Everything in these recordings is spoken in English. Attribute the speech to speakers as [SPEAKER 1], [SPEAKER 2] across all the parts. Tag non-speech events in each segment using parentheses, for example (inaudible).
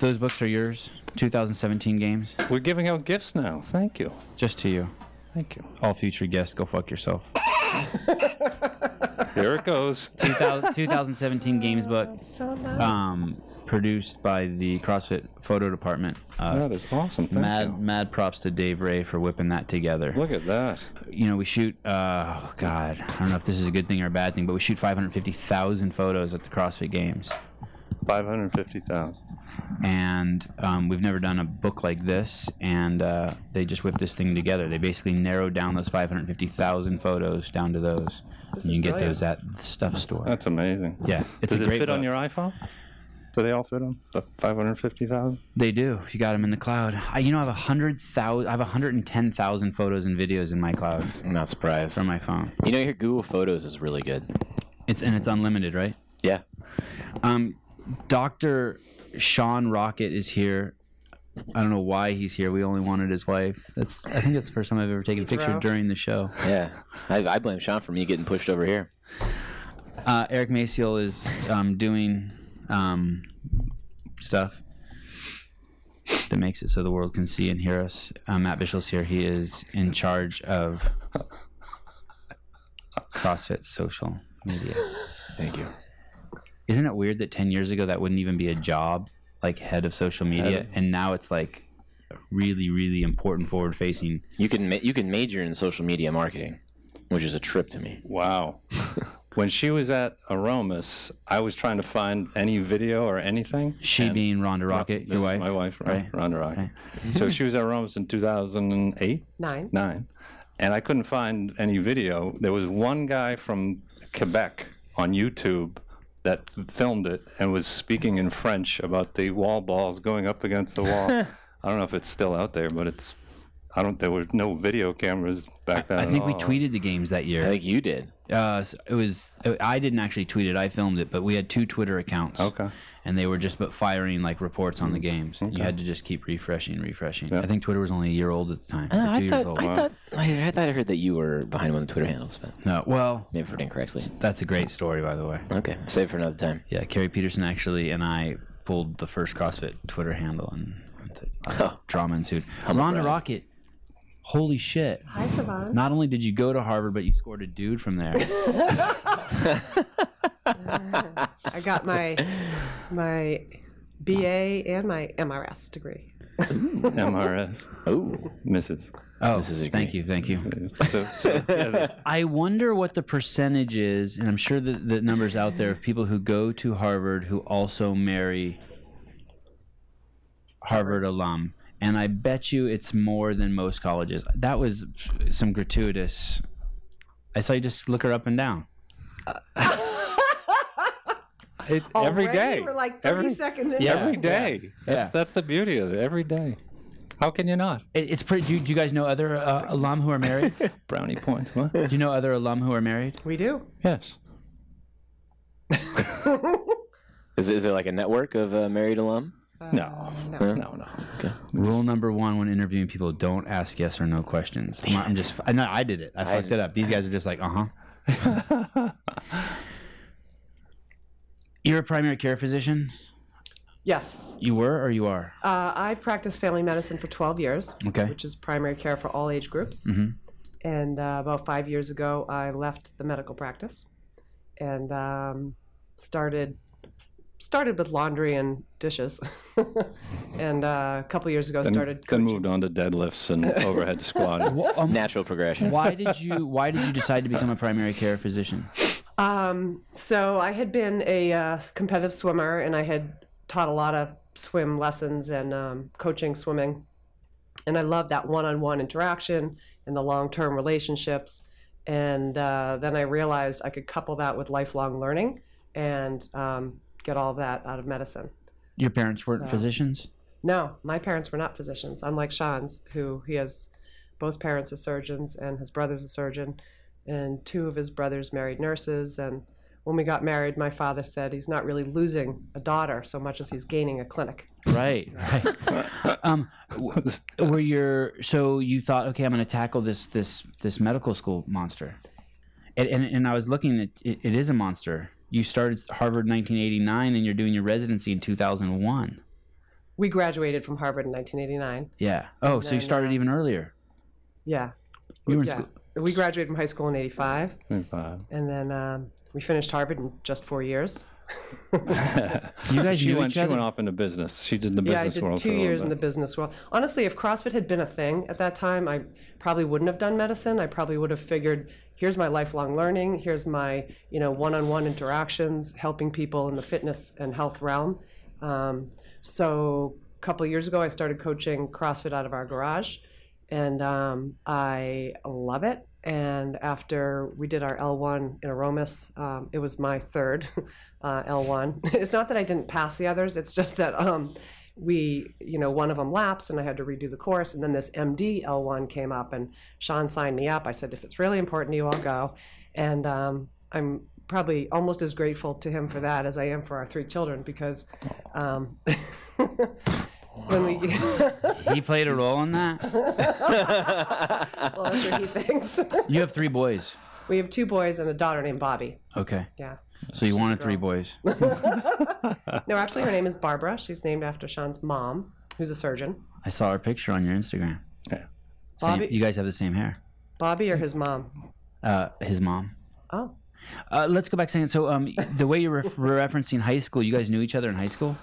[SPEAKER 1] those books are yours. 2017 games,
[SPEAKER 2] We're giving out gifts now. Thank you.
[SPEAKER 1] just to you.
[SPEAKER 2] Thank you.
[SPEAKER 1] All future guests, go fuck yourself.
[SPEAKER 2] Here it goes.
[SPEAKER 1] 2000, 2017 games book, um, produced by the CrossFit photo department. Uh,
[SPEAKER 2] (laughs) That is awesome. Thank
[SPEAKER 1] mad,
[SPEAKER 2] you.
[SPEAKER 1] mad props to Dave Ray for whipping that together.
[SPEAKER 2] Look at that.
[SPEAKER 1] you know, we shoot. Uh, oh God, I don't know if this is a good thing or a bad thing, but we shoot 550,000 photos at the CrossFit Games,
[SPEAKER 2] 550,000.
[SPEAKER 1] and um, we've never done a book like this. And uh, they just whipped this thing together. They basically narrowed down those 550,000 photos down to those. And you can get those at the stuff store.
[SPEAKER 2] That's amazing.
[SPEAKER 1] Yeah, it's
[SPEAKER 2] Uh, Does
[SPEAKER 1] a
[SPEAKER 2] it
[SPEAKER 1] great
[SPEAKER 2] fit on
[SPEAKER 1] book.
[SPEAKER 2] your iPhone? Do they all fit on the 550,000?
[SPEAKER 1] They do. You got them in the cloud. I, you know, I have a hundred thousand. I have a hundred and ten thousand photos and videos in my cloud
[SPEAKER 3] I'm not surprised.
[SPEAKER 1] from my phone.
[SPEAKER 3] you know, your Google Photos is really good.
[SPEAKER 1] It's and it's unlimited, right?
[SPEAKER 3] Yeah.
[SPEAKER 1] Um, Doctor Sean Rocket is here. I don't know why he's here. We only wanted his wife. That's I think that's the first time I've ever taken a picture during the show.
[SPEAKER 3] Yeah. I, I blame Sean for me getting pushed over here.
[SPEAKER 1] Uh, Eric Maciel is um, doing um, stuff that makes it so the world can see and hear us. Uh, Matt Bishel's here. He is in charge of CrossFit social media.
[SPEAKER 3] Thank you.
[SPEAKER 1] Isn't it weird that 10 years ago that wouldn't even be a job, like head of social media? And now it's like a really, really important forward facing.
[SPEAKER 3] You can ma- you can major in social media marketing, which is a trip to me.
[SPEAKER 2] (laughs) Wow. when she was at Aromas, I was trying to find any video or anything.
[SPEAKER 1] She
[SPEAKER 2] And-
[SPEAKER 1] being Rhonda Rocket,
[SPEAKER 2] This
[SPEAKER 1] your
[SPEAKER 2] is
[SPEAKER 1] wife.
[SPEAKER 2] My wife, right?
[SPEAKER 1] Right.
[SPEAKER 2] Rhonda Rocket. So she was at Aromas in 2008,
[SPEAKER 4] Nine.
[SPEAKER 2] nine, and I couldn't find any video. There was one guy from Quebec on YouTube that filmed it and was speaking in French about the wall balls going up against
[SPEAKER 1] (laughs)
[SPEAKER 2] the wall. I don't know if it's still out there, but it's. I don't. There were no video cameras back then.
[SPEAKER 1] I
[SPEAKER 2] at
[SPEAKER 1] think we
[SPEAKER 2] all.
[SPEAKER 1] tweeted the games that year.
[SPEAKER 3] I think you did.
[SPEAKER 1] Uh, s- it was I didn't actually tweet it. I filmed it, but we had two Twitter accounts.
[SPEAKER 2] Okay.
[SPEAKER 1] And they were just but firing like reports on the games. You had to just keep refreshing, refreshing. I think Twitter was only a year old at the time. or two
[SPEAKER 3] Oh, I
[SPEAKER 1] years
[SPEAKER 3] thought,
[SPEAKER 1] old.
[SPEAKER 3] I thought I, I thought I heard that you were behind one of the Twitter handles, but
[SPEAKER 1] no, well,
[SPEAKER 3] maybe I heard incorrectly.
[SPEAKER 1] that's a great story, by the way.
[SPEAKER 3] Okay, save for another time.
[SPEAKER 1] Yeah, Carrie Peterson actually and I pulled the first CrossFit Twitter handle, and
[SPEAKER 3] Huh.
[SPEAKER 1] drama ensued.
[SPEAKER 3] Humble
[SPEAKER 1] Ronda
[SPEAKER 3] brag.
[SPEAKER 1] Rocket, holy shit!
[SPEAKER 4] Hi, Savon.
[SPEAKER 1] Not only did you go to Harvard, but you scored a dude from
[SPEAKER 3] (laughs)
[SPEAKER 1] there.
[SPEAKER 4] I got
[SPEAKER 2] (laughs)
[SPEAKER 4] my my BA and my MRS degree.
[SPEAKER 2] MRS,
[SPEAKER 3] Oh,
[SPEAKER 2] Mrs.
[SPEAKER 1] (laughs) Oh,
[SPEAKER 3] This is a
[SPEAKER 1] thank
[SPEAKER 3] great-
[SPEAKER 1] you, thank you.
[SPEAKER 2] So, so yeah, this-
[SPEAKER 1] I wonder what the percentage is, and I'm sure that the numbers out there of people who go to Harvard who also marry Harvard alum. And I bet you it's more than most colleges. That was some gratuitous. I saw you just look her up and down.
[SPEAKER 2] it, every
[SPEAKER 4] Already
[SPEAKER 2] day.
[SPEAKER 4] We're like 30
[SPEAKER 2] every,
[SPEAKER 4] seconds in.
[SPEAKER 1] Yeah.
[SPEAKER 2] every day. That's,
[SPEAKER 1] Yeah.
[SPEAKER 2] that's the beauty of it. Every day. How can you not?
[SPEAKER 1] It, it's pretty. Do, you- do you guys know other uh, alum who are married? do
[SPEAKER 2] Brownie points. What?
[SPEAKER 1] you know other alum who are married?
[SPEAKER 4] We do.
[SPEAKER 2] yes.
[SPEAKER 3] is is there like a network of uh, married alum?
[SPEAKER 2] No. No. No. No.
[SPEAKER 1] Rule number one when interviewing people: don't ask yes or no questions. I'm, I'm just. I know I did it. I, fucked it up. These guys are just like, uh huh. (laughs) You're a primary care physician.
[SPEAKER 4] Yes.
[SPEAKER 1] You were or you are.
[SPEAKER 4] Uh, I practiced family medicine for 12 years,
[SPEAKER 1] Okay.
[SPEAKER 4] which is primary care for all age groups.
[SPEAKER 2] Mm-hmm.
[SPEAKER 4] And uh, about five years ago, I left the medical practice and um, started started with laundry and dishes. (laughs) and uh, a couple years ago, started
[SPEAKER 2] Then moved on to deadlifts and
[SPEAKER 1] (laughs)
[SPEAKER 2] overhead squatting. (laughs)
[SPEAKER 1] Wha- um,
[SPEAKER 3] Natural progression. (laughs)
[SPEAKER 1] why did you Why did you decide to become a primary care physician?
[SPEAKER 4] Um, so I had been a uh, competitive swimmer, and I had taught a lot of swim lessons and um, coaching swimming, and I loved that one-on-one interaction and the long-term relationships. And uh, then I realized I could couple that with lifelong learning and um, get all that out of medicine.
[SPEAKER 1] Your parents weren't (laughs)
[SPEAKER 4] So-
[SPEAKER 1] physicians.
[SPEAKER 4] No, my parents were not physicians, unlike Sean's, who he has both parents are surgeons and his brother's a surgeon, and two of his brothers married nurses. And when we got married, my father said he's not really losing a daughter so much as he's gaining a clinic.
[SPEAKER 1] Right. (laughs) Right. um, w- were your so you thought, okay, I'm going to tackle this this this medical school monster, and and, and I was looking at it, it is a monster. You started Harvard 1989, and you're doing your residency in 2001.
[SPEAKER 4] we graduated from Harvard in 1989.
[SPEAKER 1] Yeah. Oh, so you
[SPEAKER 4] then,
[SPEAKER 1] started
[SPEAKER 4] uh,
[SPEAKER 1] even earlier.
[SPEAKER 4] Yeah.
[SPEAKER 1] You were in
[SPEAKER 4] yeah.
[SPEAKER 1] school.
[SPEAKER 4] We graduated from high school in 85,
[SPEAKER 2] Uh,
[SPEAKER 4] and then um, we finished Harvard in just four years.
[SPEAKER 1] You guys
[SPEAKER 2] she
[SPEAKER 1] knew
[SPEAKER 2] went.
[SPEAKER 1] each
[SPEAKER 2] She
[SPEAKER 1] other?
[SPEAKER 2] went off into business. She did the
[SPEAKER 4] Yeah, I
[SPEAKER 2] business
[SPEAKER 4] did
[SPEAKER 2] world.
[SPEAKER 4] two
[SPEAKER 2] for a little
[SPEAKER 4] years in the
[SPEAKER 2] bit.
[SPEAKER 4] business world. Honestly, if CrossFit had been a thing at that time, I probably wouldn't have done medicine. I probably would have figured, here's my lifelong learning, here's my you know one-on-one interactions, helping people in the fitness and health realm. Um, so a couple of years ago, I started coaching CrossFit out of our garage, and um, I love it. And after we did our L1 in Aromas, um, it was my third (laughs) uh, L1. (laughs) it's not that I didn't pass the others; it's just that um, we, you know, one of them lapsed, and I had to redo the course. And then this MD L1 came up, and Sean signed me up. I said, "If it's really important to you, I'll go." And um, I'm probably almost as grateful to him for that as I am for our three children because um, (laughs) when we (laughs)
[SPEAKER 1] He played a role in that.
[SPEAKER 4] well, that's what he thinks. (laughs)
[SPEAKER 1] You have three boys.
[SPEAKER 4] we have two boys and a daughter named Bobby.
[SPEAKER 1] Okay.
[SPEAKER 4] Yeah.
[SPEAKER 1] So you wanted three boys.
[SPEAKER 4] No, actually, her name is Barbara. She's named after Sean's mom, who's a surgeon.
[SPEAKER 1] I saw her picture on your Instagram.
[SPEAKER 2] Yeah.
[SPEAKER 1] Same,
[SPEAKER 4] Bobby-
[SPEAKER 1] you guys have the same hair.
[SPEAKER 4] Bobby or his mom?
[SPEAKER 1] Uh, his mom.
[SPEAKER 4] Oh,
[SPEAKER 1] Uh, let's go back saying so. Um, the way you're ref- (laughs) referencing high school, you guys knew each other in high school,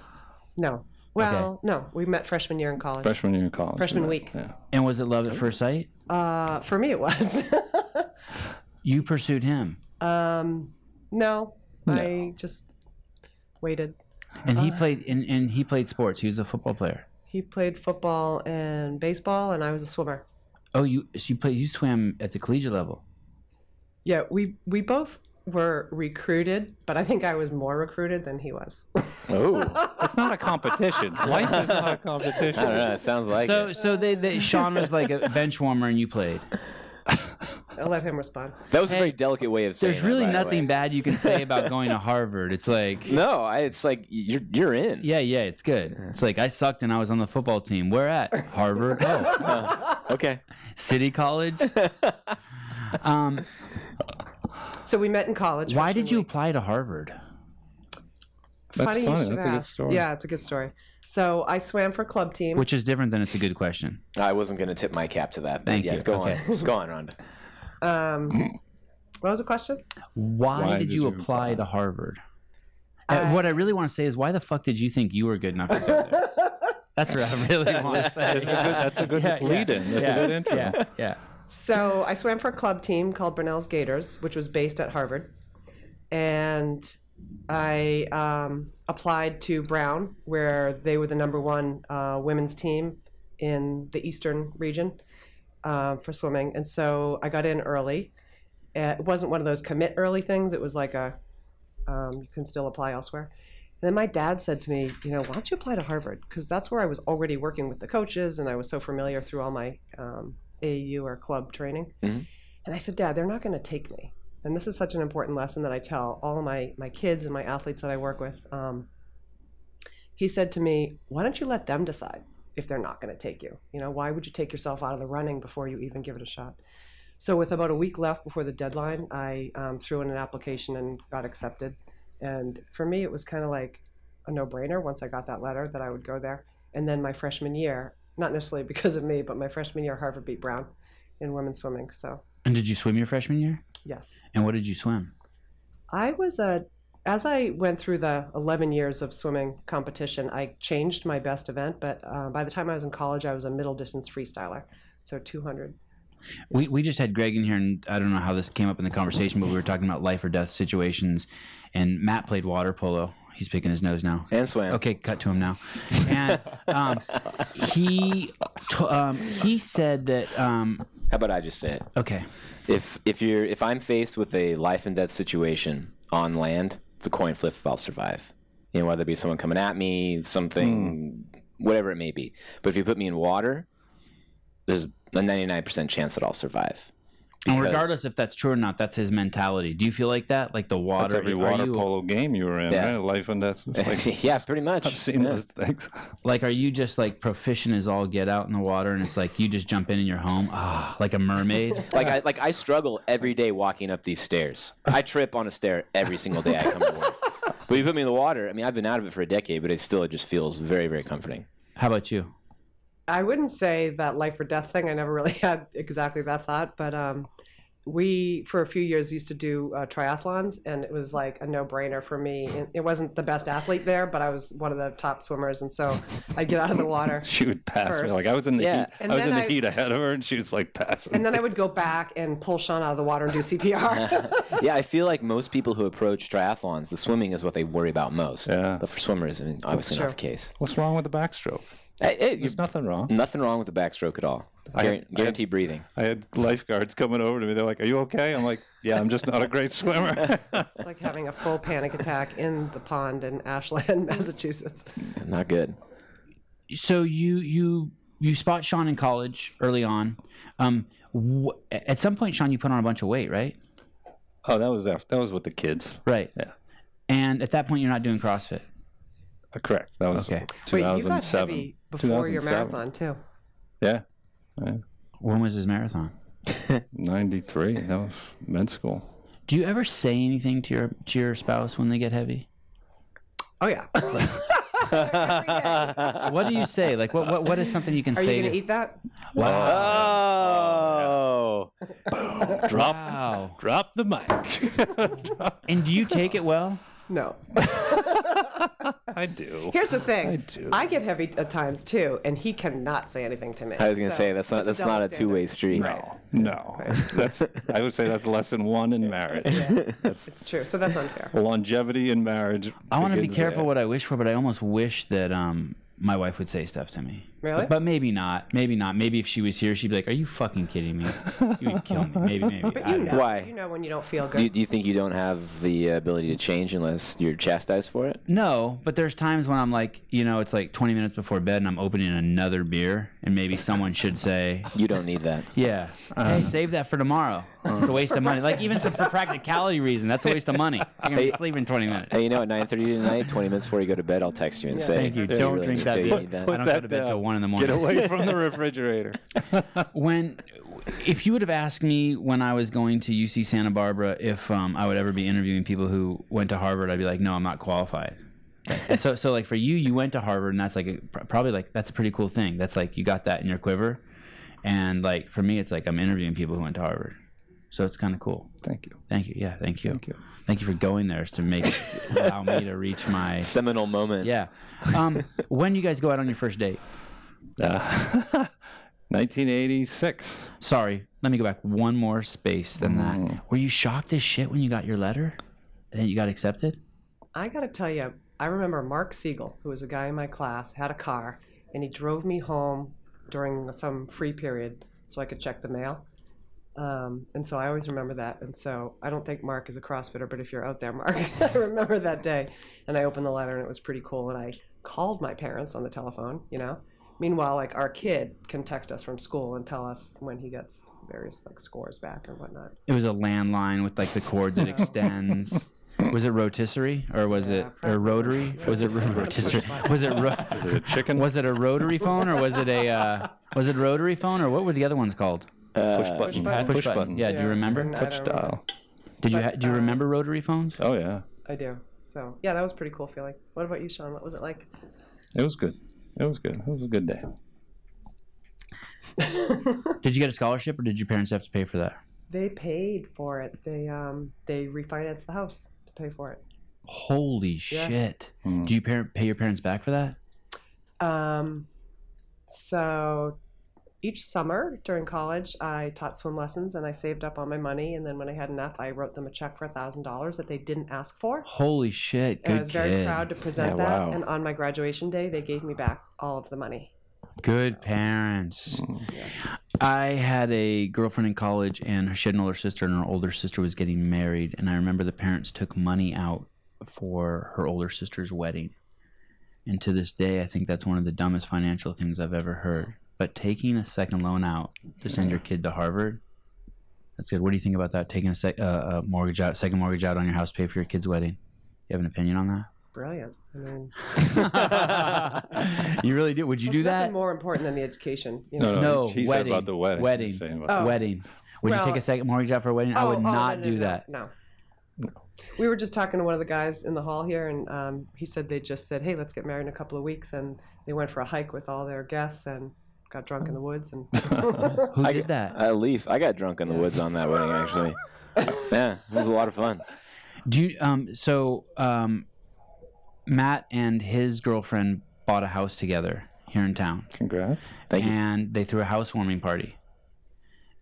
[SPEAKER 4] no. Well, no. We met freshman year in college.
[SPEAKER 2] freshman year in college.
[SPEAKER 4] Freshman
[SPEAKER 2] yeah.
[SPEAKER 4] week.
[SPEAKER 2] Yeah.
[SPEAKER 1] and was it love at first sight?
[SPEAKER 4] Uh, for me, it was. (laughs)
[SPEAKER 1] You pursued him,
[SPEAKER 4] um, no, I just waited.
[SPEAKER 1] and
[SPEAKER 3] Uh-huh.
[SPEAKER 1] he played and, and he played sports. He was a football player.
[SPEAKER 4] He played football and baseball, and I was a swimmer.
[SPEAKER 1] Oh, you so you played you swam at the collegiate level.
[SPEAKER 4] Yeah, we we both were recruited, but I think I was more recruited than he was. (laughs)
[SPEAKER 3] Oh,
[SPEAKER 2] It's not a competition. Life is not a competition.
[SPEAKER 3] I don't know. It sounds like
[SPEAKER 1] So
[SPEAKER 3] it.
[SPEAKER 1] so they, they Sean was like
[SPEAKER 3] (laughs)
[SPEAKER 1] a bench warmer, and you played.
[SPEAKER 4] I'll let him respond.
[SPEAKER 3] that was a very delicate way of saying.
[SPEAKER 1] There's
[SPEAKER 3] that,
[SPEAKER 1] really
[SPEAKER 3] by the
[SPEAKER 1] nothing
[SPEAKER 3] way.
[SPEAKER 1] bad you can
[SPEAKER 3] (laughs)
[SPEAKER 1] say about going to Harvard. It's like
[SPEAKER 3] No, I, it's like you're you're in.
[SPEAKER 1] yeah, yeah, it's good. It's like I sucked and I was on the football team. Where at Harvard? Oh.
[SPEAKER 3] Uh, Okay.
[SPEAKER 1] City College.
[SPEAKER 3] (laughs)
[SPEAKER 1] um,
[SPEAKER 4] So we met in college.
[SPEAKER 1] why
[SPEAKER 4] freshman
[SPEAKER 1] did you
[SPEAKER 4] week.
[SPEAKER 1] apply to Harvard?
[SPEAKER 2] That's
[SPEAKER 4] funny you
[SPEAKER 2] funny.
[SPEAKER 4] should
[SPEAKER 2] That's a good
[SPEAKER 4] ask.
[SPEAKER 2] story.
[SPEAKER 4] Yeah, it's a good story. So I swam for club team.
[SPEAKER 1] Which is different than it's a good question.
[SPEAKER 3] I wasn't going to tip my cap to that. but
[SPEAKER 1] Thank
[SPEAKER 3] yes,
[SPEAKER 1] you.
[SPEAKER 3] Go
[SPEAKER 1] Okay.
[SPEAKER 3] on. Go on, Rhonda.
[SPEAKER 4] um, what was the question?
[SPEAKER 1] Why, did, you, apply to Harvard? Uh,
[SPEAKER 4] I-
[SPEAKER 1] what I really want to say is, why the fuck did you think you were good enough to go
[SPEAKER 2] (laughs)
[SPEAKER 1] there? That's what I really want to say.
[SPEAKER 2] That's a good, that's a
[SPEAKER 1] (laughs)
[SPEAKER 2] good
[SPEAKER 1] Yeah, yeah.
[SPEAKER 2] lead in. That's
[SPEAKER 1] Yeah.
[SPEAKER 2] a good intro.
[SPEAKER 1] yeah, yeah.
[SPEAKER 4] So I swam for a club team called Brunel's Gators, which was based at Harvard, and I um, applied to Brown, where they were the number one uh, women's team in the Eastern region uh, for swimming, and so I got in early. Uh, It wasn't one of those commit early things. It was like a um, you can still apply elsewhere. And then my dad said to me, you know, why don't you apply to Harvard? Because that's where I was already working with the coaches, and I was so familiar through all my um, AU or club training.
[SPEAKER 3] Mhm.
[SPEAKER 4] And I said, Dad, they're not going to take me. And this is such an important lesson that I tell all of my, my kids and my athletes that I work with. Um, he said to me, Why don't you let them decide if they're not going to take you? You know, why would you take yourself out of the running before you even give it a shot? So, with about a week left before the deadline, I um, threw in an application and got accepted. And for me, it was kind of like a no brainer once I got that letter that I would go there. And then my freshman year, not necessarily because of me, but my freshman year, Harvard beat Brown in women's swimming. So,
[SPEAKER 1] And did you swim your freshman year?
[SPEAKER 4] yes.
[SPEAKER 1] And what did you swim?
[SPEAKER 4] I was a, as I went through the 11 years of swimming competition, I changed my best event. But uh, by the time I was in college, I was a middle distance freestyler. So 200.
[SPEAKER 1] We, we just had Greg in here, and I don't know how this came up in the conversation, but we were talking about life or death situations, and Matt played water polo. He's picking his nose now.
[SPEAKER 3] And swam.
[SPEAKER 1] Okay, cut to him now. And um, he t- um, he said that um,
[SPEAKER 3] How about I just say it?
[SPEAKER 1] okay,
[SPEAKER 3] If if you're if I'm faced with a life and death situation on land, it's a coin flip if I'll survive. You know, whether it be someone coming at me, something,
[SPEAKER 1] Hmm.
[SPEAKER 3] whatever it may be. But if you put me in water, there's a 99% chance that I'll survive.
[SPEAKER 1] and
[SPEAKER 3] Because-
[SPEAKER 1] regardless if that's true or not, that's his mentality. Do you feel like that? Like the water?
[SPEAKER 2] That's every
[SPEAKER 1] are
[SPEAKER 2] water
[SPEAKER 1] you-
[SPEAKER 2] polo game you were in,
[SPEAKER 3] Yeah.
[SPEAKER 2] right? Life and death. It's Like,
[SPEAKER 3] (laughs) yeah, pretty much.
[SPEAKER 2] I've seen
[SPEAKER 3] Yeah.
[SPEAKER 2] those things.
[SPEAKER 1] Like, are you just like proficient as all get out in the water, and it's like you just jump in and you're home, ah, like a
[SPEAKER 4] (laughs)
[SPEAKER 1] mermaid?
[SPEAKER 3] Like I like I struggle every day walking up these stairs. I trip on a stair every single day I
[SPEAKER 2] (laughs)
[SPEAKER 3] come to work. But you put me in the water. I mean, I've been out of it for a decade, but it still it just feels very, very comforting.
[SPEAKER 1] How about you?
[SPEAKER 4] I wouldn't say that life or death thing. I never (laughs) really had exactly that thought, but um, we for a few years used to do uh, triathlons, and it was like a no-brainer for me. It- It wasn't the best athlete there, but I was one of the top swimmers, and so I'd get out of the
[SPEAKER 2] (laughs)
[SPEAKER 4] water.
[SPEAKER 2] She would pass me.
[SPEAKER 4] First.
[SPEAKER 2] Like I was in the
[SPEAKER 3] Yeah.
[SPEAKER 2] heat.
[SPEAKER 4] And
[SPEAKER 2] I was in
[SPEAKER 4] then
[SPEAKER 2] the
[SPEAKER 4] I-
[SPEAKER 2] heat ahead of her, and she was like passing.
[SPEAKER 4] And then I would go back and pull Sean out of the water and do CPR.
[SPEAKER 3] yeah, I feel like most people who approach triathlons, the swimming is what they worry about most.
[SPEAKER 2] Yeah.
[SPEAKER 3] But for swimmers, I mean, obviously
[SPEAKER 4] Sure.
[SPEAKER 3] not the case.
[SPEAKER 2] What's wrong with the backstroke?
[SPEAKER 3] Hey, hey,
[SPEAKER 2] There's nothing wrong.
[SPEAKER 3] nothing wrong with the backstroke at all.
[SPEAKER 2] I-
[SPEAKER 3] Guar- guaranteed breathing.
[SPEAKER 2] I had lifeguards coming over to me. They're like, "Are you okay?" I'm like, "Yeah, I'm just not a great swimmer." (laughs)
[SPEAKER 4] it's like having a full panic attack in the pond in Ashland, (laughs) Massachusetts.
[SPEAKER 3] Not good.
[SPEAKER 1] So you you you spot Sean in college early on. Um, wh- at some point, Sean, you put on a bunch of weight, right?
[SPEAKER 2] oh, that was after, that was with the kids.
[SPEAKER 1] Right.
[SPEAKER 2] Yeah.
[SPEAKER 1] And at that point, you're not doing CrossFit.
[SPEAKER 2] Uh, correct. That was
[SPEAKER 1] Okay.
[SPEAKER 4] Wait, you
[SPEAKER 2] 2007.
[SPEAKER 4] got heavy before your
[SPEAKER 2] 2007.
[SPEAKER 4] marathon too.
[SPEAKER 2] Yeah,
[SPEAKER 1] When was his marathon?
[SPEAKER 2] 93. That was med school.
[SPEAKER 1] Do you ever say anything to your to your spouse when they get heavy?
[SPEAKER 4] Oh (laughs) yeah.
[SPEAKER 1] What do you say? Like, what what, what is something you can
[SPEAKER 4] Are
[SPEAKER 1] say?
[SPEAKER 4] you gonna
[SPEAKER 1] to-
[SPEAKER 4] eat that?
[SPEAKER 1] Wow!
[SPEAKER 3] Oh.
[SPEAKER 2] Drop,
[SPEAKER 1] Wow!
[SPEAKER 2] drop the mic. Drop-
[SPEAKER 1] And
[SPEAKER 4] (laughs)
[SPEAKER 1] do you take it well?
[SPEAKER 4] No.
[SPEAKER 2] I do.
[SPEAKER 4] Here's the thing. I,
[SPEAKER 2] do.
[SPEAKER 4] get heavy at times too, and he cannot say anything to me.
[SPEAKER 3] I was going to
[SPEAKER 4] So
[SPEAKER 3] say, that's not,
[SPEAKER 4] it's
[SPEAKER 3] that's not a
[SPEAKER 4] double
[SPEAKER 3] two way street.
[SPEAKER 2] No, no. That's. I would say that's lesson one in marriage.
[SPEAKER 4] standard. It's true. So that's unfair.
[SPEAKER 2] Longevity in marriage.
[SPEAKER 1] I want to be
[SPEAKER 2] begins
[SPEAKER 1] careful
[SPEAKER 2] there.
[SPEAKER 1] what I wish for, but I almost wish that um my wife would say stuff to me.
[SPEAKER 4] Really?
[SPEAKER 1] But maybe not. Maybe not. Maybe if she was here, she'd be like, "Are you fucking kidding me? You would kill me." Maybe, maybe.
[SPEAKER 4] (laughs) But
[SPEAKER 1] I
[SPEAKER 4] you
[SPEAKER 1] don't
[SPEAKER 4] know,
[SPEAKER 1] know.
[SPEAKER 3] Why?
[SPEAKER 4] you know when you don't feel
[SPEAKER 3] Do,
[SPEAKER 4] good.
[SPEAKER 3] do you think you don't have the uh, ability to change unless you're chastised for it?
[SPEAKER 1] No, but there's times when I'm like, you know, it's like 20 minutes before bed, and I'm opening another beer, and maybe someone should say,
[SPEAKER 3] You don't need that.
[SPEAKER 1] "Yeah, hey, save that for tomorrow. it's a waste of money. Like even some, for practicality reason, that's a waste of money. I'm gonna be sleeping 20 minutes."
[SPEAKER 3] Hey, you know, at 9.30 tonight, 20 minutes before you go to bed, I'll text you and say,
[SPEAKER 1] Thank you.
[SPEAKER 3] "Do
[SPEAKER 1] Don't
[SPEAKER 3] really
[SPEAKER 1] drink
[SPEAKER 3] need-
[SPEAKER 1] that
[SPEAKER 3] do you
[SPEAKER 1] beer."
[SPEAKER 3] need that?"
[SPEAKER 1] I don't go to bed till one in the morning.
[SPEAKER 2] Get away from the refrigerator.
[SPEAKER 1] when if you would have asked me when I was going to UC Santa Barbara if um, I would ever be interviewing people who went to Harvard, I'd be like, no, I'm not qualified. And so, so like for you, you went to Harvard, and that's like a, pr- probably like that's a pretty cool thing. That's like you got that in your quiver, and like for me, it's like I'm interviewing people who went to Harvard, so it's kind of cool.
[SPEAKER 2] Thank you.
[SPEAKER 1] Thank you, yeah, thank you, thank you, thank you for going there to make allow me to reach (laughs) my
[SPEAKER 3] Seminal moment.
[SPEAKER 1] yeah. Um, when you guys go out on your first date?
[SPEAKER 2] Uh, (laughs) 1986.
[SPEAKER 1] Sorry, let me go back one more space than that. Were you shocked as shit when you got your letter? And you got accepted?
[SPEAKER 4] I gotta tell you, I remember Mark Siegel, who was a guy in my class, had a car, and he drove me home during some free period so I could check the mail. Um, and so I always remember that. And so I don't think Mark is a CrossFitter, but if you're out there, Mark, (laughs) I remember that day. And I opened the letter, and it was pretty cool. And I called my parents on the telephone, you know. Meanwhile, like our kid can text us from school and tell us when he gets various like scores back and whatnot.
[SPEAKER 1] It was a landline with like the cord that extends. Was it rotisserie or was it
[SPEAKER 4] Yeah,
[SPEAKER 1] or rotary? Was
[SPEAKER 4] (laughs)
[SPEAKER 1] it ro- rotisserie? Was it ro-
[SPEAKER 2] Chicken
[SPEAKER 1] was it a rotary phone or was it a uh, was it rotary phone or what were the other ones called?
[SPEAKER 3] Uh,
[SPEAKER 2] Uh, push button.
[SPEAKER 4] button.
[SPEAKER 1] Push button. Yeah, do you remember?
[SPEAKER 4] and I
[SPEAKER 2] Touch
[SPEAKER 4] don't remember.
[SPEAKER 2] dial.
[SPEAKER 1] Did you
[SPEAKER 4] But,
[SPEAKER 1] ha- do you
[SPEAKER 4] uh,
[SPEAKER 1] remember rotary phones?
[SPEAKER 2] Oh yeah,
[SPEAKER 4] I do. So yeah, that was a pretty cool feeling. What about you, Sean? What was it like?
[SPEAKER 2] it was good. It was good. It was a good day.
[SPEAKER 1] Did you get a scholarship or did your parents have to pay for that?
[SPEAKER 4] They paid for it. They um they refinanced the house to pay for it.
[SPEAKER 1] Holy
[SPEAKER 4] Yeah.
[SPEAKER 1] shit!
[SPEAKER 2] Mm.
[SPEAKER 1] Do you par- pay your parents back for that?
[SPEAKER 4] Um, so each summer during college, I taught swim lessons and I saved up all my money. And then when I had enough, I wrote them a check for a thousand dollars that they didn't ask for.
[SPEAKER 1] Holy shit! Good
[SPEAKER 4] And I was very
[SPEAKER 1] kid.
[SPEAKER 4] proud to present
[SPEAKER 3] Yeah,
[SPEAKER 4] that.
[SPEAKER 3] wow.
[SPEAKER 4] And on my graduation day, they gave me back all of the money.
[SPEAKER 1] Good parents.
[SPEAKER 2] Mm.
[SPEAKER 1] I had a girlfriend in college, and she had an older sister, and her older sister was getting married. And I remember the parents took money out for her older sister's wedding. And to this day, I think that's one of the dumbest financial things I've ever heard. But taking a second loan out to send your kid to Harvard, that's good. What do you think about that? Taking a, sec- uh, a mortgage out, second mortgage out on your house, to pay for your kid's wedding. You have an opinion on
[SPEAKER 4] Brilliant. I mean,
[SPEAKER 1] that? (laughs) you really do. Would you do
[SPEAKER 4] there's nothing
[SPEAKER 1] that?
[SPEAKER 4] More important than the education, you know.
[SPEAKER 2] No, no.
[SPEAKER 1] No,
[SPEAKER 2] she said
[SPEAKER 1] wedding.
[SPEAKER 2] about the wedding.
[SPEAKER 1] Wedding.
[SPEAKER 2] Saying about-
[SPEAKER 4] Oh.
[SPEAKER 1] wedding. Would
[SPEAKER 4] Well-
[SPEAKER 1] you take a second mortgage out for a wedding? I
[SPEAKER 2] Mm-hmm.
[SPEAKER 4] Oh,
[SPEAKER 1] would
[SPEAKER 4] oh, no,
[SPEAKER 1] not
[SPEAKER 4] no,
[SPEAKER 1] do
[SPEAKER 4] no,
[SPEAKER 1] that.
[SPEAKER 4] No. We were just talking to one of the guys in the hall here, and um, he said they just said, "Hey, let's get married in a couple of weeks," and they went for a hike with all their guests and got drunk in the
[SPEAKER 2] (laughs)
[SPEAKER 4] woods and
[SPEAKER 1] Oh. Who
[SPEAKER 3] I
[SPEAKER 1] did that?
[SPEAKER 3] A leaf. I got drunk in the woods on that wedding, actually. Yeah, it was a lot of fun.
[SPEAKER 1] Do you, um so um Matt and his girlfriend bought a house together here in town.
[SPEAKER 2] Congrats.
[SPEAKER 3] Thank you.
[SPEAKER 1] and they threw a housewarming party.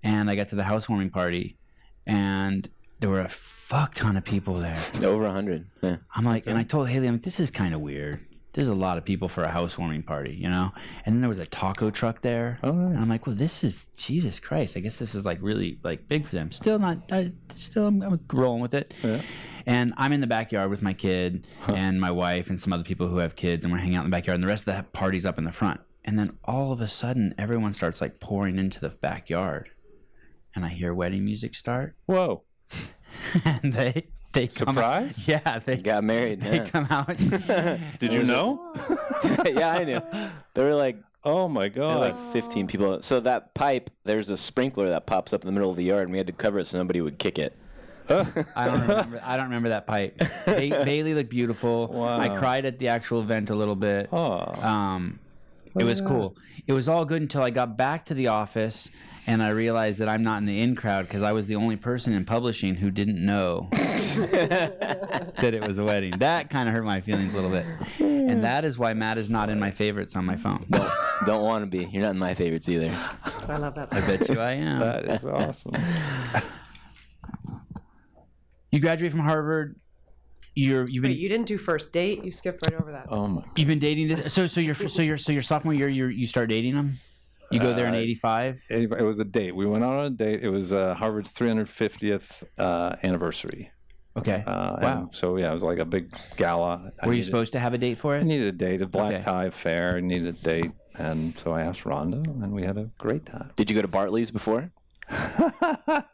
[SPEAKER 1] And I got to the housewarming party, and there were a fuck ton of people there.
[SPEAKER 3] Over 100. Yeah.
[SPEAKER 1] I'm like, and I told Haley, I'm like, this is kind of weird. There's a lot of people for a housewarming party, you know? And then there was a taco truck there.
[SPEAKER 2] All
[SPEAKER 1] And
[SPEAKER 2] right.
[SPEAKER 1] I'm like, well, this is Jesus Christ. I guess this is like really like big for them. Still not. I, still, I'm, I'm rolling with it.
[SPEAKER 2] Yeah.
[SPEAKER 1] And I'm in the backyard with my kid and my wife and some other people who have kids, and we're hanging out in the backyard. And the rest of the party's up in the front. And then all of a sudden, everyone starts like pouring into the backyard, and I hear wedding music start,
[SPEAKER 2] Whoa.
[SPEAKER 1] (laughs) and they they come
[SPEAKER 2] Surprise?
[SPEAKER 1] Out, yeah, they
[SPEAKER 3] Got married.
[SPEAKER 1] they
[SPEAKER 3] Yeah.
[SPEAKER 1] come
[SPEAKER 2] (laughs)
[SPEAKER 1] out.
[SPEAKER 2] Did you know?
[SPEAKER 3] (laughs) yeah, I knew. There were like
[SPEAKER 2] Oh my
[SPEAKER 3] there were
[SPEAKER 2] God.
[SPEAKER 3] like 15 people. So that pipe, there's a sprinkler that pops up in the middle of the yard, and we had to cover it so nobody would kick it.
[SPEAKER 1] I don't remember. I don't remember that pipe. Ba- Bailey looked beautiful. I cried at the actual event a little bit.
[SPEAKER 2] Aw.
[SPEAKER 1] Um, it was cool. It was all good until I got back to the office and I realized that I'm not in the in crowd because I was the only person in publishing who didn't know that it was a wedding. That kind of hurt my feelings a little bit, and that is why Matt is not in my favorites on my phone.
[SPEAKER 3] Don't, don't want to be. You're not in my favorites either.
[SPEAKER 4] I love that.
[SPEAKER 1] I bet you I am.
[SPEAKER 2] (laughs) That
[SPEAKER 1] (laughs)
[SPEAKER 2] is awesome.
[SPEAKER 1] You graduate from Harvard. You're you've been
[SPEAKER 4] Wait, you didn't do first date. You skipped right over that.
[SPEAKER 2] Oh my.
[SPEAKER 1] You've been dating this. So so your so your so your sophomore year you you start dating him. You go there in
[SPEAKER 2] Uh,
[SPEAKER 1] '85.
[SPEAKER 2] It, it was a date. We went out on a date. It was uh, Harvard's 350th uh, anniversary.
[SPEAKER 1] Okay.
[SPEAKER 2] Uh, and
[SPEAKER 1] Wow.
[SPEAKER 2] So yeah, it was like a big gala. I
[SPEAKER 1] Were you
[SPEAKER 2] needed-
[SPEAKER 1] supposed to have a date for
[SPEAKER 2] I
[SPEAKER 1] it?
[SPEAKER 2] needed a date, a black
[SPEAKER 1] Okay.
[SPEAKER 2] tie affair. I needed a date, and so I asked Rhonda, and we had a great
[SPEAKER 3] (laughs)
[SPEAKER 2] time.
[SPEAKER 3] Did you go to Bartley's before?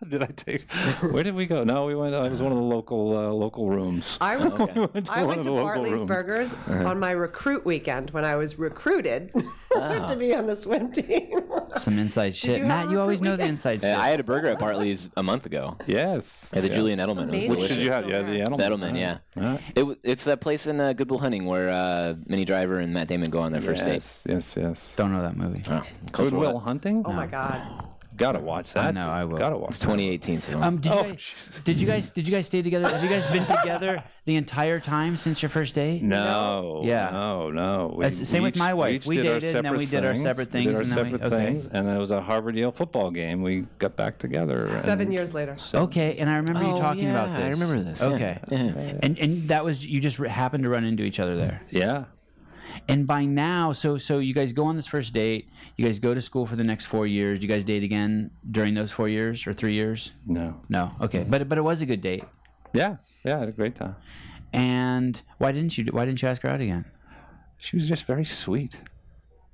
[SPEAKER 2] did I take? Where did we go? No, we went. It was one of the local uh, local rooms.
[SPEAKER 4] I went to,
[SPEAKER 2] (laughs) We went to
[SPEAKER 4] (laughs) I
[SPEAKER 2] one
[SPEAKER 4] went
[SPEAKER 2] of
[SPEAKER 4] to
[SPEAKER 2] the local
[SPEAKER 4] Bartley's
[SPEAKER 2] rooms.
[SPEAKER 4] Burgers on my recruit weekend when I
[SPEAKER 2] (laughs)
[SPEAKER 4] was recruited (laughs) to be on the swim team. (laughs) Oh
[SPEAKER 1] Some inside shit.
[SPEAKER 4] you have
[SPEAKER 1] Matt,
[SPEAKER 4] a
[SPEAKER 1] you always
[SPEAKER 4] recruit
[SPEAKER 1] know the inside shit.
[SPEAKER 3] Yeah, I had a burger at Bartley's a month ago.
[SPEAKER 2] Yes.
[SPEAKER 3] At the
[SPEAKER 2] Yeah.
[SPEAKER 3] Julian Edelman. It was
[SPEAKER 4] amazing.
[SPEAKER 2] Which
[SPEAKER 3] delicious.
[SPEAKER 2] did you have? Yeah, the Edelman.
[SPEAKER 3] Edelman, yeah.
[SPEAKER 2] All right.
[SPEAKER 3] It, w- it's that place in uh, Goodwill Hunting where uh, Minnie Driver and Matt Damon go on their first date.
[SPEAKER 2] yes, yes, yes.
[SPEAKER 1] Don't know that movie.
[SPEAKER 3] Oh, cultural-
[SPEAKER 2] Goodwill Hunting.
[SPEAKER 4] Oh my god!
[SPEAKER 2] Gotta watch that.
[SPEAKER 1] I know, I will.
[SPEAKER 2] Gotta watch.
[SPEAKER 3] It's 2018, so
[SPEAKER 1] Um, did, you
[SPEAKER 2] Oh,
[SPEAKER 1] guys,
[SPEAKER 2] Jesus.
[SPEAKER 1] did you guys did you guys stay together? Have you guys been together the entire time since your first date?
[SPEAKER 2] No.
[SPEAKER 1] Yeah.
[SPEAKER 2] No, no. We,
[SPEAKER 1] That's the same with my wife.
[SPEAKER 2] each
[SPEAKER 1] We
[SPEAKER 2] did our
[SPEAKER 1] dated, and then we
[SPEAKER 2] separate
[SPEAKER 1] did our
[SPEAKER 2] things.
[SPEAKER 1] separate
[SPEAKER 2] We
[SPEAKER 1] things,
[SPEAKER 2] did our
[SPEAKER 1] and then we-
[SPEAKER 2] separate
[SPEAKER 1] okay.
[SPEAKER 2] things, and it was a Harvard Yale football game. We got back together.
[SPEAKER 4] Seven
[SPEAKER 2] and-
[SPEAKER 4] years later.
[SPEAKER 1] Okay, and I remember you
[SPEAKER 3] Oh,
[SPEAKER 1] talking about
[SPEAKER 3] yeah,
[SPEAKER 1] this.
[SPEAKER 3] I remember this, yeah.
[SPEAKER 1] Okay.
[SPEAKER 3] Yeah.
[SPEAKER 1] And and that was you just happened to run into each other there.
[SPEAKER 2] Yeah.
[SPEAKER 1] And by now, so so you guys go on this first date. You guys go to school for the next four years. You guys date again during those four years or three years?
[SPEAKER 2] No.
[SPEAKER 1] No. Okay. But but it was a good date.
[SPEAKER 2] Yeah. Yeah. I had a great time.
[SPEAKER 1] And why didn't you why didn't you ask her out again?
[SPEAKER 2] She was just very sweet.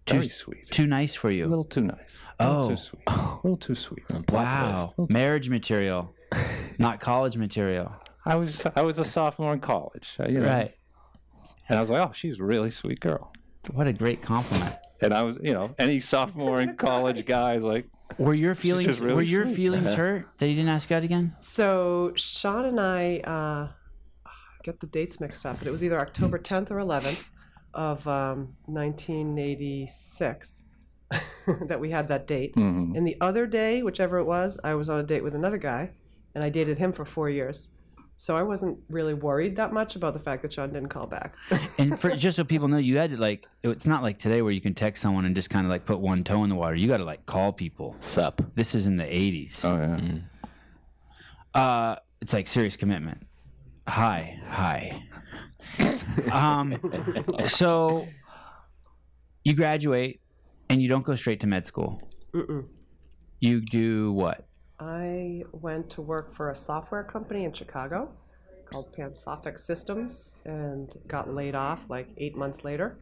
[SPEAKER 2] Very sweet.
[SPEAKER 1] Too nice for
[SPEAKER 2] a
[SPEAKER 1] you.
[SPEAKER 2] little too nice. A little
[SPEAKER 1] Oh.
[SPEAKER 2] Too sweet. A little too sweet.
[SPEAKER 1] (laughs) Wow. Marriage
[SPEAKER 2] (laughs)
[SPEAKER 1] material. Not college material.
[SPEAKER 2] I was I was a sophomore in college. uh, you know,
[SPEAKER 1] Right.
[SPEAKER 2] And I was like, oh, she's a really sweet girl.
[SPEAKER 1] What a great compliment.
[SPEAKER 2] And I was, you know, any sophomore
[SPEAKER 4] (laughs)
[SPEAKER 2] in college guy is like,
[SPEAKER 1] Were
[SPEAKER 2] (laughs)
[SPEAKER 1] your feelings
[SPEAKER 2] just really
[SPEAKER 1] were your
[SPEAKER 2] sweet. Uh-huh.
[SPEAKER 1] feelings hurt that he didn't ask you out again?
[SPEAKER 4] So Sean and I uh, get the dates mixed up, but it was either October 10th or 11th of um, 1986 (laughs) that we had that date.
[SPEAKER 2] Mhm.
[SPEAKER 4] And the other day, whichever it was, I was on a date with another guy, and I dated him for four years. So I wasn't really worried that much about the fact that Sean didn't call back. (laughs)
[SPEAKER 1] And for just so people know, you had to like it's not like today where you can text someone and just kind of like put one toe in the water. You got to like call people.
[SPEAKER 3] Sup.
[SPEAKER 1] This is in the 80s.
[SPEAKER 2] oh yeah.
[SPEAKER 1] Mm. Uh, it's like serious commitment. Hi, hi. um, so you graduate and you don't go straight to med school.
[SPEAKER 4] Mm-mm.
[SPEAKER 1] You do what?
[SPEAKER 4] I went to work for a software company in Chicago called Pansophic Systems and got laid off like eight months later.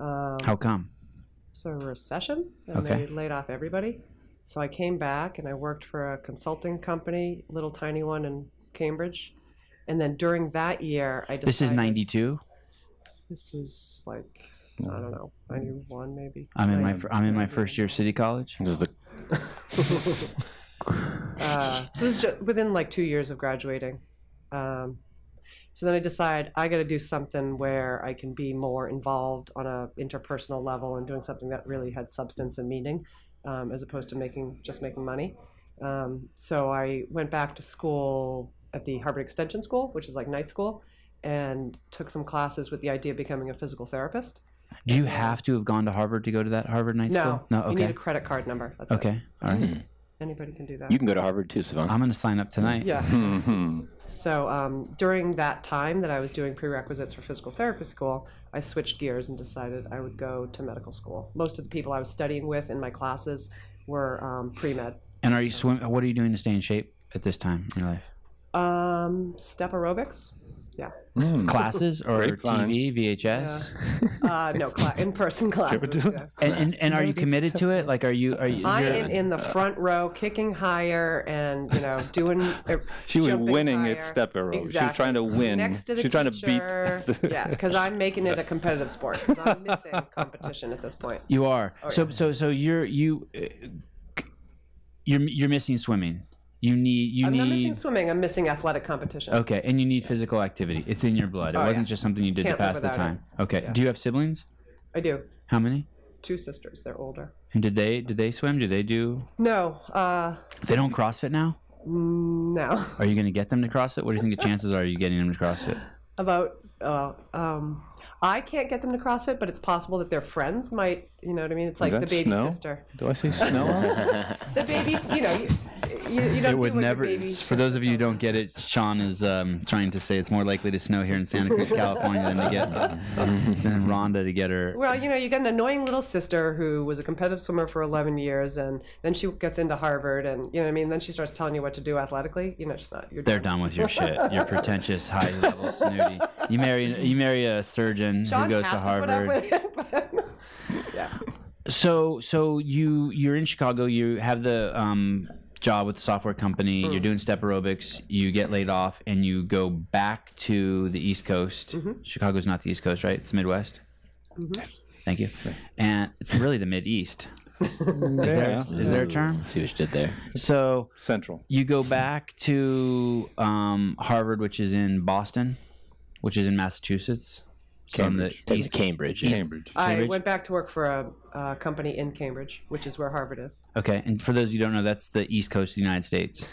[SPEAKER 4] Um,
[SPEAKER 1] How come?
[SPEAKER 4] so a recession, and
[SPEAKER 1] Okay.
[SPEAKER 4] they laid off everybody. So I came back and I worked for a consulting company, little tiny one in Cambridge. And then during that year, I decided
[SPEAKER 1] This is 92.
[SPEAKER 4] This is like I don't know, ninety-one maybe.
[SPEAKER 1] I'm in my
[SPEAKER 4] Like,
[SPEAKER 1] fir- I'm in my first year of city college.
[SPEAKER 3] This is the
[SPEAKER 4] uh, so this is just within like two years of graduating. Um, So then I decide I got to do something where I can be more involved on a interpersonal level and doing something that really had substance and meaning, um, as opposed to making just making money. Um, so I went back to school at the Harvard Extension School, which is like night school, and took some classes with the idea of becoming a physical therapist.
[SPEAKER 1] Do you have to have gone to Harvard to go to that Harvard night
[SPEAKER 4] No,
[SPEAKER 1] school? No.
[SPEAKER 4] you
[SPEAKER 1] Okay.
[SPEAKER 4] need a credit card number. That's it.
[SPEAKER 1] okay. All right.
[SPEAKER 4] Anybody can do that.
[SPEAKER 3] You can go to Harvard too, Savant.
[SPEAKER 1] I'm gonna sign up tonight.
[SPEAKER 4] yeah.
[SPEAKER 2] hmm
[SPEAKER 4] So um, during that time that I was doing prerequisites for physical therapy school, I switched gears and decided I would go to medical school. Most of the people I was studying with in my classes were um, pre med.
[SPEAKER 1] And are you swim? What are you doing to stay in shape at this time in your life?
[SPEAKER 4] Um, step aerobics?
[SPEAKER 2] Mm-hmm.
[SPEAKER 1] Classes or
[SPEAKER 2] Great fun.
[SPEAKER 1] TV, VHS?
[SPEAKER 4] Uh, no,
[SPEAKER 2] (laughs)
[SPEAKER 4] cla- in person classes. yeah.
[SPEAKER 1] And, and and are you committed to it? Like, are you are you?
[SPEAKER 4] I
[SPEAKER 1] you're-
[SPEAKER 4] am in the front row, kicking higher, and you know, doing. uh,
[SPEAKER 2] She was
[SPEAKER 4] jumping
[SPEAKER 2] winning
[SPEAKER 4] higher.
[SPEAKER 2] at step arrow. She
[SPEAKER 4] Exactly.
[SPEAKER 2] was trying to win.
[SPEAKER 4] Next to the
[SPEAKER 2] She's trying to
[SPEAKER 4] teacher.
[SPEAKER 2] beat. the-
[SPEAKER 4] yeah, because I'm making it a competitive sport. 'cause I'm
[SPEAKER 2] (laughs)
[SPEAKER 4] missing competition at this point.
[SPEAKER 1] You are. so so so you're you. uh, You're you're missing swimming. You need you
[SPEAKER 4] I'm
[SPEAKER 1] need.
[SPEAKER 4] not missing swimming. I'm missing athletic competition.
[SPEAKER 1] Okay, and you need physical activity. It's in your blood. It
[SPEAKER 4] Oh,
[SPEAKER 1] wasn't
[SPEAKER 4] yeah.
[SPEAKER 1] just something you did
[SPEAKER 4] Can't
[SPEAKER 1] to
[SPEAKER 4] live
[SPEAKER 1] pass the
[SPEAKER 4] without
[SPEAKER 1] time. Okay. Do you have siblings?
[SPEAKER 4] I do.
[SPEAKER 1] How many?
[SPEAKER 4] Two sisters. They're older.
[SPEAKER 1] And did they did they swim? Do they do?
[SPEAKER 4] No, uh,
[SPEAKER 1] They don't CrossFit now.
[SPEAKER 4] no.
[SPEAKER 1] Are you going to get them to CrossFit? What do you think the chances are you getting them to CrossFit?
[SPEAKER 4] About, uh, um, I can't get them to CrossFit, but it's possible that their friends might. You know what I mean? It's like the
[SPEAKER 2] that
[SPEAKER 4] baby
[SPEAKER 2] snow?
[SPEAKER 4] sister.
[SPEAKER 2] (laughs) Do I see snow?
[SPEAKER 4] The baby, s- you know, you, you, you don't.
[SPEAKER 1] It would
[SPEAKER 4] do what
[SPEAKER 1] never.
[SPEAKER 4] Your baby
[SPEAKER 1] it's- For those of you who don't get it, Sean is um, trying to say it's more likely to snow here in Santa
[SPEAKER 4] (laughs)
[SPEAKER 1] Cruz, California, than to get than Rhonda to get her.
[SPEAKER 4] Well, you know, you got an annoying little sister who was a competitive swimmer for 11 years, and then she gets into Harvard, and you know what I mean? Then she starts telling you what to do athletically. You know, she's not. You're
[SPEAKER 1] They're
[SPEAKER 4] done.
[SPEAKER 1] done with your shit. You're pretentious, high level snooty. You marry you marry a surgeon
[SPEAKER 4] John
[SPEAKER 1] who goes
[SPEAKER 4] has
[SPEAKER 1] to Harvard.
[SPEAKER 4] put up with it. but- (laughs) yeah.
[SPEAKER 1] So so you you're in Chicago. You have the um, job with the software company. You're doing step aerobics. You get laid off, and you go back to the East Coast. Chicago's not the East Coast, right? It's the Midwest. Thank you. And it's really the Mid East. Is there is there a term?
[SPEAKER 3] See what you did there.
[SPEAKER 1] So
[SPEAKER 2] Central.
[SPEAKER 1] you go back to um, Harvard, which is in Boston, which is in Massachusetts. So on the
[SPEAKER 3] Take
[SPEAKER 1] east-
[SPEAKER 3] to Cambridge.
[SPEAKER 4] (laughs)
[SPEAKER 2] Cambridge.
[SPEAKER 4] I
[SPEAKER 1] Cambridge?
[SPEAKER 4] went back to work for a, a company in Cambridge, which is where Harvard is.
[SPEAKER 1] Okay, and for those who don't know, that's the east coast of the United
[SPEAKER 4] (laughs)
[SPEAKER 1] States,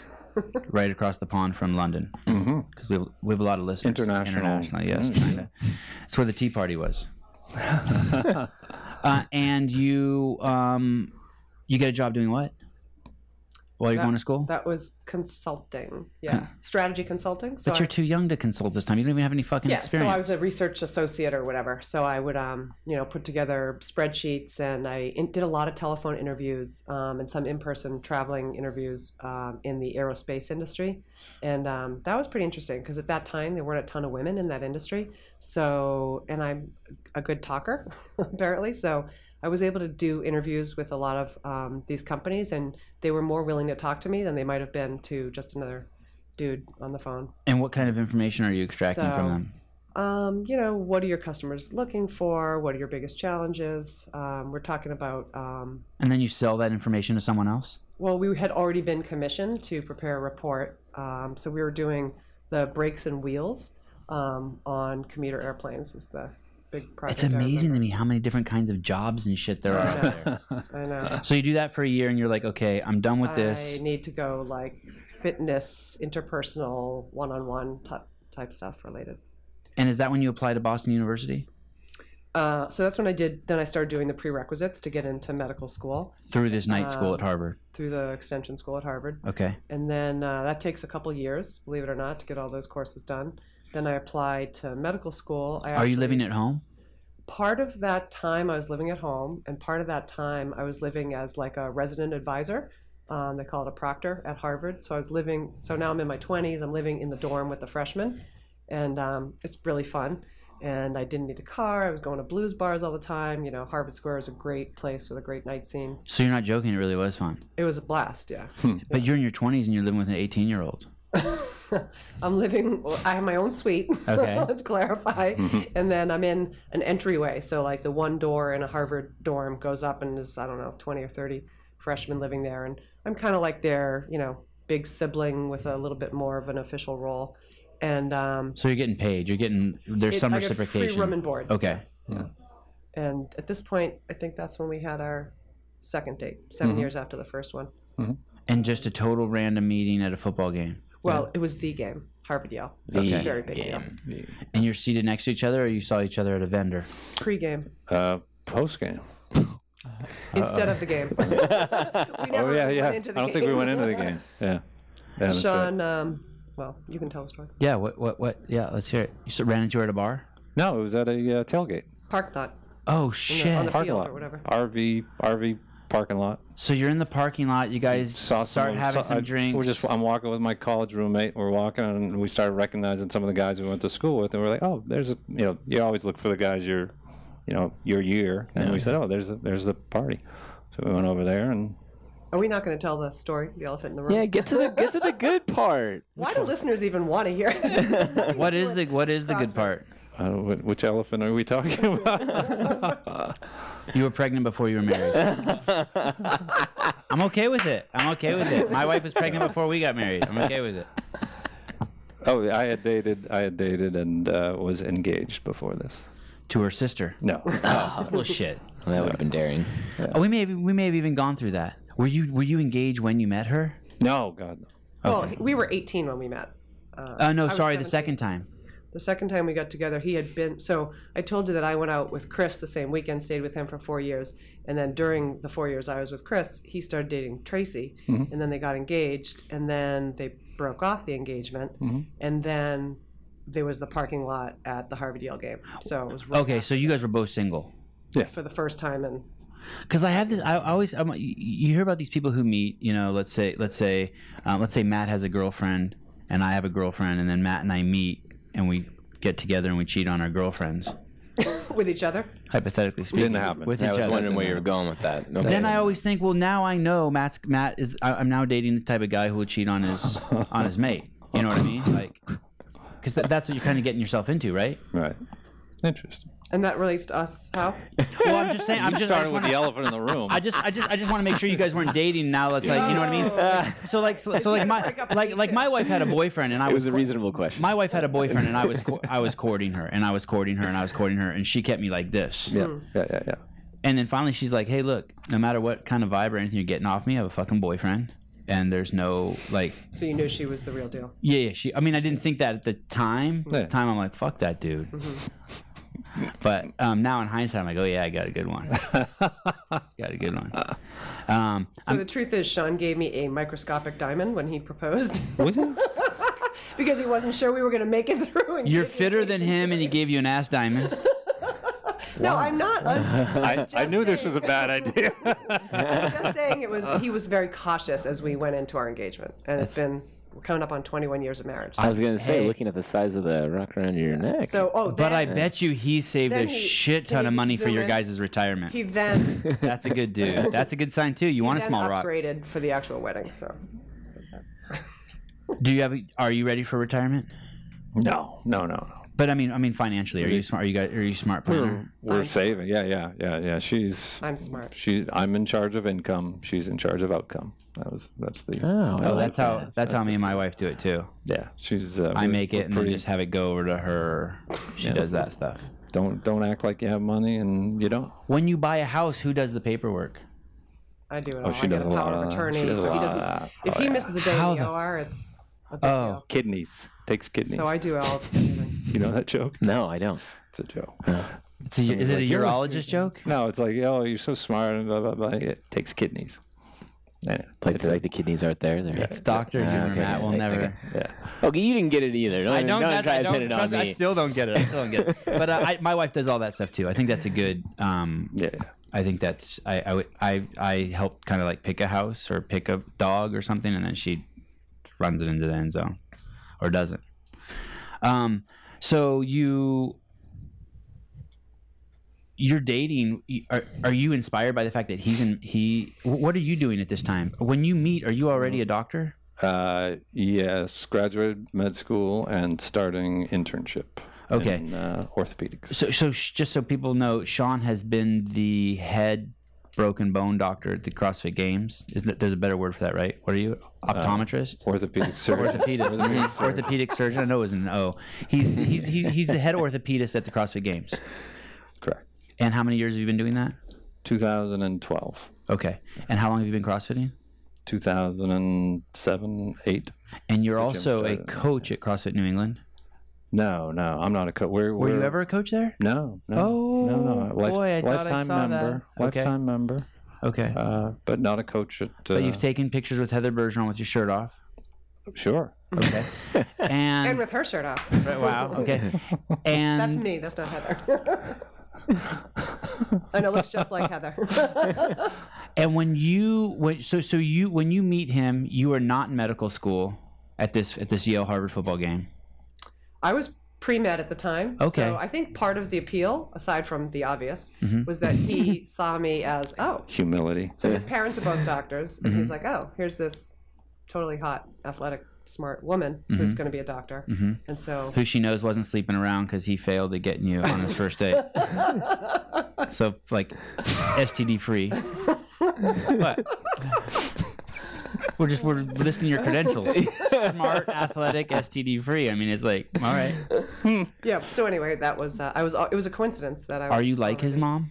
[SPEAKER 1] right across the pond from London. Because we, have, we have a lot of listeners.
[SPEAKER 2] International.
[SPEAKER 1] International, yes, kinda. It's where the Tea Party was. uh, and you, um, you get a job doing what? While you're going to school?
[SPEAKER 4] That was consulting. Yeah. Strategy consulting. So
[SPEAKER 1] but
[SPEAKER 4] I-
[SPEAKER 1] you're too young to consult this time. You don't even have any fucking
[SPEAKER 4] yeah,
[SPEAKER 1] experience.
[SPEAKER 4] so I was a research associate or whatever. So I would, um, you know, put together spreadsheets, and I in- did a lot of telephone interviews um, and some in-person traveling interviews um, in the aerospace industry, and um, that was pretty interesting because at that time there weren't a ton of women in that industry. So, and I'm a good talker, (laughs) apparently. So I was able to do interviews with a lot of um, these companies, and they were more willing to talk to me than they might have been to just another dude on the phone.
[SPEAKER 1] and what kind of information are you extracting
[SPEAKER 4] So-
[SPEAKER 1] from them?
[SPEAKER 4] Um, you know, what are your customers looking for? What are your biggest challenges? Um, we're talking about, um,
[SPEAKER 1] And then you sell that information to someone else?
[SPEAKER 4] well, we had already been commissioned to prepare a report. Um, so we were doing the brakes and wheels um, on commuter airplanes, is the big project.
[SPEAKER 1] It's amazing to me how many different kinds of jobs and shit there are out there.
[SPEAKER 4] I, remember. I know.
[SPEAKER 1] (laughs) So you do that for a year, and you're like, okay, I'm done with this.
[SPEAKER 4] I need to go like fitness, interpersonal, one on one type stuff related.
[SPEAKER 1] And is that when you apply to Boston University
[SPEAKER 4] Uh, so that's when I did, then I started doing the prerequisites to get into medical school
[SPEAKER 1] through this night school
[SPEAKER 4] Uh,
[SPEAKER 1] at Harvard?
[SPEAKER 4] through the extension school at Harvard.
[SPEAKER 1] Okay.
[SPEAKER 4] and then uh, that takes a couple years, believe it or not, to get all those courses done. Then I applied to medical school. I
[SPEAKER 1] Are you
[SPEAKER 4] actually-
[SPEAKER 1] living at home?
[SPEAKER 4] Part of that time I was living at home, and part of that time I was living as like a resident advisor. Um, they call it a proctor at Harvard. So I was living. So now I'm in my 20s. I'm living in the dorm with the freshmen, and um, it's really fun. And I didn't need a car. I was going to blues bars all the time. You know, Harvard Square is a great place with a great night scene.
[SPEAKER 1] So you're not joking. It really was fun.
[SPEAKER 4] It was a blast. Yeah.
[SPEAKER 1] But you're in your 20s and you're living with an 18 year old.
[SPEAKER 4] (laughs) I'm living. I have my own suite. (laughs)
[SPEAKER 1] Okay. Mm-hmm.
[SPEAKER 4] Let's clarify. And then I'm in an entryway, so like the one door in a Harvard dorm goes up, and there's I don't know 20 or 30 freshmen living there, and I'm kind of like their you know big sibling with a little bit more of an official role. and um,
[SPEAKER 1] So you're getting paid. You're getting there's
[SPEAKER 4] it-
[SPEAKER 1] some
[SPEAKER 4] I get
[SPEAKER 1] reciprocation.
[SPEAKER 4] Free room and board.
[SPEAKER 1] Okay.
[SPEAKER 4] And at this point, I think that's when we had our second date, 7
[SPEAKER 1] Mm-hmm.
[SPEAKER 4] years after the first one.
[SPEAKER 1] And just a total random meeting at a football game.
[SPEAKER 4] Well, it was the game, Harvard Yale.
[SPEAKER 3] The
[SPEAKER 4] Very big deal.
[SPEAKER 3] game.
[SPEAKER 1] And you're seated next to each other or you saw each other at a vendor?
[SPEAKER 4] Pre-game
[SPEAKER 2] Uh, post game.
[SPEAKER 4] instead of the game. (laughs) we never
[SPEAKER 2] Oh yeah,
[SPEAKER 4] went
[SPEAKER 2] yeah. I
[SPEAKER 4] into the
[SPEAKER 2] don't think we went into the
[SPEAKER 4] (laughs)
[SPEAKER 2] game. Yeah. Yeah, that's right.
[SPEAKER 4] Sean, um, well, you can tell the story.
[SPEAKER 1] Yeah, what what what yeah, let's hear it. You s- ran into her at a bar?
[SPEAKER 2] No, it was at a uh, tailgate
[SPEAKER 4] Park not
[SPEAKER 1] Oh
[SPEAKER 4] on
[SPEAKER 1] shit.
[SPEAKER 4] the
[SPEAKER 2] parking
[SPEAKER 4] field
[SPEAKER 2] lot,
[SPEAKER 4] or whatever.
[SPEAKER 2] RV RV parking lot.
[SPEAKER 1] So you're in the parking lot, you guys
[SPEAKER 2] saw
[SPEAKER 1] start
[SPEAKER 2] someone-
[SPEAKER 1] having
[SPEAKER 2] saw-
[SPEAKER 1] some
[SPEAKER 2] I-
[SPEAKER 1] drinks.
[SPEAKER 2] We're just I'm walking with my college roommate. We're walking and we started recognizing some of the guys we went to school with, and we're like, oh, there's a you know you always look for the guys your you know your year, and we said, oh, there's a, there's the party, so we went over there and
[SPEAKER 4] Are we not going to tell the story, the elephant in the room?
[SPEAKER 3] Yeah, get to the
[SPEAKER 1] (laughs)
[SPEAKER 3] get to the good part.
[SPEAKER 4] Why do listeners even want to hear this?
[SPEAKER 1] what is the what is the good part?
[SPEAKER 2] uh, wh- which elephant are we (laughs)
[SPEAKER 1] (laughs)
[SPEAKER 2] talking about?
[SPEAKER 1] You were pregnant before you were married. I'm okay with it. I'm okay with it. My wife was pregnant before we got married. I'm okay with it.
[SPEAKER 2] oh, I had dated I had dated and uh, was engaged before this.
[SPEAKER 1] To her sister. (laughs)
[SPEAKER 2] No,
[SPEAKER 1] Bullshit.
[SPEAKER 3] Well, that would have been daring.
[SPEAKER 1] Oh, we may have, we may have even gone through that. Were you were you engaged when you met her?
[SPEAKER 2] no, God, no.
[SPEAKER 4] well, we were 18 when we met. Uh,
[SPEAKER 1] Oh no,
[SPEAKER 4] was
[SPEAKER 1] sorry, the
[SPEAKER 4] 17.
[SPEAKER 1] second time.
[SPEAKER 4] The second time we got together, he had been. So I told you that I went out with Chris the same weekend, stayed with him for four years. And then during the four years I was with Chris, he started dating Tracy.
[SPEAKER 1] Mm-hmm.
[SPEAKER 4] And then they got engaged. And then they broke off the engagement.
[SPEAKER 1] Mm-hmm.
[SPEAKER 4] And then there was the parking lot at the Harvard Yale game. So it was right
[SPEAKER 1] Okay, so you guys were both single.
[SPEAKER 2] yes,
[SPEAKER 4] for the first time. And
[SPEAKER 1] Because I have this, I always, I'm, you- you hear about these people who meet. You know, let's say, let's say, um, let's say Matt has a girlfriend and I have a girlfriend, and then Matt and I meet and we get together and we cheat on our girlfriends.
[SPEAKER 4] with each other.
[SPEAKER 1] Hypothetically speaking,
[SPEAKER 2] happen.
[SPEAKER 1] With
[SPEAKER 3] I
[SPEAKER 1] each
[SPEAKER 3] was
[SPEAKER 1] other.
[SPEAKER 3] wondering where you were going with that. No,
[SPEAKER 1] Then I always think, well, now I know Matt's Matt is. I, I'm now dating the type of guy who would cheat on his on his mate. You know what I mean? Like, because that, that's what you're kind of getting yourself into, right?
[SPEAKER 2] right, interesting.
[SPEAKER 4] And that relates to us. How?
[SPEAKER 1] Well, I'm just saying. I'm just, I
[SPEAKER 2] Started
[SPEAKER 1] just
[SPEAKER 2] with
[SPEAKER 1] wanna-
[SPEAKER 2] the
[SPEAKER 1] (laughs)
[SPEAKER 2] elephant in the room.
[SPEAKER 1] I just, I just, I just want to make sure you guys weren't dating. Now that's like, (laughs) you know what I mean? so like, so, so like my,
[SPEAKER 4] break up with
[SPEAKER 1] like,
[SPEAKER 4] me
[SPEAKER 1] like
[SPEAKER 4] too.
[SPEAKER 1] my wife had a boyfriend, and I
[SPEAKER 3] it
[SPEAKER 1] was,
[SPEAKER 3] was a reasonable question.
[SPEAKER 1] my wife had a boyfriend, and I was, co- I was courting her, and I was courting her, and I was courting her, and she kept me like this.
[SPEAKER 2] yeah, yeah, yeah, yeah.
[SPEAKER 1] And then finally, she's like, "Hey, look, no matter what kind of vibe or anything you're getting off me, I have a fucking boyfriend." And there's no like,
[SPEAKER 4] So you knew she was the real deal.
[SPEAKER 1] yeah, yeah. She, I mean, I didn't think that at the time. At
[SPEAKER 2] Yeah.
[SPEAKER 1] the time, I'm like, "Fuck that dude."
[SPEAKER 4] Mm-hmm.
[SPEAKER 1] But um, now in hindsight, I'm like, "Oh yeah, I got a good
[SPEAKER 4] (laughs)
[SPEAKER 1] one. got a good one." Um,
[SPEAKER 4] So the truth is, Sean gave me a microscopic diamond when he proposed (laughs) because he wasn't sure we were going to make it through. And
[SPEAKER 1] You're
[SPEAKER 4] give me
[SPEAKER 1] fitter
[SPEAKER 4] an
[SPEAKER 1] than
[SPEAKER 4] Asian
[SPEAKER 1] him, and he
[SPEAKER 4] period.
[SPEAKER 1] gave you an ass
[SPEAKER 4] (laughs)
[SPEAKER 1] diamond.
[SPEAKER 4] No, I'm not.
[SPEAKER 2] (laughs)
[SPEAKER 4] I'm
[SPEAKER 2] I, I knew this
[SPEAKER 4] saying.
[SPEAKER 2] was
[SPEAKER 1] (laughs)
[SPEAKER 2] a bad idea. (laughs)
[SPEAKER 4] just saying it was. He was very cautious as we went into our engagement, and it's been we're coming up on 21 years of marriage.
[SPEAKER 3] I was gonna say,
[SPEAKER 1] Hey.
[SPEAKER 3] looking at the size of the rock around your neck.
[SPEAKER 4] so, oh,
[SPEAKER 1] But
[SPEAKER 4] then,
[SPEAKER 1] I bet you he saved a
[SPEAKER 4] Then he-
[SPEAKER 1] shit
[SPEAKER 4] can
[SPEAKER 1] ton of
[SPEAKER 4] he
[SPEAKER 1] money for
[SPEAKER 4] zoom
[SPEAKER 1] your
[SPEAKER 4] in?
[SPEAKER 1] guys' retirement.
[SPEAKER 4] he then, then
[SPEAKER 1] That's a good
[SPEAKER 4] (laughs)
[SPEAKER 1] dude. That's a good sign too. You want a small rock?
[SPEAKER 4] upgraded for the actual wedding. So
[SPEAKER 1] Do you have? a- Are you ready for retirement?
[SPEAKER 2] no, no, no, no.
[SPEAKER 1] But I mean, I mean financially, are you smart? Are you guys? Are you smart planner?
[SPEAKER 2] We're saving. Yeah, yeah, yeah, yeah. She's
[SPEAKER 4] I'm smart.
[SPEAKER 2] she's I'm in charge of income. She's in charge of outcome. That was that's the
[SPEAKER 3] Oh,
[SPEAKER 1] Oh, that's how. That's how me and my wife do it too.
[SPEAKER 2] yeah. She's uh,
[SPEAKER 1] I
[SPEAKER 2] we're-
[SPEAKER 1] make
[SPEAKER 2] we're
[SPEAKER 1] it and then
[SPEAKER 2] pretty-
[SPEAKER 1] just have it go over to her. She does that stuff.
[SPEAKER 2] don't don't act like you have money and you don't.
[SPEAKER 1] When you buy a house, who does the paperwork?
[SPEAKER 4] I do it all.
[SPEAKER 2] Oh, she
[SPEAKER 4] I get
[SPEAKER 2] does
[SPEAKER 4] a
[SPEAKER 2] a lot
[SPEAKER 4] power
[SPEAKER 2] of
[SPEAKER 4] of
[SPEAKER 2] that.
[SPEAKER 4] attorney.
[SPEAKER 2] She does a
[SPEAKER 4] so he
[SPEAKER 2] lot of
[SPEAKER 4] doesn't.
[SPEAKER 2] that.
[SPEAKER 4] If
[SPEAKER 2] Oh,
[SPEAKER 4] he
[SPEAKER 2] yeah.
[SPEAKER 4] misses a day
[SPEAKER 1] How
[SPEAKER 4] in the
[SPEAKER 1] the-
[SPEAKER 4] OR, it's a big
[SPEAKER 1] Oh.
[SPEAKER 4] deal.
[SPEAKER 2] Kidneys takes kidneys.
[SPEAKER 4] So I do all. everything.
[SPEAKER 2] (laughs) you know that joke?
[SPEAKER 3] No, I don't.
[SPEAKER 2] It's a joke. (laughs)
[SPEAKER 1] It's a, is it a urologist joke?
[SPEAKER 2] No, it's like oh, you're so smart and blah blah blah. It takes kidneys. Yeah,
[SPEAKER 3] Like the, like the kidneys aren't there. They're
[SPEAKER 1] It's doctor humor,
[SPEAKER 3] okay,
[SPEAKER 1] Matt. We'll
[SPEAKER 3] okay,
[SPEAKER 1] never.
[SPEAKER 3] okay.
[SPEAKER 2] yeah.
[SPEAKER 3] Okay, you didn't get it either. Don't,
[SPEAKER 1] I don't.
[SPEAKER 3] don't
[SPEAKER 1] that's-
[SPEAKER 3] try
[SPEAKER 1] I
[SPEAKER 3] to
[SPEAKER 1] don't
[SPEAKER 3] pin it on
[SPEAKER 1] trust-
[SPEAKER 3] me.
[SPEAKER 1] I still don't get it. I still don't get it. But uh, I, my wife does all that stuff too. I think that's a good. Um,
[SPEAKER 2] yeah, yeah.
[SPEAKER 1] I think that's. I I would- I, I helped kind of like pick a house or pick a dog or something, and then she runs it into the end zone, or doesn't. Um. So you. You're dating. you- Are, are you inspired by the fact that he's in? He. wh- What are you doing at this time? When you meet, are you already a doctor?
[SPEAKER 2] Uh, yes, graduated med school and starting internship.
[SPEAKER 1] Okay.
[SPEAKER 2] in, uh, orthopedics.
[SPEAKER 1] So, so sh- just so people know, Sean has been the head broken bone doctor at the CrossFit Games. Is that there's a better word for that, right? What are you? Optometrist?
[SPEAKER 2] Orthopedic surgeon.
[SPEAKER 1] orthopedic, Mhm. orthopedic surgeon. I know it was an O. He's, he's he's he's the head orthopedist at the CrossFit Games.
[SPEAKER 2] Correct.
[SPEAKER 1] And how many years have you been doing that?
[SPEAKER 2] 2012,
[SPEAKER 1] Okay. And how long have you been CrossFitting?
[SPEAKER 2] 2007, 8.
[SPEAKER 1] And you're also a
[SPEAKER 2] started,
[SPEAKER 1] coach at CrossFit New England.
[SPEAKER 2] No, no, I'm not a coach. Were,
[SPEAKER 1] Were you ever a coach there?
[SPEAKER 2] No, no.
[SPEAKER 1] Oh,
[SPEAKER 2] no, no. Life,
[SPEAKER 1] boy, I thought I
[SPEAKER 2] lifetime
[SPEAKER 1] saw that.
[SPEAKER 2] member.
[SPEAKER 1] Okay.
[SPEAKER 2] Lifetime member.
[SPEAKER 1] Okay.
[SPEAKER 2] Uh, but not a coach at. Uh,
[SPEAKER 1] but you've taken pictures with Heather Bergeron with your shirt off.
[SPEAKER 2] sure.
[SPEAKER 1] Okay.
[SPEAKER 4] (laughs) And
[SPEAKER 1] and
[SPEAKER 4] with (laughs) her shirt off.
[SPEAKER 1] wow.
[SPEAKER 4] (laughs)
[SPEAKER 1] Okay.
[SPEAKER 4] That's
[SPEAKER 1] And
[SPEAKER 4] me. That's not Heather. (laughs) and it looks just like
[SPEAKER 1] (laughs)
[SPEAKER 4] Heather.
[SPEAKER 1] and when you when so so you when you meet him, you are not in medical school at this at this Yale Harvard football game.
[SPEAKER 4] I was pre med at the time.
[SPEAKER 1] Okay.
[SPEAKER 4] So I think part of the appeal, aside from the obvious,
[SPEAKER 1] Mhm.
[SPEAKER 4] was that he saw me as, oh,
[SPEAKER 3] (laughs)
[SPEAKER 2] Humility.
[SPEAKER 4] so his parents are both doctors. And he's
[SPEAKER 1] Mm-hmm.
[SPEAKER 4] like, oh, here's this totally hot, athletic, smart woman
[SPEAKER 1] Mm-hmm.
[SPEAKER 4] who's going to be a doctor.
[SPEAKER 1] hmm
[SPEAKER 4] And so
[SPEAKER 1] Who she knows wasn't sleeping around because he failed at getting you on his first date. so like STD free. But we're just we're listing your credentials. Smart, athletic, STD free. I mean, it's like all right.
[SPEAKER 4] yeah. So anyway, that was uh, I was it was a coincidence that I. Was
[SPEAKER 1] Are you like his
[SPEAKER 4] already-
[SPEAKER 1] mom?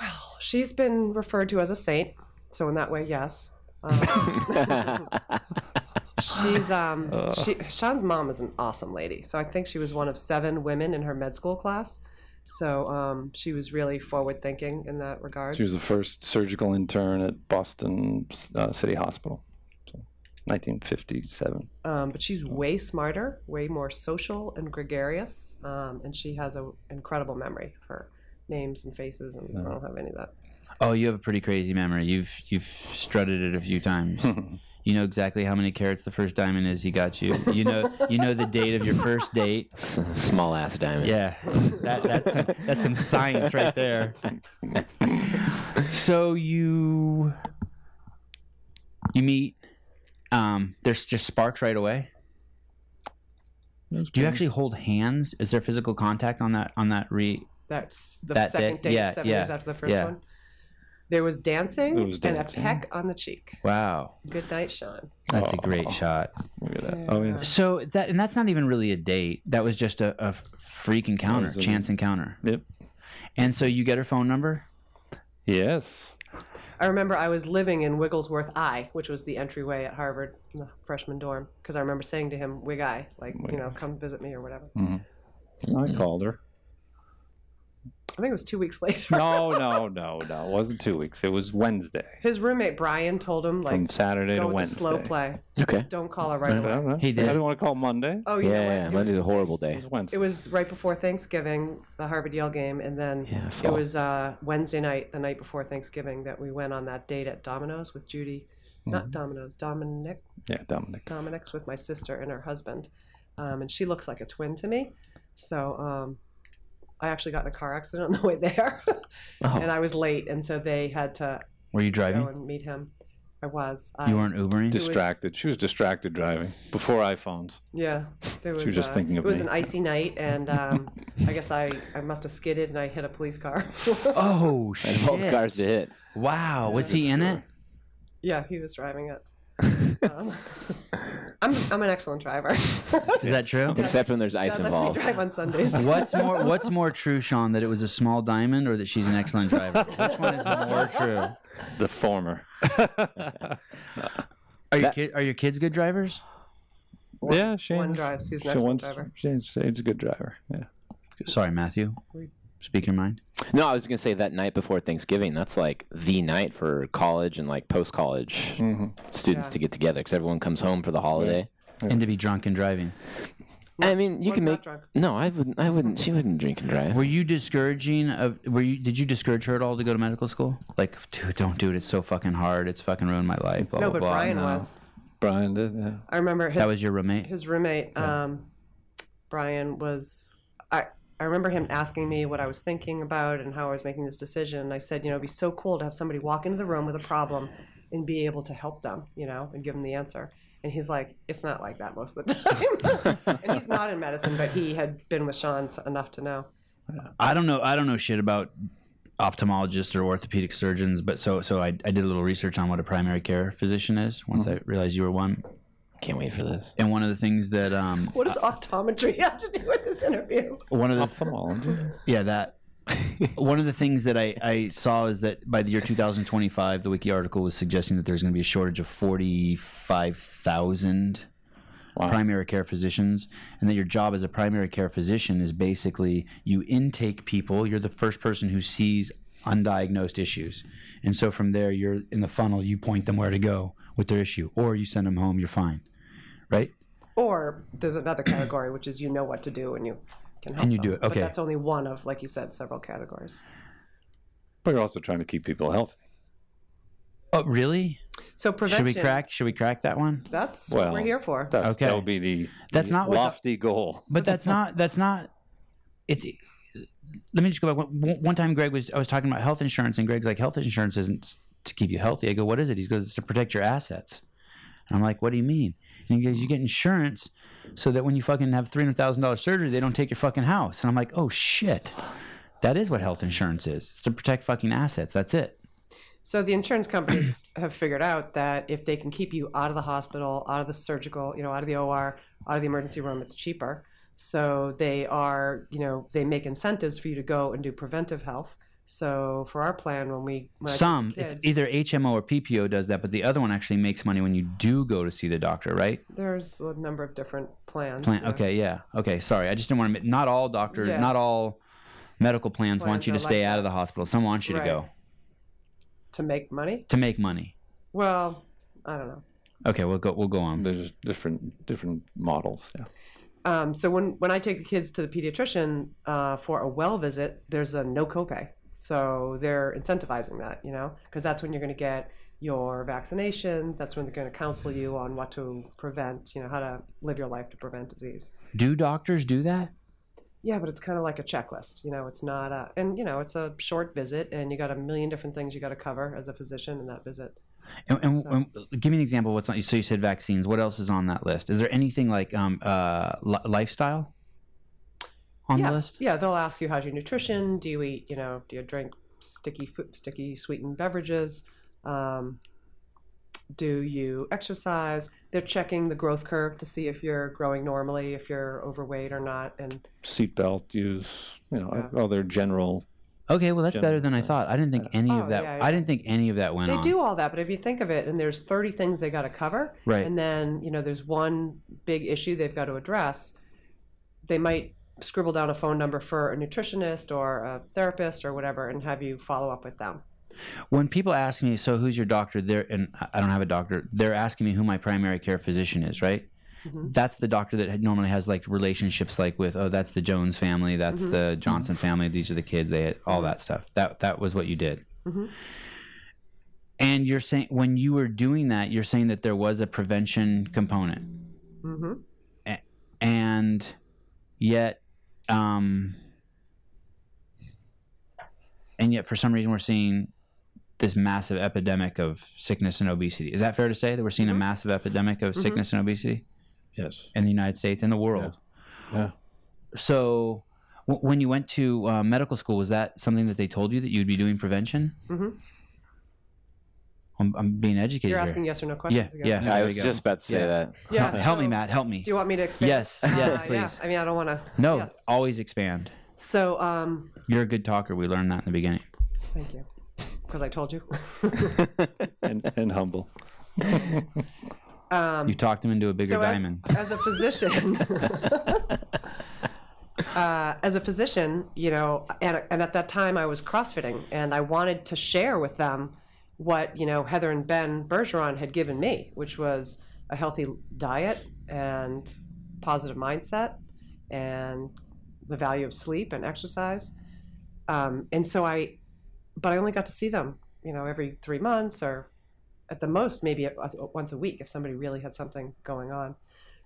[SPEAKER 4] Well, she's been referred to as a saint, so in that way, yes. Um,
[SPEAKER 1] (laughs)
[SPEAKER 4] she's um, she Sean's mom is an awesome lady. So I think she was one of seven women in her med school class. So um, she was really forward thinking in that regard.
[SPEAKER 2] She was the first surgical intern at Boston uh, City Hospital, so (laughs) 1957.
[SPEAKER 4] um, but she's
[SPEAKER 1] Oh.
[SPEAKER 4] way smarter, way more social and gregarious, um, and she has an incredible memory for names and faces, and I don't have any of that.
[SPEAKER 1] Oh, you have a pretty crazy memory. You've you've strutted it a few times. you know exactly how many carrots the first diamond is he got you. You know you know the date of your first date.
[SPEAKER 3] S- small ass diamond.
[SPEAKER 1] Yeah, that, that's some, that's some science right there. so you you meet. Um, there's just sparks right away. Do you actually hold hands? Is there physical contact on that on that re?
[SPEAKER 4] That's the
[SPEAKER 1] That
[SPEAKER 4] second
[SPEAKER 1] date?
[SPEAKER 4] date,
[SPEAKER 1] Yeah,
[SPEAKER 4] seven
[SPEAKER 1] yeah,
[SPEAKER 4] years after the first
[SPEAKER 1] yeah.
[SPEAKER 4] one. There was dancing
[SPEAKER 2] There was dancing.
[SPEAKER 4] and a peck on the cheek.
[SPEAKER 1] Wow,
[SPEAKER 4] Good night, Sean.
[SPEAKER 1] that's a great
[SPEAKER 2] Aw.
[SPEAKER 1] shot.
[SPEAKER 2] Look at that. Oh yes.
[SPEAKER 1] So that and that's not even really a date. That was just a, a freak encounter,
[SPEAKER 2] was a-
[SPEAKER 1] chance encounter.
[SPEAKER 2] Yep.
[SPEAKER 1] And so you get her phone number.
[SPEAKER 2] Yes.
[SPEAKER 4] I remember I was living in Wigglesworth I, which was the entryway at Harvard in the freshman dorm, because I remember saying to him, Wig Eye, like, you know, come visit me or whatever.
[SPEAKER 1] Mm-hmm.
[SPEAKER 2] I called her.
[SPEAKER 4] I think it was two weeks (laughs) later.
[SPEAKER 2] No, (laughs) no, no, no. It wasn't two weeks. It was Wednesday.
[SPEAKER 4] His roommate Brian told him,
[SPEAKER 2] From
[SPEAKER 4] like,
[SPEAKER 2] Saturday
[SPEAKER 4] go
[SPEAKER 2] to
[SPEAKER 4] with the
[SPEAKER 2] Wednesday.
[SPEAKER 4] slow play.
[SPEAKER 3] (laughs) Okay.
[SPEAKER 4] Don't call her right
[SPEAKER 2] I
[SPEAKER 4] away.
[SPEAKER 2] don't know.
[SPEAKER 1] He did.
[SPEAKER 2] I didn't want to call Monday.
[SPEAKER 4] Oh, you
[SPEAKER 3] Yeah,
[SPEAKER 4] know what?
[SPEAKER 3] yeah,
[SPEAKER 4] It
[SPEAKER 3] Monday's
[SPEAKER 4] was-
[SPEAKER 3] a horrible day.
[SPEAKER 2] It's Wednesday.
[SPEAKER 4] It was right before Thanksgiving, the Harvard Yale game, and then
[SPEAKER 3] Yeah,
[SPEAKER 4] it
[SPEAKER 3] fall.
[SPEAKER 4] was uh, Wednesday night, the night before Thanksgiving, that we went on that date at Domino's with Judy,
[SPEAKER 2] Mm-hmm.
[SPEAKER 4] not Domino's, Dominic,
[SPEAKER 2] yeah, Dominic.
[SPEAKER 4] Dominic's with my sister and her husband, um, and she looks like a twin to me. So um, I actually got in a car accident on the way there, (laughs) and I was late, and so they had to
[SPEAKER 1] Were you
[SPEAKER 4] go
[SPEAKER 1] driving?
[SPEAKER 4] and meet him. I was. I,
[SPEAKER 1] You weren't Ubering.
[SPEAKER 4] was-
[SPEAKER 2] Distracted. She was distracted driving before iPhones.
[SPEAKER 4] Yeah, there was.
[SPEAKER 2] was just
[SPEAKER 4] uh,
[SPEAKER 2] thinking of
[SPEAKER 4] It was
[SPEAKER 2] me.
[SPEAKER 4] an icy night, and um, I guess I, I must have skidded and I hit a police car. (laughs)
[SPEAKER 1] Oh
[SPEAKER 3] I had both
[SPEAKER 1] shit!
[SPEAKER 3] cars to hit.
[SPEAKER 1] Wow, was he in it?
[SPEAKER 4] yeah, he was driving it. Um, I'm I'm an excellent driver. (laughs)
[SPEAKER 1] Is that true?
[SPEAKER 3] Except when there's ice
[SPEAKER 4] God lets me
[SPEAKER 3] involved.
[SPEAKER 4] drive on Sundays.
[SPEAKER 1] (laughs)
[SPEAKER 4] (laughs)
[SPEAKER 1] What's more, what's more true, Sean, that it was a small diamond or that she's an excellent driver? Which one is more true?
[SPEAKER 2] The former.
[SPEAKER 1] Are your
[SPEAKER 3] That-
[SPEAKER 1] kid, are your kids good drivers?
[SPEAKER 2] yeah, Shane.
[SPEAKER 4] One drives. He's an
[SPEAKER 2] She
[SPEAKER 4] excellent
[SPEAKER 2] wants,
[SPEAKER 4] driver.
[SPEAKER 2] Shane's, Shane's a good driver. Yeah.
[SPEAKER 1] Sorry, Matthew. Speak your mind.
[SPEAKER 3] No, I was gonna say that night before Thanksgiving. That's like the night for college and like post college students
[SPEAKER 4] Yeah.
[SPEAKER 3] to get together because everyone comes home for the holiday.
[SPEAKER 1] And to be drunk and driving.
[SPEAKER 3] I mean, you
[SPEAKER 4] Was
[SPEAKER 3] can
[SPEAKER 4] not
[SPEAKER 3] make.
[SPEAKER 4] drunk.
[SPEAKER 3] No, I wouldn't. I wouldn't. She wouldn't drink and drive.
[SPEAKER 1] Were you discouraging of were you did you discourage her at all to go to medical school? Like, dude, don't do it. It's so fucking hard. It's fucking ruined my life. Blah,
[SPEAKER 4] No,
[SPEAKER 1] blah,
[SPEAKER 4] but
[SPEAKER 1] blah.
[SPEAKER 4] Brian
[SPEAKER 1] No.
[SPEAKER 4] was.
[SPEAKER 2] Brian did. Yeah.
[SPEAKER 4] I remember his
[SPEAKER 1] That was your roommate.
[SPEAKER 4] his roommate. Um, Brian was. I I remember him asking me what I was thinking about and how I was making this decision. And I said, you know, it'd be so cool to have somebody walk into the room with a problem and be able to help them, you know, and give them the answer. And he's like, it's not like that most of the (laughs) time. and he's not in medicine, but he had been with Sean s- enough to know.
[SPEAKER 1] I don't know. I don't know shit about ophthalmologists or orthopedic surgeons, but so so I, I did a little research on what a primary care physician is. Once I realized you were one,
[SPEAKER 3] Can't wait for this.
[SPEAKER 1] and one of the things that um
[SPEAKER 4] What does optometry (laughs) have to do with this interview?
[SPEAKER 1] one of the
[SPEAKER 4] (laughs)
[SPEAKER 2] Ophthalmology.
[SPEAKER 1] yeah that one of the things that I, I saw is that by the year 2025 the wiki article was suggesting that there's going to be a shortage of 45,000
[SPEAKER 2] Wow.
[SPEAKER 1] primary care physicians and that your job as a primary care physician is basically you intake people you're the first person who sees undiagnosed issues and so from there you're in the funnel you point them where to go with their issue or you send them home you're fine right
[SPEAKER 4] Or there's another category, which is you know what to do and you can help.
[SPEAKER 1] And you
[SPEAKER 4] them.
[SPEAKER 1] do it,
[SPEAKER 4] But
[SPEAKER 1] okay.
[SPEAKER 4] that's only one of, like you said, several categories.
[SPEAKER 2] But you're also trying to keep people healthy.
[SPEAKER 1] oh really
[SPEAKER 4] So prevention.
[SPEAKER 1] should we crack should we crack that one
[SPEAKER 4] That's what
[SPEAKER 2] Well,
[SPEAKER 4] we're here for.
[SPEAKER 2] That's,
[SPEAKER 1] Okay.
[SPEAKER 2] That would be the
[SPEAKER 1] That's
[SPEAKER 2] the
[SPEAKER 1] not what the-
[SPEAKER 2] lofty goal.
[SPEAKER 1] But that's not. That's not. It. Let me just go back. One, one time, Greg was. I was talking about health insurance, and Greg's like, "Health insurance isn't to keep you healthy." I go, "What is it?" He goes, "It's to protect your assets." And I'm like, "What do you mean?" And he goes, "You get insurance so that when you fucking have three hundred thousand dollars surgery, they don't take your fucking house." And I'm like, "Oh shit." That is what health insurance is. It's to protect fucking assets. That's it.
[SPEAKER 4] So the insurance companies (clears throat) have figured out that if they can keep you out of the hospital, out of the surgical, you know, out of the OR, out of the emergency room, it's cheaper. So they are, you know, they make incentives for you to go and do preventive health. So for our plan, when we when I took the
[SPEAKER 1] Some it's
[SPEAKER 4] kids,
[SPEAKER 1] either HMO or PPO does that, but the other one actually makes money when you do go to see the doctor, right?
[SPEAKER 4] there's a number of different plans.
[SPEAKER 1] plan.
[SPEAKER 4] yeah.
[SPEAKER 1] Okay, yeah. Okay, sorry. I just didn't want to. Not all doctors,
[SPEAKER 4] Yeah.
[SPEAKER 1] not all medical plans,
[SPEAKER 4] Plans
[SPEAKER 1] want you
[SPEAKER 4] are
[SPEAKER 1] to stay
[SPEAKER 4] like
[SPEAKER 1] out of the hospital. Some want you
[SPEAKER 4] Right.
[SPEAKER 1] to go
[SPEAKER 4] to make money.
[SPEAKER 1] to make money.
[SPEAKER 4] Well, I don't know.
[SPEAKER 1] Okay, we'll go. We'll go on.
[SPEAKER 2] There's different different models. Yeah.
[SPEAKER 4] Um, so when, when I take the kids to the pediatrician uh, for a well visit, there's a no copay. So they're incentivizing that, you know, because that's when you're going to get your vaccinations. That's when they're going to counsel you on what to prevent, you know, how to live your life to prevent disease.
[SPEAKER 1] Do doctors do that?
[SPEAKER 4] Yeah, but it's kind of like a checklist, you know. It's not a, and you know, it's a short visit, and you got a million different things you got to cover as a physician in that visit.
[SPEAKER 1] And, and,
[SPEAKER 4] So-
[SPEAKER 1] and give me an example. Of what's on? So you said vaccines. What else is on that list? Is there anything like um uh li- lifestyle on
[SPEAKER 4] yeah.
[SPEAKER 1] the list?
[SPEAKER 4] Yeah, they'll ask you how's your nutrition. Do you eat? You know, do you drink sticky food, sticky sweetened beverages? Um, do you exercise? They're checking the growth curve to see if you're growing normally, if you're overweight or not, and
[SPEAKER 2] Seatbelt use. You know,
[SPEAKER 4] Yeah.
[SPEAKER 2] other general.
[SPEAKER 1] Okay, well that's
[SPEAKER 2] General
[SPEAKER 1] better than I thought. I didn't think any
[SPEAKER 4] Oh,
[SPEAKER 1] of that.
[SPEAKER 4] yeah,
[SPEAKER 1] I
[SPEAKER 4] yeah.
[SPEAKER 1] didn't think any of that went
[SPEAKER 4] they
[SPEAKER 1] on.
[SPEAKER 4] do all that. But if you think of it, and there's 30 things they got to cover,
[SPEAKER 1] Right.
[SPEAKER 4] and then you know there's one big issue they've got to address. They might scribble down a phone number for a nutritionist or a therapist or whatever, and have you follow up with them.
[SPEAKER 1] when people ask me, so who's your doctor? They're and I- I don't have a doctor. They're asking me who my primary care physician is, right?
[SPEAKER 4] Mhm.
[SPEAKER 1] That's the doctor that had- normally has like relationships, like with oh, that's the Jones family, that's
[SPEAKER 4] Mhm.
[SPEAKER 1] the Johnson family. These are the kids. They had all that stuff. That that was what you did.
[SPEAKER 4] Mhm.
[SPEAKER 1] And you're saying when you were doing that, you're saying that there was a prevention component
[SPEAKER 4] hmm
[SPEAKER 1] and yet um and yet for some reason we're seeing this massive epidemic of sickness and obesity is that fair to say that we're seeing a massive epidemic of sickness and obesity
[SPEAKER 2] Yes.
[SPEAKER 1] in the united states and the world
[SPEAKER 2] Yeah.
[SPEAKER 1] so w- when you went to uh, medical school was that something that they told you that you'd be doing prevention
[SPEAKER 4] hmm
[SPEAKER 1] i'm, I'm being educated
[SPEAKER 4] You're
[SPEAKER 1] here.
[SPEAKER 4] asking yes or no questions again.
[SPEAKER 1] yeah.
[SPEAKER 3] I
[SPEAKER 1] there
[SPEAKER 3] was
[SPEAKER 1] you go.
[SPEAKER 3] just about to say
[SPEAKER 1] Yeah.
[SPEAKER 3] that.
[SPEAKER 4] Yeah,
[SPEAKER 1] help, help me
[SPEAKER 4] so-
[SPEAKER 1] matt help me
[SPEAKER 4] Do you want me to expand? Uh,
[SPEAKER 1] Yes, yes, please.
[SPEAKER 4] I mean, I don't want to.
[SPEAKER 1] no
[SPEAKER 4] Yes.
[SPEAKER 1] always expand
[SPEAKER 4] So, um,
[SPEAKER 1] you're a good talker we learned that in the beginning
[SPEAKER 4] thank you, because I told you. (laughs)
[SPEAKER 2] And and humble.
[SPEAKER 4] Um,
[SPEAKER 1] you talked him into a bigger
[SPEAKER 4] so as-
[SPEAKER 1] diamond
[SPEAKER 4] (laughs) As, a physician, (laughs) uh, as a physician, you know, and, and at that time I was CrossFitting, and I wanted to share with them what you know Heather and Ben Bergeron had given me, which was a healthy diet and positive mindset, and the value of sleep and exercise. Um, and so I, but I only got to see them, you know, every three months or at the most maybe at- at- once a week if somebody really had something going on.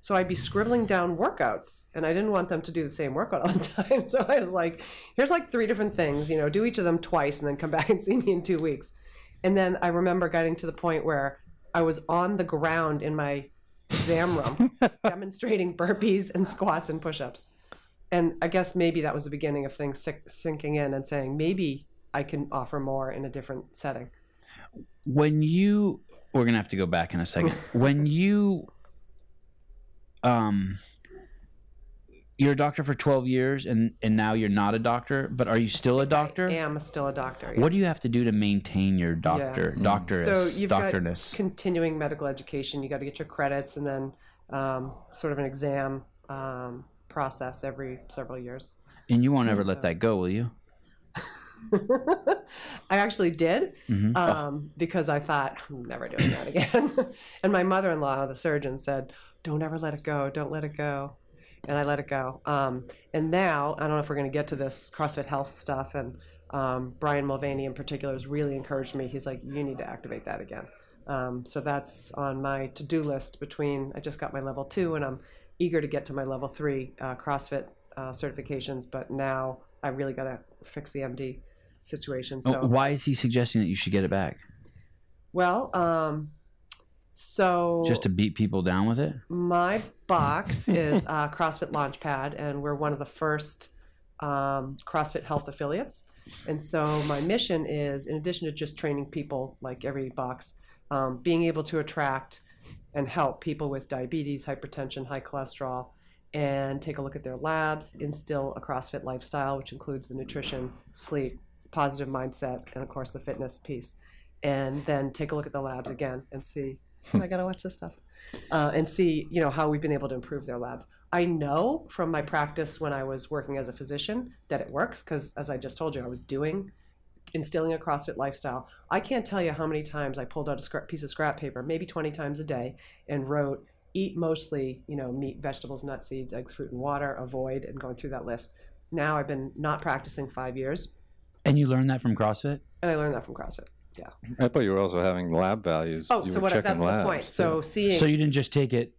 [SPEAKER 4] So I'd be scribbling down workouts, and I didn't want them to do the same workout all the (laughs) time. So I was like, "Here's like three different things, you know, do each of them twice, and then come back (laughs) and see me in two weeks." And then I remember getting to the point where I was on the ground in my exam room, demonstrating burpees and squats and push-ups. And I guess maybe that was the beginning of things sick, sinking in and saying maybe I can offer more in a different setting.
[SPEAKER 1] when you we're gonna have to go back in a
[SPEAKER 4] (laughs)
[SPEAKER 1] second when you um you're a doctor for 12 years and and now you're not a doctor but are you still a doctor
[SPEAKER 4] I am still a doctor. yeah.
[SPEAKER 1] what do you have to do to maintain your doctor
[SPEAKER 2] Mm.
[SPEAKER 1] doctoress
[SPEAKER 4] Mm-hmm. So you've got
[SPEAKER 1] doctorness
[SPEAKER 4] continuing medical education. You got to get your credits and then um, sort of an exam um, process every several years. (laughs)
[SPEAKER 1] and you won't ever let
[SPEAKER 4] so-
[SPEAKER 1] that go will you
[SPEAKER 4] I actually did
[SPEAKER 1] Mhm.
[SPEAKER 4] um, because I thought I'm never doing that again. (laughs) and my mother-in-law, the surgeon, said, "Don't ever let it go. Don't let it go." And I let it go. Um, and now I don't know if we're going to get to this CrossFit health stuff. And um, Brian Mulvaney in particular has really encouraged me. He's like, "You need to activate that again." Um, so that's on my to-do list. Between I just got my level two, and I'm eager to get to my level three uh, CrossFit uh, certifications. But now I really got to fix the MD situation. So
[SPEAKER 1] Oh, why is he suggesting that you should get it back
[SPEAKER 4] well, um, so
[SPEAKER 1] just to beat people down with it
[SPEAKER 4] my box is uh, CrossFit Launchpad, and we're one of the first um, CrossFit Health affiliates. And so my mission is, in addition to just training people like every box, um, being able to attract and help people with diabetes, hypertension, high cholesterol, and take a look at their labs, instill a CrossFit lifestyle, which includes the nutrition, sleep, positive mindset, and of course the fitness piece. And then take a look at the labs again and see. I gotta watch this stuff uh, and see you know how we've been able to improve their labs. I know from my practice when I was working as a physician that it works because, as I just told you, I was doing instilling a CrossFit lifestyle. I can't tell you how many times I pulled out a scrap, piece of scrap paper, maybe 20 times a day, and wrote eat mostly you know meat, vegetables, nuts, seeds, eggs, fruit, and water. Avoid and going through that list. Now I've been not practicing five years,
[SPEAKER 1] and you learned that from crossfit
[SPEAKER 4] and I learned that from CrossFit.
[SPEAKER 2] I thought you were also having lab values.
[SPEAKER 4] Oh,
[SPEAKER 2] You
[SPEAKER 4] so
[SPEAKER 2] were
[SPEAKER 4] what?
[SPEAKER 2] checking
[SPEAKER 4] That's the
[SPEAKER 2] labs,
[SPEAKER 4] point.
[SPEAKER 2] too.
[SPEAKER 4] So seeing.
[SPEAKER 1] so you didn't just take it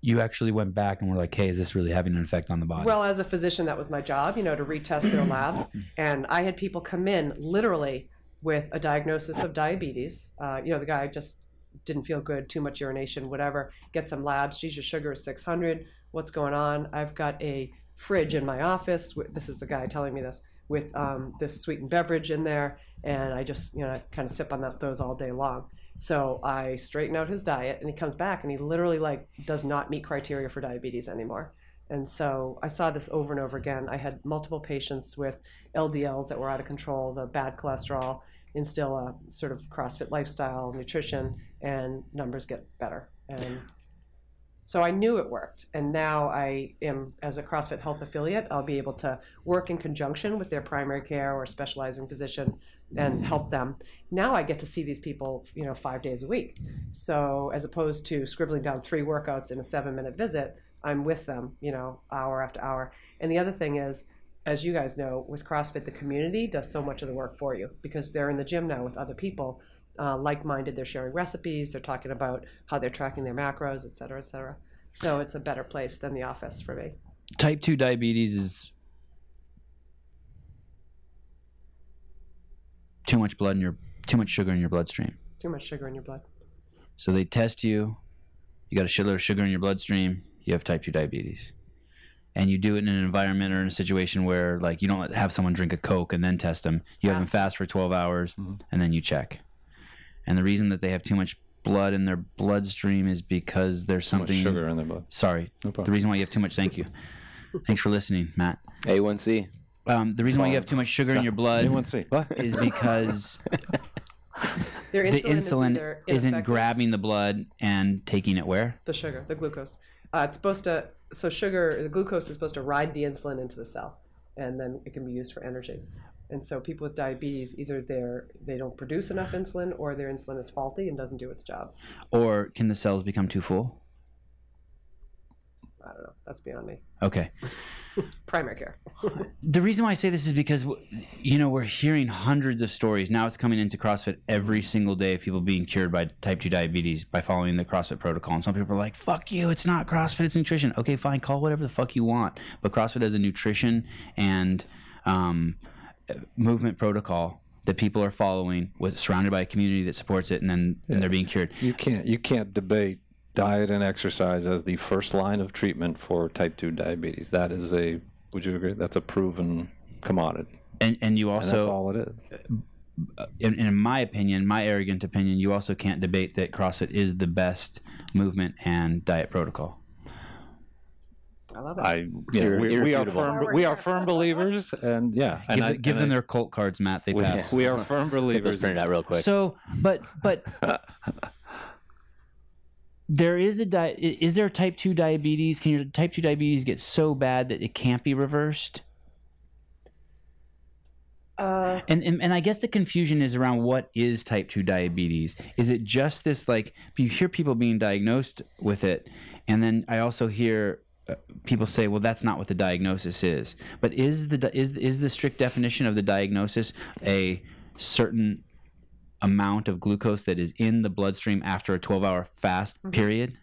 [SPEAKER 1] you actually went back and were like hey is this really having an effect on the body
[SPEAKER 4] Well, as a physician, that was my job, you know, to retest their labs. And I had people come in literally with a diagnosis of diabetes. Uh, you know, the guy just didn't feel good, too much urination, whatever. Get some labs. Geez, your sugar is 600. What's going on? I've got a fridge in my office. with- This is the guy telling me this with um, this sweetened beverage in there, and I just you know kind of sip on that, those all day long. So I straighten out his diet, and he comes back, and he literally like does not meet criteria for diabetes anymore. And so I saw this over and over again. I had multiple patients with LDLs that were out of control, the bad cholesterol, instill a sort of CrossFit lifestyle, nutrition, and numbers get better. And so I knew it worked. And now I am, as a CrossFit Health affiliate, I'll be able to work in conjunction with their primary care or specializing physician and help them. Now I get to see these people, you know, five days a week. So as opposed to scribbling down three workouts in a seven minute visit, I'm with them, you know, hour after hour. And the other thing is, as you guys know, with CrossFit, the community does so much of the work for you because they're in the gym now with other people, uh, like-minded. They're sharing recipes. They're talking about how they're tracking their macros, et cetera, et cetera. So it's a better place than the office for me.
[SPEAKER 1] type 2 diabetes is too much blood in your too much sugar in your bloodstream
[SPEAKER 4] Too much sugar in your blood.
[SPEAKER 1] so they test you you got a shitload of sugar in your bloodstream you have type 2 diabetes and you do it in an environment or in a situation where like you don't have someone drink a coke and then test them you have them
[SPEAKER 4] Fast.
[SPEAKER 1] fast for 12 hours
[SPEAKER 2] Mm-hmm.
[SPEAKER 1] and then you check and the reason that they have too much blood in their bloodstream is because there's
[SPEAKER 2] Too much
[SPEAKER 1] something
[SPEAKER 2] sugar in the blood.
[SPEAKER 1] sorry
[SPEAKER 2] No
[SPEAKER 1] the
[SPEAKER 2] problem.
[SPEAKER 1] reason why you have too much thank you thanks for listening matt
[SPEAKER 3] A1C.
[SPEAKER 1] um, the reason why you have too much sugar in your blood
[SPEAKER 2] Let's see. What?
[SPEAKER 1] is because
[SPEAKER 4] Their
[SPEAKER 1] the
[SPEAKER 4] (laughs) insulin, is
[SPEAKER 1] insulin
[SPEAKER 4] either
[SPEAKER 1] isn't
[SPEAKER 4] ineffective-
[SPEAKER 1] grabbing the blood and taking it where?
[SPEAKER 4] the sugar, the glucose. Uh, it's supposed to. So sugar, the glucose is supposed to ride the insulin into the cell, and then it can be used for energy. And so people with diabetes, either they're they don't produce enough insulin, or their insulin is faulty and doesn't do its job.
[SPEAKER 1] Or can the cells become too full?
[SPEAKER 4] I don't know. That's beyond me.
[SPEAKER 1] Okay.
[SPEAKER 4] Primary care.
[SPEAKER 1] The reason why I say this is because, w- you know, we're hearing hundreds of stories. Now it's coming into CrossFit every single day of people being cured by type 2 diabetes by following the CrossFit protocol. And some people are like, fuck you, it's not CrossFit, it's nutrition. Okay, fine, call whatever the fuck you want. But CrossFit has a nutrition and um, movement protocol that people are following, with, surrounded by a community that supports it, and then and they're being cured.
[SPEAKER 2] You can't you can't debate diet and exercise as the first line of treatment for type 2 diabetes. That is a would you agree? That's a proven commodity.
[SPEAKER 1] and and you
[SPEAKER 2] And
[SPEAKER 1] also
[SPEAKER 2] that's all it is.
[SPEAKER 1] in, in my opinion, my arrogant opinion, you also can't debate that CrossFit is the best movement and diet protocol.
[SPEAKER 4] I love it.
[SPEAKER 2] I yeah,
[SPEAKER 3] Irre-
[SPEAKER 2] we, we are
[SPEAKER 3] irrefutable.
[SPEAKER 2] firm we are firm believers, and yeah, and
[SPEAKER 1] Give,
[SPEAKER 2] I-
[SPEAKER 1] the- give
[SPEAKER 2] and
[SPEAKER 1] them
[SPEAKER 2] I-
[SPEAKER 1] their cult cards, Matt. They
[SPEAKER 2] we,
[SPEAKER 1] pass.
[SPEAKER 2] we are firm
[SPEAKER 3] Get those
[SPEAKER 2] believers.
[SPEAKER 3] printed out real quick.
[SPEAKER 1] So, but
[SPEAKER 2] (laughs)
[SPEAKER 1] but there is a di- i- is there type two diabetes? Can your type two diabetes get so bad that it can't be reversed?
[SPEAKER 4] uh,
[SPEAKER 1] And, and and I guess the confusion is around what is type two diabetes. Is it just this like you hear people being diagnosed with it, and then I also hear uh, people say, well, that's not what the diagnosis is. But is the di- is is the strict definition of the diagnosis a certain amount of glucose that is in the bloodstream after a twelve hour fast period?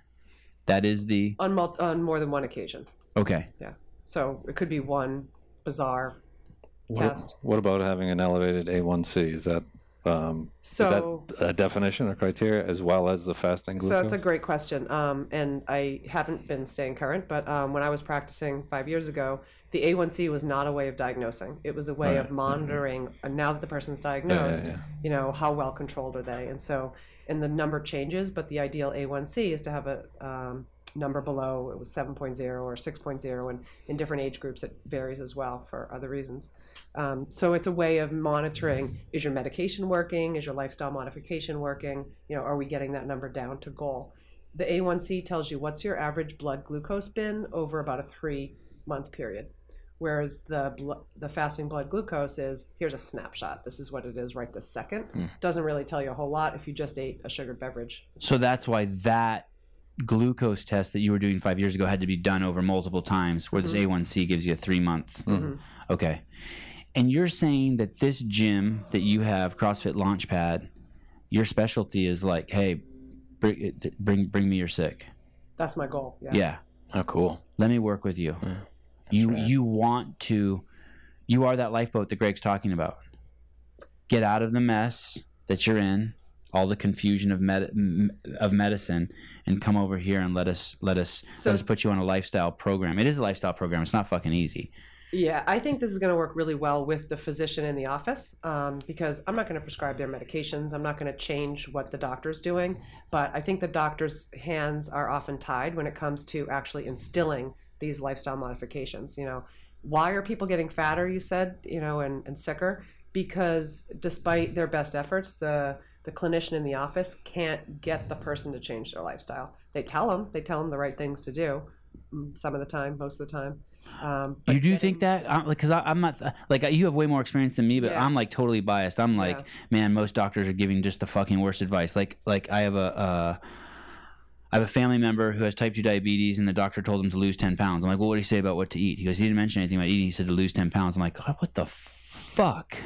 [SPEAKER 1] That is the
[SPEAKER 4] on mul- on more than one occasion.
[SPEAKER 1] okay.
[SPEAKER 4] So it could be one bizarre test.
[SPEAKER 2] What about having an elevated A1C? Is that um,
[SPEAKER 4] So
[SPEAKER 2] is that a definition or criteria as well as the fasting glucose?
[SPEAKER 4] So that's a great question. Um, and I haven't been staying current, but um, when I was practicing five years ago, the A1C was not a way of diagnosing. It was a way of monitoring. And now that the person's diagnosed,
[SPEAKER 2] yeah.
[SPEAKER 4] you know, how well controlled are they? And so, and the number changes, but the ideal A1C is to have a um, number below, it was 7.0 or 6.0. And in different age groups, it varies as well for other reasons. Um, so it's a way of monitoring: is your medication working? Is your lifestyle modification working? You know, are we getting that number down to goal? The A1C tells you what's your average blood glucose been over about a three-month period, whereas the bl- the fasting blood glucose is here's a snapshot. This is what it is right this second. Doesn't really tell you a whole lot if you just ate a sugared beverage.
[SPEAKER 1] So that's why that glucose test that you were doing five years ago had to be done over multiple times, where this A1C gives you a three month.
[SPEAKER 4] Mm-hmm.
[SPEAKER 1] Okay. And you're saying that this gym that you have, CrossFit Launchpad, your specialty is like, hey, bring bring, bring me your sick.
[SPEAKER 4] That's my goal. Yeah.
[SPEAKER 1] Yeah.
[SPEAKER 3] oh, cool.
[SPEAKER 1] Let me work with you.
[SPEAKER 3] Yeah.
[SPEAKER 1] you
[SPEAKER 3] rad.
[SPEAKER 1] you want to you are that lifeboat that Greg's talking about. Get out of the mess that you're in, all the confusion of med- m- of medicine, and come over here and let us let us
[SPEAKER 4] So-
[SPEAKER 1] let us put you on a lifestyle program. It is a lifestyle program. It's not fucking easy.
[SPEAKER 4] Yeah, I think this is going to work really well with the physician in the office um, because I'm not going to prescribe their medications. I'm not going to change what the doctor's doing. But I think the doctor's hands are often tied when it comes to actually instilling these lifestyle modifications. You know, why are people getting fatter, you said, you know, and, and sicker? Because despite their best efforts, the the clinician in the office can't get the person to change their lifestyle. They tell them, they tell them the right things to do, mm, some of the time, most of the time. Um, but
[SPEAKER 1] you do
[SPEAKER 4] getting-
[SPEAKER 1] think that? Because I, I'm not uh, like you have way more experience than me, but
[SPEAKER 4] Yeah.
[SPEAKER 1] I'm like totally biased. I'm like,
[SPEAKER 4] Yeah.
[SPEAKER 1] man, most doctors are giving just the fucking worst advice. Like like I have a. Uh, I have a family member who has type 2 diabetes, and the doctor told him to lose 10 pounds. I'm like, well, what did he say about what to eat? He goes, he didn't mention anything about eating. He said to lose 10 pounds. I'm like, God, what the fuck?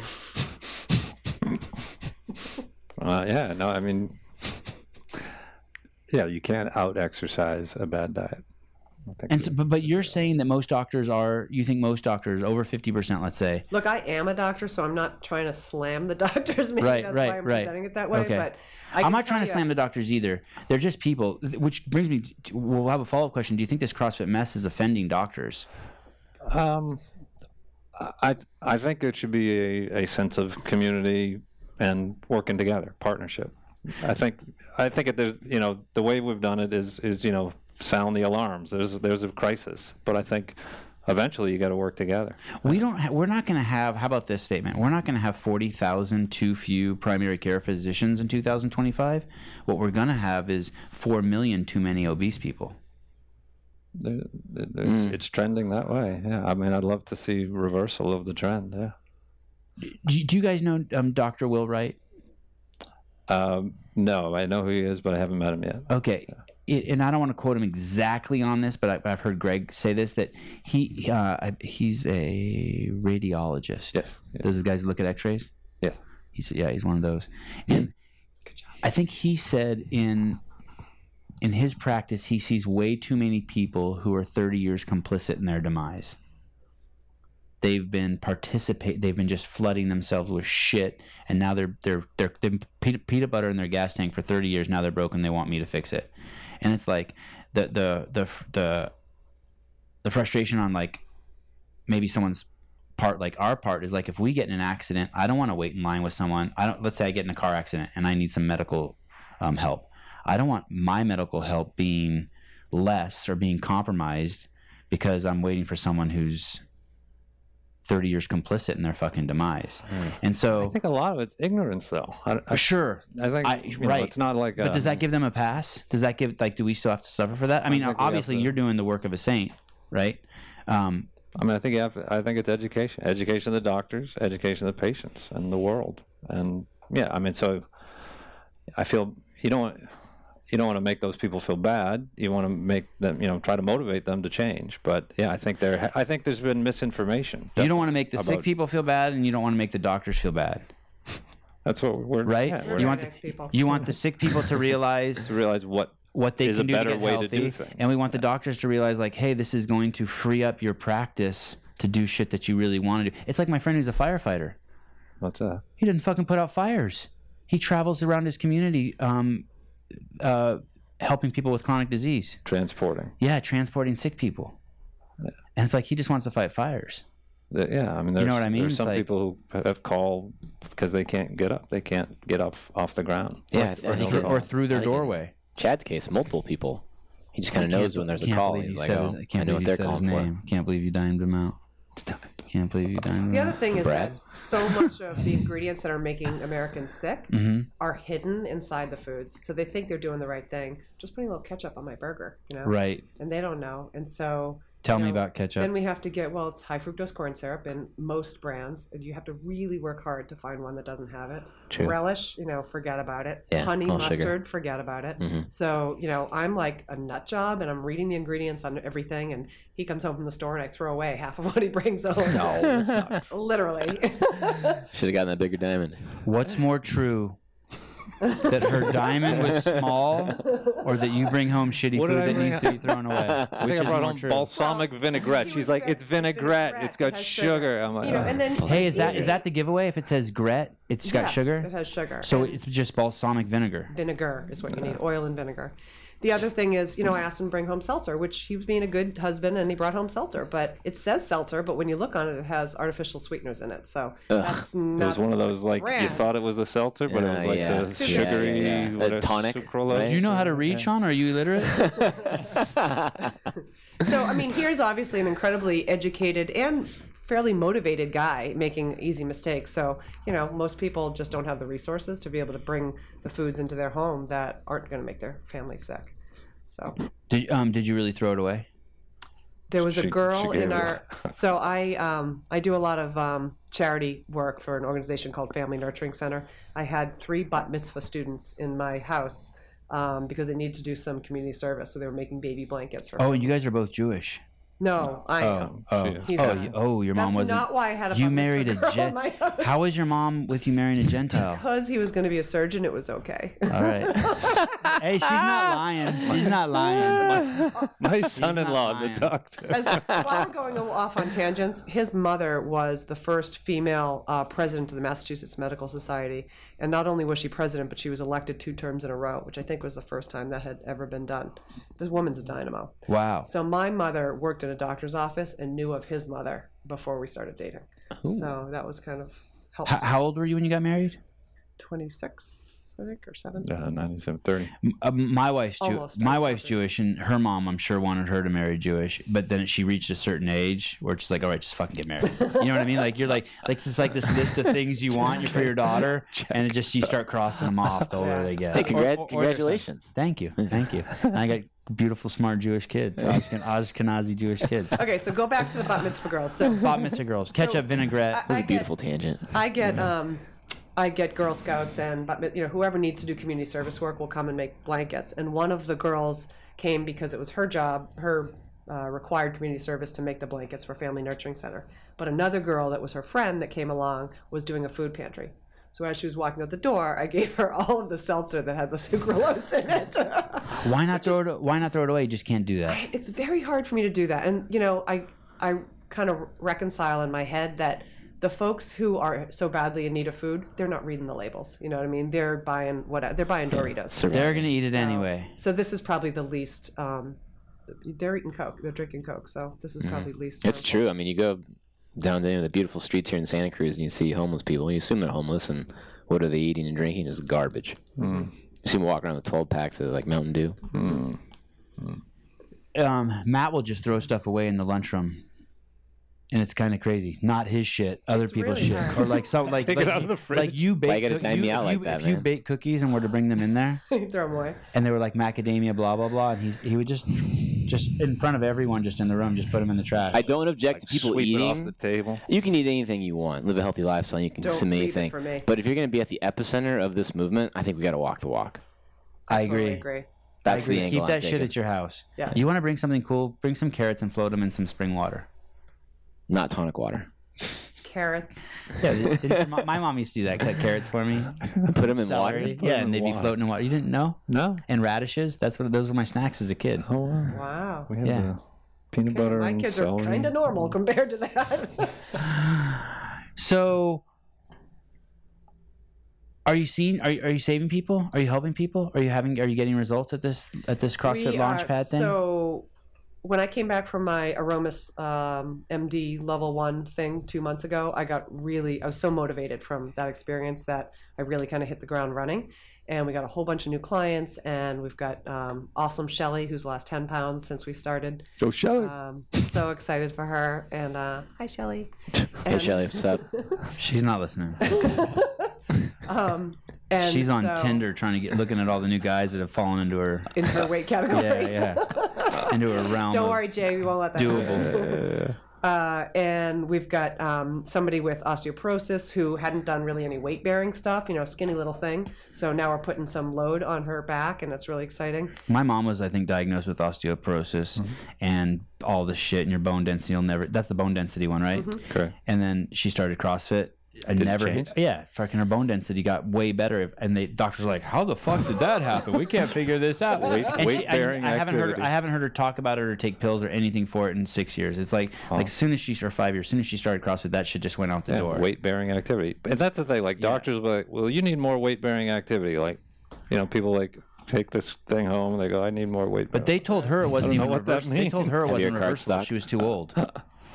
[SPEAKER 2] Uh, yeah, no, I mean, yeah, you can't out exercise a bad diet. I think
[SPEAKER 1] And so, but, but you're saying that most doctors are, you think most doctors, over 50%, let's say,
[SPEAKER 4] Look, I am a doctor, so I'm not trying to slam the (laughs) doctors. Maybe
[SPEAKER 1] Right,
[SPEAKER 4] that's
[SPEAKER 1] right,
[SPEAKER 4] why I'm
[SPEAKER 1] right.
[SPEAKER 4] presenting it that way.
[SPEAKER 1] Okay.
[SPEAKER 4] But I
[SPEAKER 1] I'm
[SPEAKER 4] can
[SPEAKER 1] not
[SPEAKER 4] tell
[SPEAKER 1] trying to
[SPEAKER 4] you-
[SPEAKER 1] slam the doctors either. They're just people, th- which brings me to, we'll have a follow up question. Do you think this CrossFit mess is offending doctors?
[SPEAKER 2] Um, I I think it should be a, a sense of community and working together, partnership. I think I think it, there's you know the way we've done it is is you know sound the alarms. There's there's a crisis, but I think eventually you got to work together.
[SPEAKER 1] We don't. Ha- we're not going to have. How about this statement? We're not going to have forty thousand too few primary care physicians in two thousand twenty-five. What we're going to have is four million too many obese people.
[SPEAKER 2] There, there- there's, It's trending that way. Yeah, I mean, I'd love to see reversal of the trend. Yeah.
[SPEAKER 1] Do you, do you guys know um, Dr. Will Wright?
[SPEAKER 2] Um, no, I know who he is, but I haven't met him yet.
[SPEAKER 1] Okay. It, and I don't want to quote him exactly on this, but I, I've heard Greg say this that he uh, I- he's a radiologist.
[SPEAKER 2] Yes. Yeah.
[SPEAKER 1] Those are the guys who look at X-rays.
[SPEAKER 2] Yes.
[SPEAKER 1] He said, "Yeah, he's one of those." And I think he said in in his practice, he sees way too many people who are 30 years complicit in their demise. They've been participate. They've been just flooding themselves with shit, and now they're they're they're, they're peanut, peanut butter in their gas tank for 30 years. Now they're broken. They want me to fix it, and it's like the the the the the frustration on like maybe someone's part like our part is like if we get in an accident i don't want to wait in line with someone i don't let's say i get in a car accident and i need some medical um, help i don't want my medical help being less or being compromised because i'm waiting for someone who's 30 years complicit in their fucking demise and
[SPEAKER 2] I
[SPEAKER 1] so
[SPEAKER 2] think a lot of it's ignorance, though. I, I,
[SPEAKER 1] sure
[SPEAKER 2] I think
[SPEAKER 1] I-
[SPEAKER 2] you know,
[SPEAKER 1] right.
[SPEAKER 2] it's not like.
[SPEAKER 1] but
[SPEAKER 2] uh,
[SPEAKER 1] does that give them a pass? Does that give like do we still have to suffer for that? I mean,
[SPEAKER 2] think we have
[SPEAKER 1] obviously
[SPEAKER 2] to.
[SPEAKER 1] you're doing the work of a saint, right? Um,
[SPEAKER 2] I mean, I think you have to- I think it's education, education of the doctors, education of the patients, and the world. And yeah, I mean, so I feel you don't want- you don't want to make those people feel bad. You want to make them, you know, try to motivate them to change. But yeah, I think there, I think there's been misinformation.
[SPEAKER 1] you don't want to make the sick
[SPEAKER 2] about-
[SPEAKER 1] people feel bad, and you don't want to make the doctors feel bad,
[SPEAKER 2] That's what we're
[SPEAKER 1] right?
[SPEAKER 2] yeah,
[SPEAKER 4] We're
[SPEAKER 1] you
[SPEAKER 2] we're-
[SPEAKER 4] not
[SPEAKER 1] want
[SPEAKER 4] nice people.
[SPEAKER 1] you want the sick people to realize
[SPEAKER 2] (laughs) to realize what
[SPEAKER 1] what they
[SPEAKER 2] Is
[SPEAKER 1] can
[SPEAKER 2] a
[SPEAKER 1] do
[SPEAKER 2] better
[SPEAKER 1] to get
[SPEAKER 2] way to
[SPEAKER 1] healthy,
[SPEAKER 2] do things.
[SPEAKER 1] and we want the doctors to realize like, hey, this is going to free up your practice to do shit that you really want to do. It's like my friend who's a firefighter.
[SPEAKER 2] what's uh, that.
[SPEAKER 1] He didn't fucking put out fires. He travels around his community, um, uh, helping people with chronic disease.
[SPEAKER 2] Transporting.
[SPEAKER 1] Yeah, transporting sick people. And it's like he just wants to fight fires.
[SPEAKER 2] The- yeah, I mean, there's,
[SPEAKER 1] know what I mean?
[SPEAKER 2] there's
[SPEAKER 1] It's
[SPEAKER 2] some
[SPEAKER 1] like-
[SPEAKER 2] people who have call because they can't get up. They can't get off off the ground.
[SPEAKER 3] Yeah, I
[SPEAKER 2] Or-
[SPEAKER 3] I think
[SPEAKER 2] or-
[SPEAKER 3] it-
[SPEAKER 1] Or through their
[SPEAKER 3] I think it-
[SPEAKER 1] doorway.
[SPEAKER 3] Chad's case, multiple people. He just kind of knows when there's a
[SPEAKER 1] Can't
[SPEAKER 3] call.
[SPEAKER 1] believe
[SPEAKER 3] He's
[SPEAKER 1] you
[SPEAKER 3] like,
[SPEAKER 1] said
[SPEAKER 3] oh,
[SPEAKER 1] his-
[SPEAKER 3] I
[SPEAKER 1] can't
[SPEAKER 3] know
[SPEAKER 1] believe
[SPEAKER 3] what
[SPEAKER 1] you
[SPEAKER 3] they're
[SPEAKER 1] said
[SPEAKER 3] calling
[SPEAKER 1] his
[SPEAKER 3] (laughs) for.
[SPEAKER 1] name. Can't believe you dimed him out. Can't believe you dimed him
[SPEAKER 4] The other
[SPEAKER 1] out.
[SPEAKER 4] thing is
[SPEAKER 3] Brad?
[SPEAKER 4] that so much of the ingredients that are making Americans sick
[SPEAKER 1] Mhm.
[SPEAKER 4] are hidden inside the foods. So they think they're doing the right thing. Just putting a little ketchup on my burger, you know?
[SPEAKER 1] Right.
[SPEAKER 4] And they don't know. And so
[SPEAKER 1] Tell
[SPEAKER 4] You
[SPEAKER 1] me
[SPEAKER 4] know,
[SPEAKER 1] about ketchup.
[SPEAKER 4] then we have to get, well, it's high fructose corn syrup in most brands. And you have to really work hard to find one that doesn't have it.
[SPEAKER 3] True.
[SPEAKER 4] Relish, you know, forget about it.
[SPEAKER 3] Yeah,
[SPEAKER 4] Honey,
[SPEAKER 3] all
[SPEAKER 4] mustard,
[SPEAKER 3] sugar.
[SPEAKER 4] forget about it.
[SPEAKER 2] Mm-hmm.
[SPEAKER 3] Mhm.
[SPEAKER 4] So, you know, I'm like a nut job and I'm reading the ingredients on everything. And he comes home from the store and I throw away half of what
[SPEAKER 2] (laughs)
[SPEAKER 4] he brings home.
[SPEAKER 2] No, it's not.
[SPEAKER 4] (laughs) Literally.
[SPEAKER 3] Should have gotten that bigger (laughs) diamond.
[SPEAKER 1] What's more true? that
[SPEAKER 2] (laughs)
[SPEAKER 1] her diamond was small or that you bring home shitty
[SPEAKER 2] What did
[SPEAKER 1] food
[SPEAKER 2] I
[SPEAKER 1] that
[SPEAKER 2] bring
[SPEAKER 1] needs to be thrown away?
[SPEAKER 2] (laughs) I
[SPEAKER 1] Which
[SPEAKER 2] think I
[SPEAKER 1] is
[SPEAKER 2] brought
[SPEAKER 1] more
[SPEAKER 2] home
[SPEAKER 1] true?
[SPEAKER 2] balsamic vinaigrette.
[SPEAKER 4] he
[SPEAKER 2] She's
[SPEAKER 4] was
[SPEAKER 2] like,
[SPEAKER 4] right.
[SPEAKER 2] it's vinaigrette.
[SPEAKER 4] Vinaigrette.
[SPEAKER 2] It's got
[SPEAKER 4] It has
[SPEAKER 2] sugar.
[SPEAKER 4] sugar.
[SPEAKER 2] I'm like, "Oh,
[SPEAKER 4] you know, and then
[SPEAKER 1] Hey, is that
[SPEAKER 4] easy.
[SPEAKER 1] is that the giveaway? If it says Gret, it's got
[SPEAKER 4] Yes, It
[SPEAKER 1] sugar.
[SPEAKER 4] has sugar.
[SPEAKER 1] So
[SPEAKER 4] And-
[SPEAKER 1] it's just balsamic vinegar.
[SPEAKER 4] vinegar is what you need oil and vinegar the other thing is you know i asked him to bring home seltzer which he was being a good husband and he brought home seltzer but it says seltzer but when you look on it it has artificial sweeteners in it so that's
[SPEAKER 2] it was
[SPEAKER 4] not
[SPEAKER 2] one of those like you
[SPEAKER 4] brand.
[SPEAKER 2] thought it was a seltzer, but it was
[SPEAKER 3] Yeah,
[SPEAKER 2] like
[SPEAKER 3] yeah.
[SPEAKER 2] the
[SPEAKER 3] Sugar.
[SPEAKER 2] sugary
[SPEAKER 3] Yeah, yeah, yeah.
[SPEAKER 2] what
[SPEAKER 3] A
[SPEAKER 2] is-
[SPEAKER 3] tonic,
[SPEAKER 2] sucralose.
[SPEAKER 3] right?
[SPEAKER 1] Do you know how to read, Sean? Are you illiterate?
[SPEAKER 4] (laughs) so i mean here's obviously an incredibly educated and fairly motivated guy making easy mistakes so you know most people just don't have the resources to be able to bring the foods into their home that aren't going to make their family sick so
[SPEAKER 1] Did, um, did you really throw it away?
[SPEAKER 4] there was a
[SPEAKER 2] She- she
[SPEAKER 4] girl
[SPEAKER 2] gave
[SPEAKER 4] in
[SPEAKER 2] it.
[SPEAKER 4] our
[SPEAKER 1] (laughs)
[SPEAKER 4] so i um, i do a lot of um, charity work for an organization called family nurturing center i had three bat mitzvah students in my house um, because they needed to do some community service so they were making baby blankets for
[SPEAKER 1] Oh, you guys are both Jewish.
[SPEAKER 4] no i
[SPEAKER 1] Oh, oh,
[SPEAKER 2] she is.
[SPEAKER 4] He's
[SPEAKER 1] oh,
[SPEAKER 4] awesome.
[SPEAKER 1] you- oh, your
[SPEAKER 4] that's
[SPEAKER 1] mom wasn't.
[SPEAKER 4] not why i had a
[SPEAKER 1] you
[SPEAKER 4] bat mitzvah
[SPEAKER 1] married a
[SPEAKER 4] girl in
[SPEAKER 1] Gent.
[SPEAKER 4] my house.
[SPEAKER 1] How was your mom with you marrying a
[SPEAKER 4] (laughs)
[SPEAKER 1] Gentile?
[SPEAKER 4] because he was going to be a surgeon it was okay
[SPEAKER 1] All
[SPEAKER 4] (laughs)
[SPEAKER 1] right. hey, she's not lying. She's not lying.
[SPEAKER 4] (laughs)
[SPEAKER 2] My son-in-law, the
[SPEAKER 1] lying.
[SPEAKER 2] doctor.
[SPEAKER 4] As, while we're going off on tangents, his mother was the first female uh, president of the Massachusetts Medical Society, and not only was she president, but she was elected two terms in a row, which I think was the first time that had ever been done. This woman's a dynamo.
[SPEAKER 1] Wow.
[SPEAKER 4] So my mother worked in a doctor's office and knew of his mother before we started dating. So that was kind of helpful.
[SPEAKER 1] H- how old were you when you got married?
[SPEAKER 4] Twenty six, I think, or seven.
[SPEAKER 2] Uh, 9730.
[SPEAKER 1] M- Uh, my wife's Jew-
[SPEAKER 4] Almost, I
[SPEAKER 1] my
[SPEAKER 4] was
[SPEAKER 1] wife's Jewish, and her mom, I'm sure, wanted her to marry Jewish. But then she reached a certain age where she's like, "All right, just fucking get married." You know what I mean? Like you're like, like it's like this list of things
[SPEAKER 4] (laughs)
[SPEAKER 1] you want for your daughter, and it just you start crossing them off the older
[SPEAKER 4] (laughs) Yeah.
[SPEAKER 1] they get.
[SPEAKER 3] Hey,
[SPEAKER 1] Or-
[SPEAKER 3] congrat-
[SPEAKER 1] or- or your son.
[SPEAKER 3] congratulations.
[SPEAKER 1] Thank you, thank you. And I got beautiful, smart Jewish kids, Ashken- Ashkenazi Jewish
[SPEAKER 4] (laughs)
[SPEAKER 1] kids.
[SPEAKER 4] Okay, so go back to the bat mitzvah girls. So
[SPEAKER 1] (laughs) Bat mitzvah girls, ketchup, vinaigrette.
[SPEAKER 3] That was
[SPEAKER 4] I
[SPEAKER 3] a
[SPEAKER 4] get-
[SPEAKER 3] beautiful tangent.
[SPEAKER 4] I get um, I get Girl Scouts and but you know whoever needs to do community service work will come and make blankets. And one of the girls came because it was her job, her uh, required community service to make the blankets for Family Nurturing Center. But another girl that was her friend that came along was doing a food pantry. So as she was walking out the door, I gave her (laughs) all of the seltzer that had the sucralose in it. (laughs)
[SPEAKER 1] Why not throw it? Why not throw it away? You just can't do that.
[SPEAKER 4] it's very hard for me to do that and you know i i kind of reconcile in my head that the folks who are so badly in need of food they're not reading the labels you know what i mean they're buying what they're buying doritos Um,
[SPEAKER 3] Survival.
[SPEAKER 1] They're gonna eat it anyway.
[SPEAKER 4] so this is probably the least um they're eating coke they're drinking coke so this is probably least
[SPEAKER 3] It's true. I mean, you go down to any of the beautiful streets here in Santa Cruz and you see homeless people, and you assume they're homeless, and what are they eating and drinking? Is garbage. You see them walking around with 12 packs of like Mountain Dew.
[SPEAKER 1] um, Matt will just throw stuff away in the lunchroom, and it's kind of crazy. Not his shit, other people's
[SPEAKER 4] really
[SPEAKER 1] shit,
[SPEAKER 4] hard.
[SPEAKER 1] or like so, like
[SPEAKER 2] Take it
[SPEAKER 1] like,
[SPEAKER 2] out of the fridge.
[SPEAKER 1] Like you bake,
[SPEAKER 3] you gotta
[SPEAKER 1] cook-
[SPEAKER 3] time
[SPEAKER 1] you-
[SPEAKER 3] me out
[SPEAKER 1] if
[SPEAKER 3] like
[SPEAKER 1] you,
[SPEAKER 3] that,
[SPEAKER 1] If you
[SPEAKER 3] man?
[SPEAKER 1] bake cookies and were to bring them in there,
[SPEAKER 4] (laughs) Throw them away.
[SPEAKER 1] and they were like macadamia, blah blah blah, and he's he would just just in front of everyone, just in the room, just put them in the trash.
[SPEAKER 3] I don't object to people
[SPEAKER 2] Sweep
[SPEAKER 3] eating.
[SPEAKER 2] it off the table.
[SPEAKER 3] You can eat anything you want, live a healthy lifestyle, you can
[SPEAKER 4] Don't
[SPEAKER 3] consume
[SPEAKER 4] leave it
[SPEAKER 3] anything.
[SPEAKER 4] for me.
[SPEAKER 3] But if you're going to be at the epicenter of this movement, I think we got to walk the walk.
[SPEAKER 1] I
[SPEAKER 4] Totally
[SPEAKER 1] agree.
[SPEAKER 4] agree.
[SPEAKER 3] That's
[SPEAKER 1] agree.
[SPEAKER 3] the angle.
[SPEAKER 1] Keep
[SPEAKER 3] I'm
[SPEAKER 1] that shit
[SPEAKER 3] taking.
[SPEAKER 1] at your house.
[SPEAKER 4] Yeah.
[SPEAKER 1] You want to bring something cool? Bring some carrots and float them in some spring water.
[SPEAKER 3] Not tonic water. (laughs)
[SPEAKER 4] Carrots.
[SPEAKER 1] Yeah, did- did your mo- my mom used to do that. Cut carrots for
[SPEAKER 4] (laughs)
[SPEAKER 1] me.
[SPEAKER 3] Put them in
[SPEAKER 1] Celery.
[SPEAKER 3] water.
[SPEAKER 1] Yeah,
[SPEAKER 2] them in
[SPEAKER 1] and they'd be
[SPEAKER 2] water.
[SPEAKER 1] floating in water. You didn't know?
[SPEAKER 2] No.
[SPEAKER 1] And radishes. That's what those were my snacks as a kid.
[SPEAKER 2] Oh, wow.
[SPEAKER 4] Wow.
[SPEAKER 2] We had
[SPEAKER 1] Yeah.
[SPEAKER 2] the peanut butter
[SPEAKER 4] My
[SPEAKER 2] and
[SPEAKER 4] kids are
[SPEAKER 2] celery.
[SPEAKER 4] kind of normal compared to that. (laughs)
[SPEAKER 1] So, are you seeing? Are you, are you saving people? Are you helping people? Are you having? Are you getting results at this at this CrossFit
[SPEAKER 4] We are-
[SPEAKER 1] Launchpad thing?
[SPEAKER 4] So when I came back from my Aromas um, MD level one thing two months ago, I got really, I was so motivated from that experience that I really kind of hit the ground running. And we got a whole bunch of new clients, and we've got um, awesome Shelly, who's lost 10 pounds since we started.
[SPEAKER 2] Go Oh, shut it.
[SPEAKER 4] Um, so excited for her. And uh, hi, Shelly.
[SPEAKER 3] Hey, Shelly, what's
[SPEAKER 1] (laughs)
[SPEAKER 3] up?
[SPEAKER 1] She's not listening.
[SPEAKER 4] (laughs) Um, (laughs) and
[SPEAKER 1] She's on
[SPEAKER 4] so-
[SPEAKER 1] Tinder trying to get looking at all the new guys that have fallen into
[SPEAKER 4] (laughs)
[SPEAKER 1] her.
[SPEAKER 4] In her weight category.
[SPEAKER 1] (laughs) Yeah, yeah. Into her realm.
[SPEAKER 4] Don't
[SPEAKER 1] of
[SPEAKER 4] worry, Jay, we won't let that happen.
[SPEAKER 1] Doable.
[SPEAKER 4] Uh, and we've got um, somebody with osteoporosis who hadn't done really any weight bearing stuff, you know, skinny little thing. So now we're putting some load on her back, and it's really exciting.
[SPEAKER 1] My mom was, I think, diagnosed with osteoporosis
[SPEAKER 2] Mm-hmm.
[SPEAKER 1] and all this shit, and your bone density will never. That's the bone density one, right?
[SPEAKER 4] Mm-hmm.
[SPEAKER 2] Correct.
[SPEAKER 1] and then she started CrossFit. I
[SPEAKER 2] it
[SPEAKER 1] never,
[SPEAKER 2] change?
[SPEAKER 1] yeah, fucking her bone density got way better, and the doctors were like, "How the fuck did that happen? We can't figure this out."
[SPEAKER 2] Weight-
[SPEAKER 1] And she-
[SPEAKER 2] weight-bearing
[SPEAKER 1] I, I haven't heard,
[SPEAKER 2] activity.
[SPEAKER 1] I haven't heard her talk about it or take pills or anything for it in six years. It's like, like as soon as she or five years, as soon as she started CrossFit, that shit just went out the
[SPEAKER 2] Yeah,
[SPEAKER 1] door.
[SPEAKER 2] weight bearing activity. And that's the thing. Like doctors will be like, well, you need more weight bearing activity. Like, you know, people like take this thing home. They go, I need more weight.
[SPEAKER 1] But they told her it wasn't even
[SPEAKER 2] what that
[SPEAKER 1] reversible. They told her it
[SPEAKER 3] Have your
[SPEAKER 1] wasn't
[SPEAKER 3] card
[SPEAKER 1] reversible.
[SPEAKER 3] stock?
[SPEAKER 1] She was too old.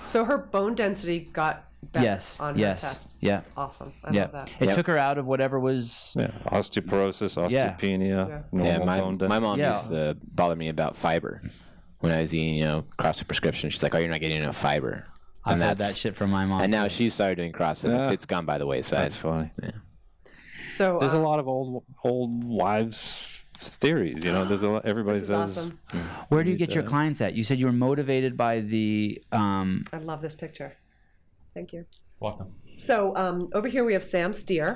[SPEAKER 4] So her bone density got better
[SPEAKER 1] yes,
[SPEAKER 4] on
[SPEAKER 1] yes,
[SPEAKER 4] her test.
[SPEAKER 1] yeah,
[SPEAKER 4] Awesome. I
[SPEAKER 1] yeah.
[SPEAKER 4] love that.
[SPEAKER 1] It
[SPEAKER 3] Yep.
[SPEAKER 1] took her out of whatever was.
[SPEAKER 2] yeah, osteoporosis,
[SPEAKER 1] Yeah.
[SPEAKER 2] osteopenia,
[SPEAKER 4] Yeah.
[SPEAKER 2] normal
[SPEAKER 3] Yeah, my,
[SPEAKER 2] bone
[SPEAKER 3] my
[SPEAKER 2] density.
[SPEAKER 3] mom
[SPEAKER 1] Yeah.
[SPEAKER 3] used to bother me about fiber when I was eating, you know, CrossFit prescription. She's like, "Oh, you're not getting enough fiber,"
[SPEAKER 1] I've
[SPEAKER 3] and
[SPEAKER 1] had
[SPEAKER 3] that's
[SPEAKER 1] that shit from my mom.
[SPEAKER 3] and now she started doing CrossFit.
[SPEAKER 2] Yeah.
[SPEAKER 3] It's gone by the wayside.
[SPEAKER 2] That's funny.
[SPEAKER 4] So
[SPEAKER 2] There's a
[SPEAKER 4] um,
[SPEAKER 2] lot of old old wives theories. You know, there's a lot. Everybody
[SPEAKER 4] this is
[SPEAKER 2] says.
[SPEAKER 4] awesome.
[SPEAKER 1] Where do you get your clients at? You said you were motivated by the um,
[SPEAKER 4] I love this picture. Thank you.
[SPEAKER 5] Welcome.
[SPEAKER 4] So um, over here we have
[SPEAKER 2] (laughs)
[SPEAKER 4] Sam Steer,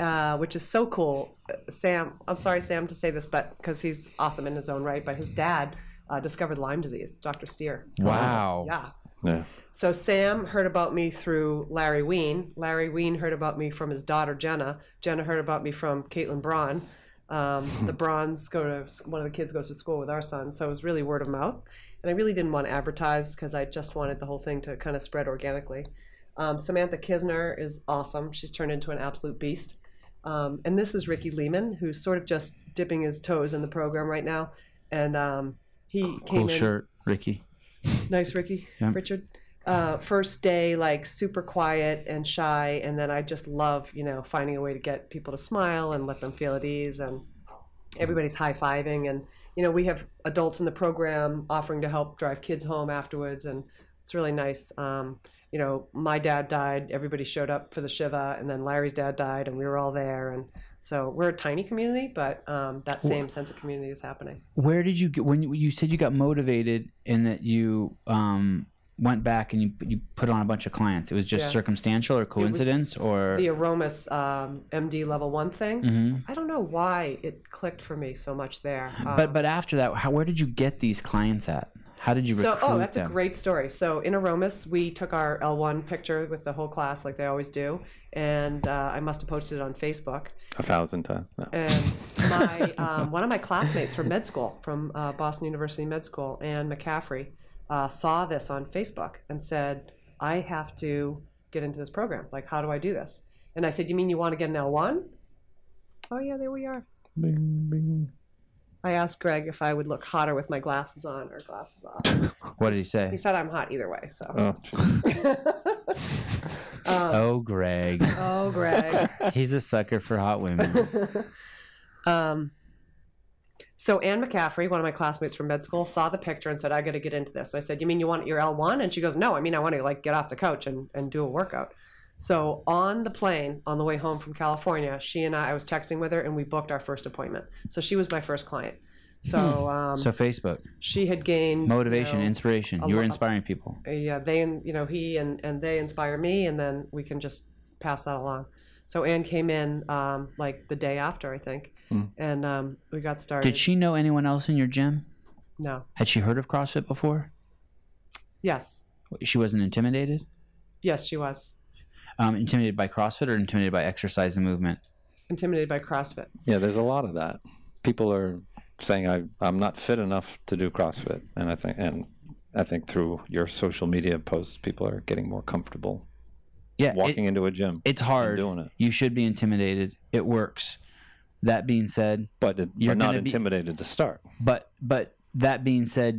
[SPEAKER 4] uh, which is so cool. Uh, Sam, I'm sorry, Sam, to say this, but because he's awesome in his own right, but his dad uh, discovered Lyme disease, Dr. Steer.
[SPEAKER 1] wow.
[SPEAKER 4] Yeah.
[SPEAKER 2] Yeah.
[SPEAKER 4] So Sam heard about me through Larry Ween. Larry Ween heard about me from his daughter Jenna. Jenna heard about me from Caitlin Braun.
[SPEAKER 1] (laughs)
[SPEAKER 4] Um, the Brons go to one of the kids goes to school with our son, so it was really word of mouth. And I really didn't want to advertise because I just wanted the whole thing to kind of spread organically. Um, Samantha Kisner is awesome. She's turned into an absolute beast. Um, and this is Ricky Lehman, who's sort of just dipping his toes in the program right now. And um, he came
[SPEAKER 1] Cool
[SPEAKER 4] in
[SPEAKER 1] shirt, Ricky.
[SPEAKER 4] nice ricky
[SPEAKER 1] Yeah.
[SPEAKER 4] richard uh, first day like super quiet and shy and then i just love you know finding a way to get people to smile and let them feel at ease and everybody's high-fiving and you know we have adults in the program offering to help drive kids home afterwards and it's really nice um, you know my dad died everybody showed up for the shiva and then larry's dad died and we were all there and so we're a tiny community but um, that same sense of community is happening
[SPEAKER 1] Where did you get when you, you said you got motivated and that you um, went back and you you put on a bunch of clients? It was just
[SPEAKER 4] Yeah.
[SPEAKER 1] circumstantial or coincidence or
[SPEAKER 4] the um, aromas um, md level one thing
[SPEAKER 1] Mhm.
[SPEAKER 4] I don't know why it clicked for me so much there.
[SPEAKER 1] But
[SPEAKER 4] Um,
[SPEAKER 1] but after that, how, where did you get these clients at? How did you
[SPEAKER 4] so
[SPEAKER 1] recruit
[SPEAKER 4] oh, that's
[SPEAKER 1] them?
[SPEAKER 4] a great story. So in Aromas, we took our L1 picture with the whole class, like they always do, and uh, I must have posted it on Facebook.
[SPEAKER 2] A thousand times.
[SPEAKER 1] Oh.
[SPEAKER 2] No.
[SPEAKER 4] And
[SPEAKER 1] (laughs)
[SPEAKER 4] my um, one of my classmates from med school, from uh, Boston University Med School, Anne McCaffrey, uh, saw this on Facebook and said, "I have to get into this program. Like, how do I do this?" And I said, "You mean you want to get an L1?" Oh yeah, there we are. I asked Greg if I would look hotter with my glasses on or glasses off.
[SPEAKER 1] What did he say?
[SPEAKER 4] He said I'm hot either way. So Um,
[SPEAKER 2] Oh, geez.
[SPEAKER 4] (laughs)
[SPEAKER 1] oh, Greg.
[SPEAKER 4] Oh, Greg.
[SPEAKER 1] He's a sucker for hot women.
[SPEAKER 4] Um, so Anne McCaffrey, one of my classmates from med school, saw the picture and said, "I got to get into this." So I said, "You mean you want your L one?" And she goes, "No, I mean I want to like get off the couch and and do a workout." So on the plane on the way home from California, she and I, I was texting with her, and we booked our first appointment. So she was my first client. So, (laughs) um,
[SPEAKER 1] Hmm. So Facebook,
[SPEAKER 4] she had gained
[SPEAKER 1] motivation,
[SPEAKER 4] you know,
[SPEAKER 1] inspiration.
[SPEAKER 4] a
[SPEAKER 1] You were
[SPEAKER 4] lot.
[SPEAKER 1] inspiring people.
[SPEAKER 4] yeah, they and you know he and and they inspire me, and then we can just pass that along. So Anne came in um, like the day after, I think,
[SPEAKER 2] Hmm.
[SPEAKER 4] and um, we got started.
[SPEAKER 1] Did she know anyone else in your gym?
[SPEAKER 4] No.
[SPEAKER 1] Had she heard of CrossFit before?
[SPEAKER 4] Yes.
[SPEAKER 1] She wasn't intimidated.
[SPEAKER 4] Yes, she was
[SPEAKER 1] Um, intimidated by CrossFit or intimidated by exercise and movement?
[SPEAKER 4] intimidated by CrossFit.
[SPEAKER 2] (laughs) Yeah, there's a lot of that. People are saying I I'm not fit enough to do CrossFit, and I think and I think through your social media posts, people are getting more comfortable
[SPEAKER 1] Yeah, it-
[SPEAKER 2] walking into a gym.
[SPEAKER 1] it's hard.
[SPEAKER 2] doing it.
[SPEAKER 1] You should be intimidated. It works. That being said,
[SPEAKER 2] But it,
[SPEAKER 1] You're
[SPEAKER 2] you're not
[SPEAKER 1] gonna be-
[SPEAKER 2] intimidated to start.
[SPEAKER 1] but but that being said,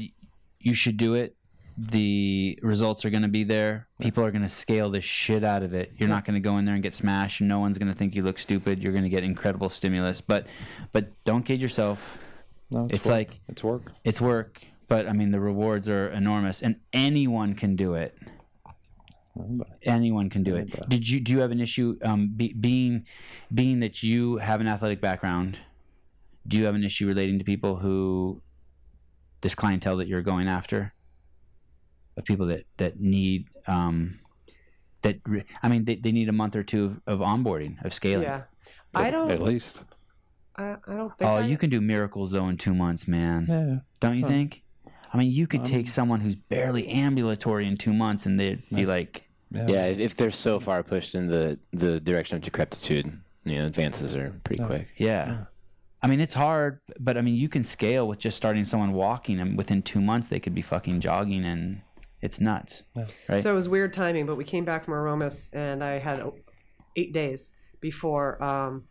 [SPEAKER 1] you should do it. The results are going to be there. People are going to scale the shit out of it. You're not going to go in there and get smashed. and No one's going to think you look stupid. You're going to get incredible stimulus. But but don't kid yourself.
[SPEAKER 2] No,
[SPEAKER 1] It's
[SPEAKER 2] work.
[SPEAKER 1] like-
[SPEAKER 2] it's work.
[SPEAKER 1] It's work, but I mean the rewards are enormous, and anyone can do it. anyone can do it. Did you do you have an issue um, be, being being that you have an athletic background? Do you have an issue relating to people who this clientele that you're going after, of people that that need um, that re- I mean they, they need a month or two of, of onboarding of scaling.
[SPEAKER 4] Yeah. I
[SPEAKER 2] at
[SPEAKER 4] don't.
[SPEAKER 2] least.
[SPEAKER 4] I, I don't think.
[SPEAKER 1] Oh,
[SPEAKER 4] I,
[SPEAKER 1] you can do miracles though in two months, man.
[SPEAKER 2] Yeah.
[SPEAKER 1] Don't you
[SPEAKER 2] Huh.
[SPEAKER 1] think? I mean, you could
[SPEAKER 2] Um,
[SPEAKER 1] take someone who's barely ambulatory in two months, and they'd be like,
[SPEAKER 3] Yeah, if, if they're so far pushed in the, the direction of decrepitude, you know, advances are pretty quick.
[SPEAKER 1] Yeah. I mean, it's hard, but I mean, you can scale with just starting someone walking, and within two months, they could be fucking jogging, and it's nuts. right?
[SPEAKER 4] So it was weird timing, but we came back from Aromas, and I had uh, eight days before um,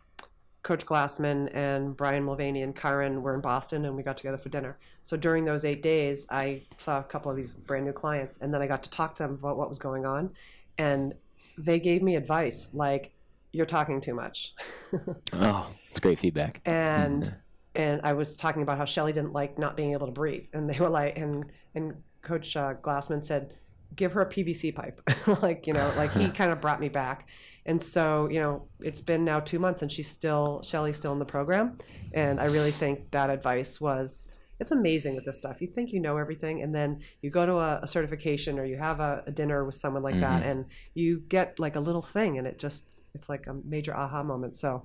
[SPEAKER 4] Coach Glassman and Brian Mulvaney and Kyron were in Boston, and we got together for dinner. So during those eight days, I saw a couple of these brand new clients, and then I got to talk to them about what was going on, and they gave me advice like, "You're talking too much." (laughs)
[SPEAKER 3] Oh, it's great feedback.
[SPEAKER 4] and and I was talking about how Shelly didn't like not being able to breathe, and they were like, and and Coach uh, Glassman said, give her a PVC pipe, (laughs) like you know, like he kind of brought me back, and so you know, it's been now two months, and she's still Shelly's still in the program, and I really think that advice was. It's amazing with this stuff. You think you know everything, and then you go to a, a certification or you have a, a dinner with someone like
[SPEAKER 1] Mm-hmm.
[SPEAKER 4] that, and you get like a little thing, and it just it's like a major aha moment. So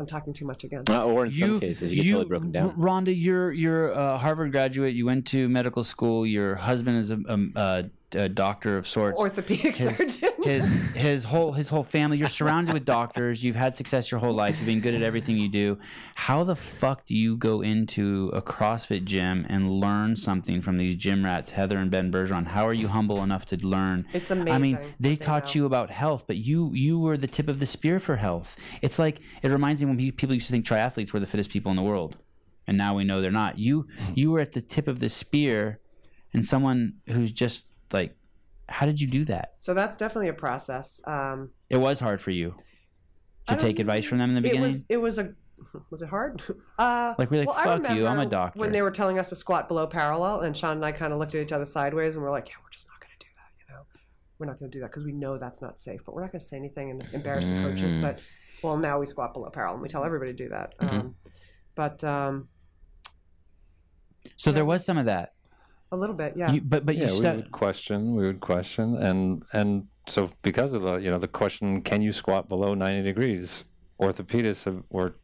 [SPEAKER 4] I'm talking too much again.
[SPEAKER 3] Uh, or in some cases, you get totally broken down.
[SPEAKER 1] R- Rhonda, you're you're a Harvard graduate. You went to medical school. Your husband is a, um, uh, a doctor of sorts.
[SPEAKER 4] (laughs) Orthopedic
[SPEAKER 1] (laughs)
[SPEAKER 4] surgeon.
[SPEAKER 1] his
[SPEAKER 4] (laughs)
[SPEAKER 1] his whole his whole family. You're surrounded with doctors. You've had success your whole life. You've been good at everything you do. How the fuck do you go into a CrossFit gym and learn something from these gym rats, Heather and Ben Bergeron? How are you humble enough to learn?
[SPEAKER 4] It's amazing.
[SPEAKER 1] I mean,
[SPEAKER 4] what
[SPEAKER 1] they taught
[SPEAKER 4] know.
[SPEAKER 1] you about health, but you you were the tip of the spear for health. It's like it reminds me when pe- people used to think triathletes were the fittest people in the world, and now we know they're not. You
[SPEAKER 4] Hmm.
[SPEAKER 1] you were at the tip of the spear, and someone who's just like, how did you do that?
[SPEAKER 4] So that's definitely a process. Um,
[SPEAKER 1] It was hard for you to
[SPEAKER 4] I don't
[SPEAKER 1] take advice from them in the
[SPEAKER 4] it
[SPEAKER 1] beginning.
[SPEAKER 4] was. It was a. (laughs) Was it hard? (laughs) Uh,
[SPEAKER 1] like we're like,
[SPEAKER 4] well, I
[SPEAKER 1] fuck you, I'm
[SPEAKER 4] remember
[SPEAKER 1] a doctor.
[SPEAKER 4] When they were telling us to squat below parallel, and Sean and I kind of looked at each other sideways, and we're like, "Yeah, we're just not going to do that. You know, we're not going to do that because we know that's not safe. But we're not going to say anything and embarrass the coaches.
[SPEAKER 1] Mm.
[SPEAKER 3] Mhm.
[SPEAKER 4] But well, now we squat below parallel, and we tell everybody to do that.
[SPEAKER 1] Mm-hmm.
[SPEAKER 3] Mhm.
[SPEAKER 4] Um, but um,
[SPEAKER 1] so there was some of that,
[SPEAKER 4] a little bit, yeah.
[SPEAKER 1] you, but but
[SPEAKER 2] yeah,
[SPEAKER 1] you
[SPEAKER 2] we
[SPEAKER 1] stuck.
[SPEAKER 2] would question, we would question, and and so because of the you know the question, can you squat below ninety degrees? Orthopedists have, were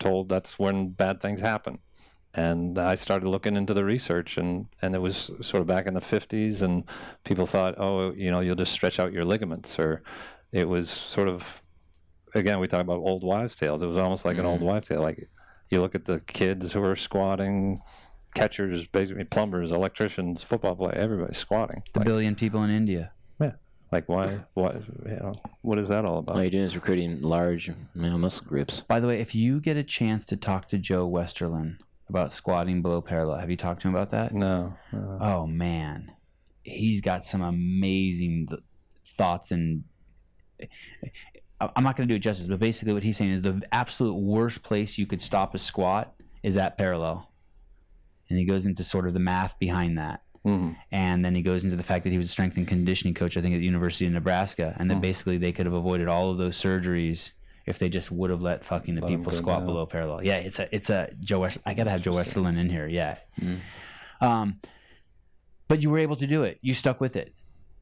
[SPEAKER 2] told that's when bad things happen, and I started looking into the research, and and it was sort of back in the fifties, and people thought, oh, you know, you'll just stretch out your ligaments, or it was sort of again we talk about old wives' tales. It was almost like an old
[SPEAKER 1] Mm.
[SPEAKER 2] wives' tale, like. You look at the kids who are squatting, catchers, basically plumbers, electricians, football player, everybody squatting.
[SPEAKER 1] the billion people in India.
[SPEAKER 2] Like why? Why? You know, what is that all
[SPEAKER 3] All
[SPEAKER 2] about?
[SPEAKER 3] you're doing is recruiting large you know, muscle groups.
[SPEAKER 1] By the way, if you get a chance to talk to Joe Westerlin about squatting below parallel, have you talked to
[SPEAKER 2] uh,
[SPEAKER 1] him about that?
[SPEAKER 2] No. no.
[SPEAKER 1] Oh man, he's got some amazing th- thoughts and I- I'm not going to do it justice, but basically what he's saying is the absolute worst place you could stop a squat is at parallel. And he goes into sort of the math behind that.
[SPEAKER 2] Mhm.
[SPEAKER 1] And then he goes into the fact that he was a strength and conditioning coach, I think, at the University of Nebraska. And that basically they could have avoided all of those surgeries if they just would have let fucking the
[SPEAKER 2] Let 'em
[SPEAKER 1] people
[SPEAKER 2] go
[SPEAKER 1] squat
[SPEAKER 2] down.
[SPEAKER 1] below parallel. Yeah, it's a it's a Joe West I gotta have Joe Westerlin in here, yeah.
[SPEAKER 2] Hmm.
[SPEAKER 3] Mm.
[SPEAKER 1] Um but you were able to do it. You stuck with it.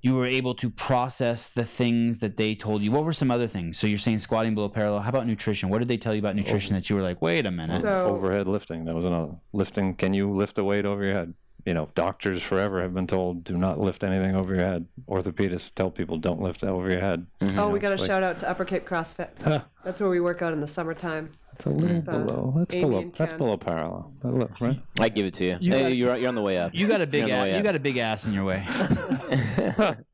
[SPEAKER 1] You were able to process the things that they told you. What were some other things? So you're saying squatting below parallel. How about nutrition? What did they tell you about nutrition
[SPEAKER 2] Oh.
[SPEAKER 1] that you were like, wait a minute?
[SPEAKER 4] So-
[SPEAKER 2] overhead lifting. That was another lifting. Can you lift a weight over your head? You know, doctors forever have been told do not lift anything over your head. Orthopedists tell people don't lift over your head.
[SPEAKER 1] Mm-hmm.
[SPEAKER 4] Oh, we got a shout out to Upper Cape CrossFit. That's where we work out in the summertime.
[SPEAKER 2] That's a little below. That's
[SPEAKER 4] Amy
[SPEAKER 2] below.
[SPEAKER 4] and
[SPEAKER 2] That's
[SPEAKER 4] Ken.
[SPEAKER 2] below parallel. That look right.
[SPEAKER 3] I give it to you. hey, you're, on- you're on the way up.
[SPEAKER 1] You got a big
[SPEAKER 3] You're on the
[SPEAKER 1] ass,
[SPEAKER 3] way
[SPEAKER 1] you
[SPEAKER 3] up.
[SPEAKER 1] got a big ass in your
[SPEAKER 2] (laughs)
[SPEAKER 1] way.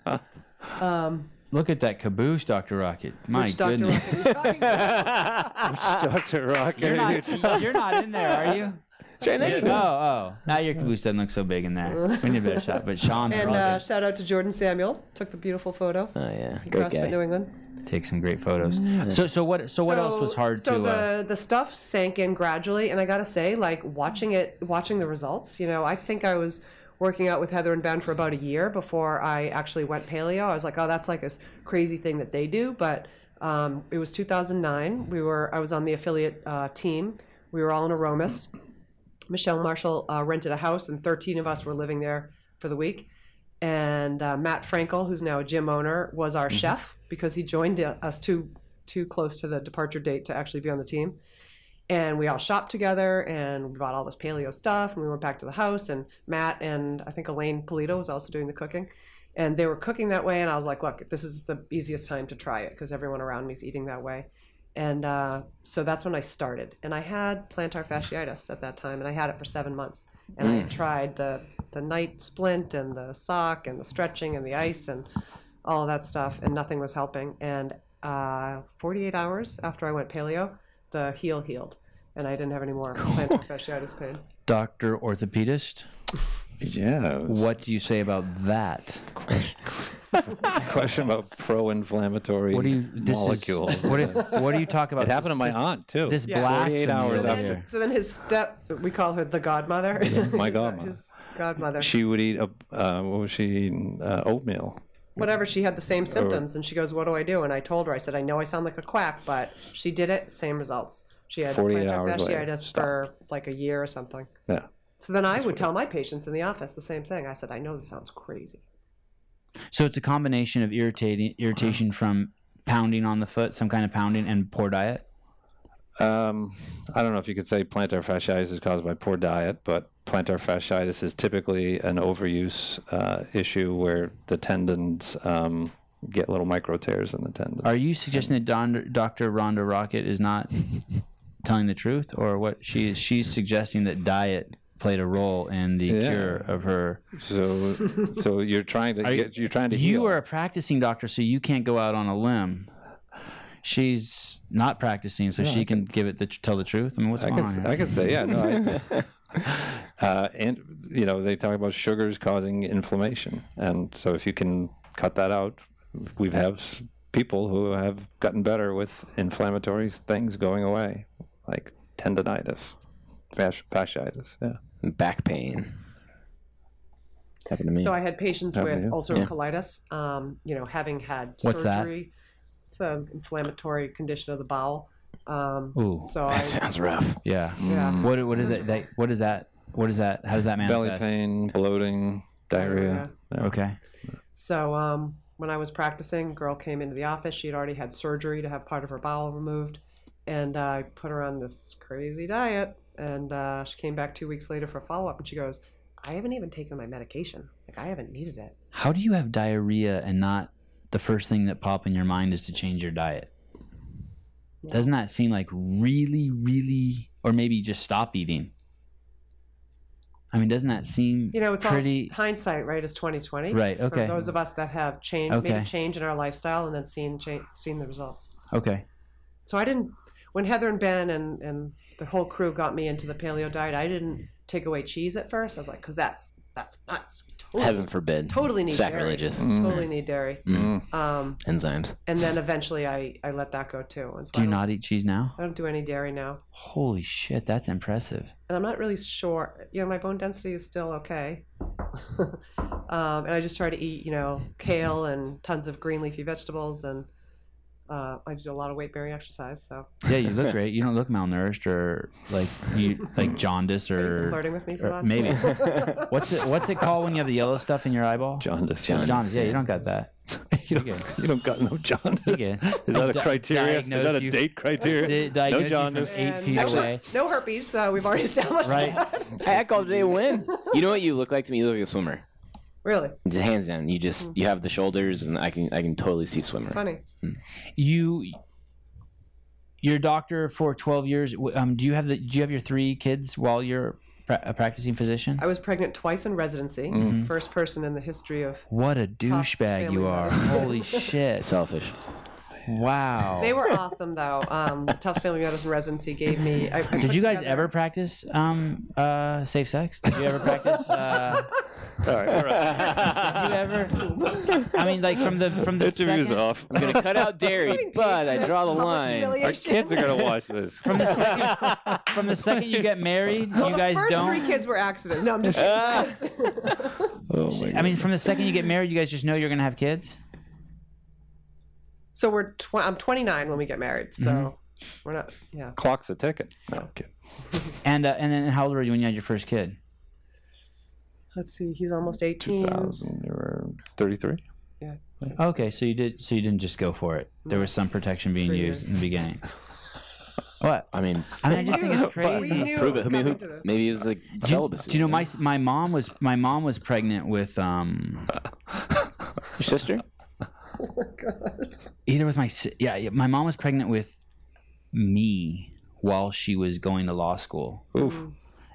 [SPEAKER 4] Um,
[SPEAKER 1] Look at that caboose, Dr. Rocket. My
[SPEAKER 4] which Dr.
[SPEAKER 1] goodness.
[SPEAKER 4] Locke was talking
[SPEAKER 2] (laughs)
[SPEAKER 4] about.
[SPEAKER 2] Doctor Rocket.
[SPEAKER 1] You're
[SPEAKER 2] (laughs)
[SPEAKER 1] not, you're not in there, are you?
[SPEAKER 3] It's right next
[SPEAKER 1] Oh,
[SPEAKER 3] to him.
[SPEAKER 1] oh. Now your caboose doesn't look so big in there. We need a better shot. But Sean
[SPEAKER 4] And uh,
[SPEAKER 1] Rocket
[SPEAKER 4] shout out to Jordan Samuel. Took the beautiful photo.
[SPEAKER 3] Oh yeah, great
[SPEAKER 4] CrossFit New
[SPEAKER 3] guy.
[SPEAKER 4] England.
[SPEAKER 1] takes some great photos. So, so what? So what else was hard
[SPEAKER 4] so
[SPEAKER 1] to?
[SPEAKER 4] the
[SPEAKER 1] uh,
[SPEAKER 4] the stuff sank in gradually, and I gotta say, like watching it, watching the results. You know, I think I was working out with Heather and Ben for about a year before I actually went paleo. I was like, oh, that's like this crazy thing that they do. But um, it was 2009. We were I was on the affiliate uh, team. We were all in Aromas. Michelle Marshall uh, rented a house, and 13 of us were living there for the week. And uh, Matt Frankel, who's now a gym owner, was
[SPEAKER 1] Mm-hmm.
[SPEAKER 4] our chef because he joined uh, us too too close to the departure date to actually be on the team. And we all shopped together, and we bought all this paleo stuff, and we went back to the house. And Matt and I think Elaine Polito was also doing the cooking, and they were cooking that way. And I was like, "Look, this is the easiest time to try it because everyone around me is eating that way." And uh, so that's when I started. And I had plantar fasciitis at that time, and I had it for seven months. And
[SPEAKER 2] Mm.
[SPEAKER 4] I had tried the the night splint and the sock and the stretching and the ice and all of that stuff, and nothing was helping. And uh, 48 hours after I went paleo, the heel healed, and I didn't have any more plantar fasciitis pain.
[SPEAKER 1] Doctor orthopedist,
[SPEAKER 2] Yeah. it was
[SPEAKER 1] what do you say about that?
[SPEAKER 2] a question about pro-inflammatory
[SPEAKER 1] What do you? This
[SPEAKER 2] molecules.
[SPEAKER 1] Is, what, do, what do you talk about?
[SPEAKER 2] it happened to my aunt too.
[SPEAKER 1] This
[SPEAKER 4] Yeah.
[SPEAKER 1] blasphemy.
[SPEAKER 2] 48 hours
[SPEAKER 1] over
[SPEAKER 2] after.
[SPEAKER 1] here.
[SPEAKER 4] So then his step, we call her the godmother.
[SPEAKER 2] my
[SPEAKER 4] (laughs) His-
[SPEAKER 2] godmother.
[SPEAKER 4] His godmother.
[SPEAKER 2] she would eat a uh, what was she eating? Uh, oatmeal.
[SPEAKER 4] Whatever, she had the
[SPEAKER 2] Oh.
[SPEAKER 4] same symptoms, and she goes, "What do I do?" And I told her, I said, "I know I sound like a quack, but she did it. Same results. She had
[SPEAKER 2] 48
[SPEAKER 4] plantar
[SPEAKER 2] hours later,
[SPEAKER 4] fasciitis for like a year or something."
[SPEAKER 2] Yeah.
[SPEAKER 4] So then I would tell my patients in the office the same thing. I said, "I know this sounds crazy."
[SPEAKER 1] So it's a combination of irritating irritation from pounding on the foot, some kind of pounding, and poor diet.
[SPEAKER 2] Um, I don't know if you could say plantar fasciitis is caused by poor diet, but plantar fasciitis is typically an overuse uh, issue where the tendons um, get little micro tears in the tendon.
[SPEAKER 1] Are you suggesting that Don, Dr. Rhonda Rocket is
[SPEAKER 2] (laughs)
[SPEAKER 1] not telling the truth, or what she is? She's suggesting that diet played a role in the
[SPEAKER 2] Yeah.
[SPEAKER 1] cure of her.
[SPEAKER 2] So, so you're trying to
[SPEAKER 1] you-
[SPEAKER 2] get, you're trying to heal.
[SPEAKER 1] You are a practicing doctor, so you can't go out on a limb. She's not practicing, so she can give it the tr- tell the truth. I mean, what's
[SPEAKER 2] I
[SPEAKER 1] going on?
[SPEAKER 2] could,
[SPEAKER 1] here?
[SPEAKER 2] I could say, yeah, no.
[SPEAKER 1] (laughs)
[SPEAKER 2] I, (laughs) uh, and you know, they talk about sugars causing inflammation, and so if you can cut that out, we have s- people who have gotten better with inflammatory things going away, like tendonitis, fasci- fasciitis. Yeah,
[SPEAKER 3] Back pain. Happened to me.
[SPEAKER 4] So I had patients with
[SPEAKER 2] yeah.
[SPEAKER 4] ulcerative colitis, um, you know, having had
[SPEAKER 1] What's that?
[SPEAKER 4] surgery. It's an inflammatory condition of the bowel. Um,
[SPEAKER 1] Ooh.
[SPEAKER 4] so I,
[SPEAKER 3] that sounds rough.
[SPEAKER 1] yeah.
[SPEAKER 4] yeah,
[SPEAKER 1] What what is it? That, what is that? What is that? How does that manifest?
[SPEAKER 2] Mm. belly pain, bloating, diarrhea. Yeah.
[SPEAKER 1] Okay.
[SPEAKER 4] So um, when I was practicing, girl came into the office. She had already had surgery to have part of her bowel removed, and I put her on this crazy diet. And uh, she came back two weeks later for a follow up, and she goes, "I haven't even taken my medication. Like I haven't needed it."
[SPEAKER 1] How do you have diarrhea and not the first thing that pop in your mind is to change your diet? Doesn't that seem like really, really, or maybe just stop eating? I mean, doesn't that seem
[SPEAKER 4] You know, it's
[SPEAKER 1] pretty?
[SPEAKER 4] all hindsight, right? Is twenty twenty.
[SPEAKER 1] Right, okay.
[SPEAKER 4] For those of us that have changed, made
[SPEAKER 1] Okay.
[SPEAKER 4] a change in our lifestyle, and then seen change, seen the results.
[SPEAKER 1] okay.
[SPEAKER 4] So I didn't. When Heather and Ben and and the whole crew got me into the paleo diet, I didn't take away cheese at first. I was like, because that's that's nuts. We totally,
[SPEAKER 5] Heaven forbid.
[SPEAKER 4] totally need
[SPEAKER 5] Sacrilegious.
[SPEAKER 4] dairy. Totally need dairy.
[SPEAKER 2] Mm.
[SPEAKER 1] Mm.
[SPEAKER 4] Um,
[SPEAKER 5] Enzymes.
[SPEAKER 4] and then eventually I, I let that go too. And so
[SPEAKER 1] Do
[SPEAKER 4] I
[SPEAKER 1] you
[SPEAKER 4] don't-
[SPEAKER 1] not eat cheese now?
[SPEAKER 4] I don't do any dairy now.
[SPEAKER 1] Holy shit, that's impressive.
[SPEAKER 4] and I'm not really sure. You know, my bone density is still okay, (laughs) um, and I just try to eat, you know, kale and tons of green leafy vegetables, and uh, I do a lot of weight bearing exercise. So
[SPEAKER 1] Yeah, you
[SPEAKER 2] (laughs)
[SPEAKER 1] look great. You don't look malnourished or like you like jaundice
[SPEAKER 4] Are you
[SPEAKER 1] or
[SPEAKER 4] flirting with me,
[SPEAKER 1] or
[SPEAKER 4] Saban?
[SPEAKER 1] Uh,
[SPEAKER 4] (laughs)
[SPEAKER 1] maybe. what's it What's it called when you have the yellow stuff in your eyeball?
[SPEAKER 2] Jaundice. (laughs)
[SPEAKER 5] Jaundice.
[SPEAKER 1] Jaundice. Yeah, you don't got that.
[SPEAKER 2] you, don't, you don't got no
[SPEAKER 1] You
[SPEAKER 2] jaundice.
[SPEAKER 1] good.
[SPEAKER 2] (laughs) Is that a
[SPEAKER 1] Di-
[SPEAKER 2] criteria? Is
[SPEAKER 1] diagnose
[SPEAKER 2] that a
[SPEAKER 1] you-
[SPEAKER 2] date
[SPEAKER 1] (laughs)
[SPEAKER 2] criteria?
[SPEAKER 1] Di- diagnose you from
[SPEAKER 2] jaundice.
[SPEAKER 1] eight
[SPEAKER 4] And
[SPEAKER 1] feet
[SPEAKER 4] no,
[SPEAKER 1] away.
[SPEAKER 4] no herpes. Uh, we've already (laughs) established
[SPEAKER 1] Right.
[SPEAKER 4] that.
[SPEAKER 3] Hey, I called today a win. (laughs) You know what you look like to me? You look like a swimmer.
[SPEAKER 4] Really
[SPEAKER 3] Just hands down. You just you have the shoulders, and I can I can totally see swimmer.
[SPEAKER 4] funny.
[SPEAKER 1] You, your doctor for twelve years. w- Um, do you have the Do you have your three kids while you're pra- a practicing physician?
[SPEAKER 4] I was pregnant twice in residency.
[SPEAKER 1] Mm-hmm.
[SPEAKER 3] Mm-hmm.
[SPEAKER 4] First person in the history of.
[SPEAKER 1] What a
[SPEAKER 4] Tops
[SPEAKER 1] douchebag you
[SPEAKER 4] family
[SPEAKER 1] are!
[SPEAKER 4] (laughs) medicine.
[SPEAKER 1] Holy shit!
[SPEAKER 3] Selfish. Oh.
[SPEAKER 1] Wow.
[SPEAKER 4] They were awesome though. Um, Tufts Family Medicine residency gave me. I, I
[SPEAKER 1] Did
[SPEAKER 4] put
[SPEAKER 1] you guys
[SPEAKER 4] together-
[SPEAKER 1] ever practice um uh safe sex? Did you ever practice (laughs) uh
[SPEAKER 2] All right, all right.
[SPEAKER 1] you ever I mean like from the from the
[SPEAKER 2] Interview's
[SPEAKER 1] second,
[SPEAKER 2] off.
[SPEAKER 3] I'm gonna cut out dairy, but
[SPEAKER 4] (laughs)
[SPEAKER 3] I draw the
[SPEAKER 4] Public
[SPEAKER 3] line.
[SPEAKER 2] Our
[SPEAKER 4] humiliation.
[SPEAKER 2] kids are gonna watch this.
[SPEAKER 1] from the second from the second you get married,
[SPEAKER 4] (laughs) (laughs) Well,
[SPEAKER 1] you
[SPEAKER 4] the
[SPEAKER 1] guys
[SPEAKER 4] first three
[SPEAKER 1] don't
[SPEAKER 4] kids were accidents. No, I'm just.
[SPEAKER 3] (laughs)
[SPEAKER 4] (laughs)
[SPEAKER 2] oh my
[SPEAKER 1] I
[SPEAKER 2] God.
[SPEAKER 1] mean from the second you get married, you guys just know you're going to have kids?
[SPEAKER 4] So we're tw- I'm 29 when we get married. So
[SPEAKER 1] Mm-hmm.
[SPEAKER 4] we're not. Yeah,
[SPEAKER 2] Clock's a ticking. No, I'm kidding.
[SPEAKER 1] And uh, and then how old were you when you had your first kid?
[SPEAKER 4] let's see. He's almost 18.
[SPEAKER 2] 2000 or 33.
[SPEAKER 1] Okay, so you did so you didn't just go for it. There was some protection being
[SPEAKER 4] Three
[SPEAKER 1] used
[SPEAKER 4] years.
[SPEAKER 1] in the beginning. (laughs) What?
[SPEAKER 3] I mean,
[SPEAKER 1] I mean, I just think
[SPEAKER 4] Dude,
[SPEAKER 1] it's crazy.
[SPEAKER 4] We knew
[SPEAKER 3] prove
[SPEAKER 4] it.
[SPEAKER 3] it. I
[SPEAKER 4] Was
[SPEAKER 3] mean,
[SPEAKER 4] coming
[SPEAKER 3] who,
[SPEAKER 4] to this.
[SPEAKER 3] maybe it's like
[SPEAKER 1] Do you-
[SPEAKER 3] celibacy.
[SPEAKER 1] Do you know my s- my mom was my mom was pregnant with um
[SPEAKER 3] your sister?
[SPEAKER 1] either with my si- yeah, yeah my mom was pregnant with me while she was going to law school.
[SPEAKER 2] Oof.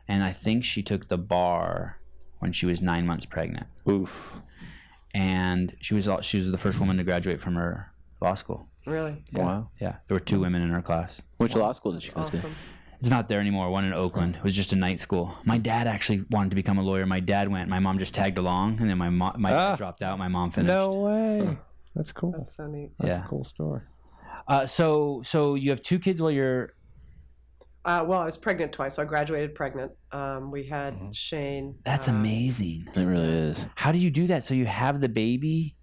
[SPEAKER 1] And I think she took the bar when she was 9 months pregnant.
[SPEAKER 2] Oof.
[SPEAKER 1] And she was all, she was the first woman to graduate from her law school.
[SPEAKER 4] Really
[SPEAKER 2] Wow.
[SPEAKER 1] Yeah, there were two women in her class.
[SPEAKER 3] Which law school did you go to?
[SPEAKER 4] awesome.
[SPEAKER 1] It's not there anymore. One in Oakland. It was just a night school. My dad actually wanted to become a lawyer. My dad went. My mom just tagged along, and then my mom my
[SPEAKER 2] Ah.
[SPEAKER 1] dad dropped out. My mom finished.
[SPEAKER 2] No way. That's cool.
[SPEAKER 4] That's so neat.
[SPEAKER 2] That's
[SPEAKER 1] Yeah.
[SPEAKER 2] a cool (laughs) story.
[SPEAKER 1] Uh, so so you have two kids while you're
[SPEAKER 4] Uh, well, I was pregnant twice, so I graduated pregnant. Um, we had Shane.
[SPEAKER 1] Mm-hmm. That's
[SPEAKER 4] uh,
[SPEAKER 1] amazing.
[SPEAKER 3] It really is.
[SPEAKER 1] How do you do that? So you have the baby,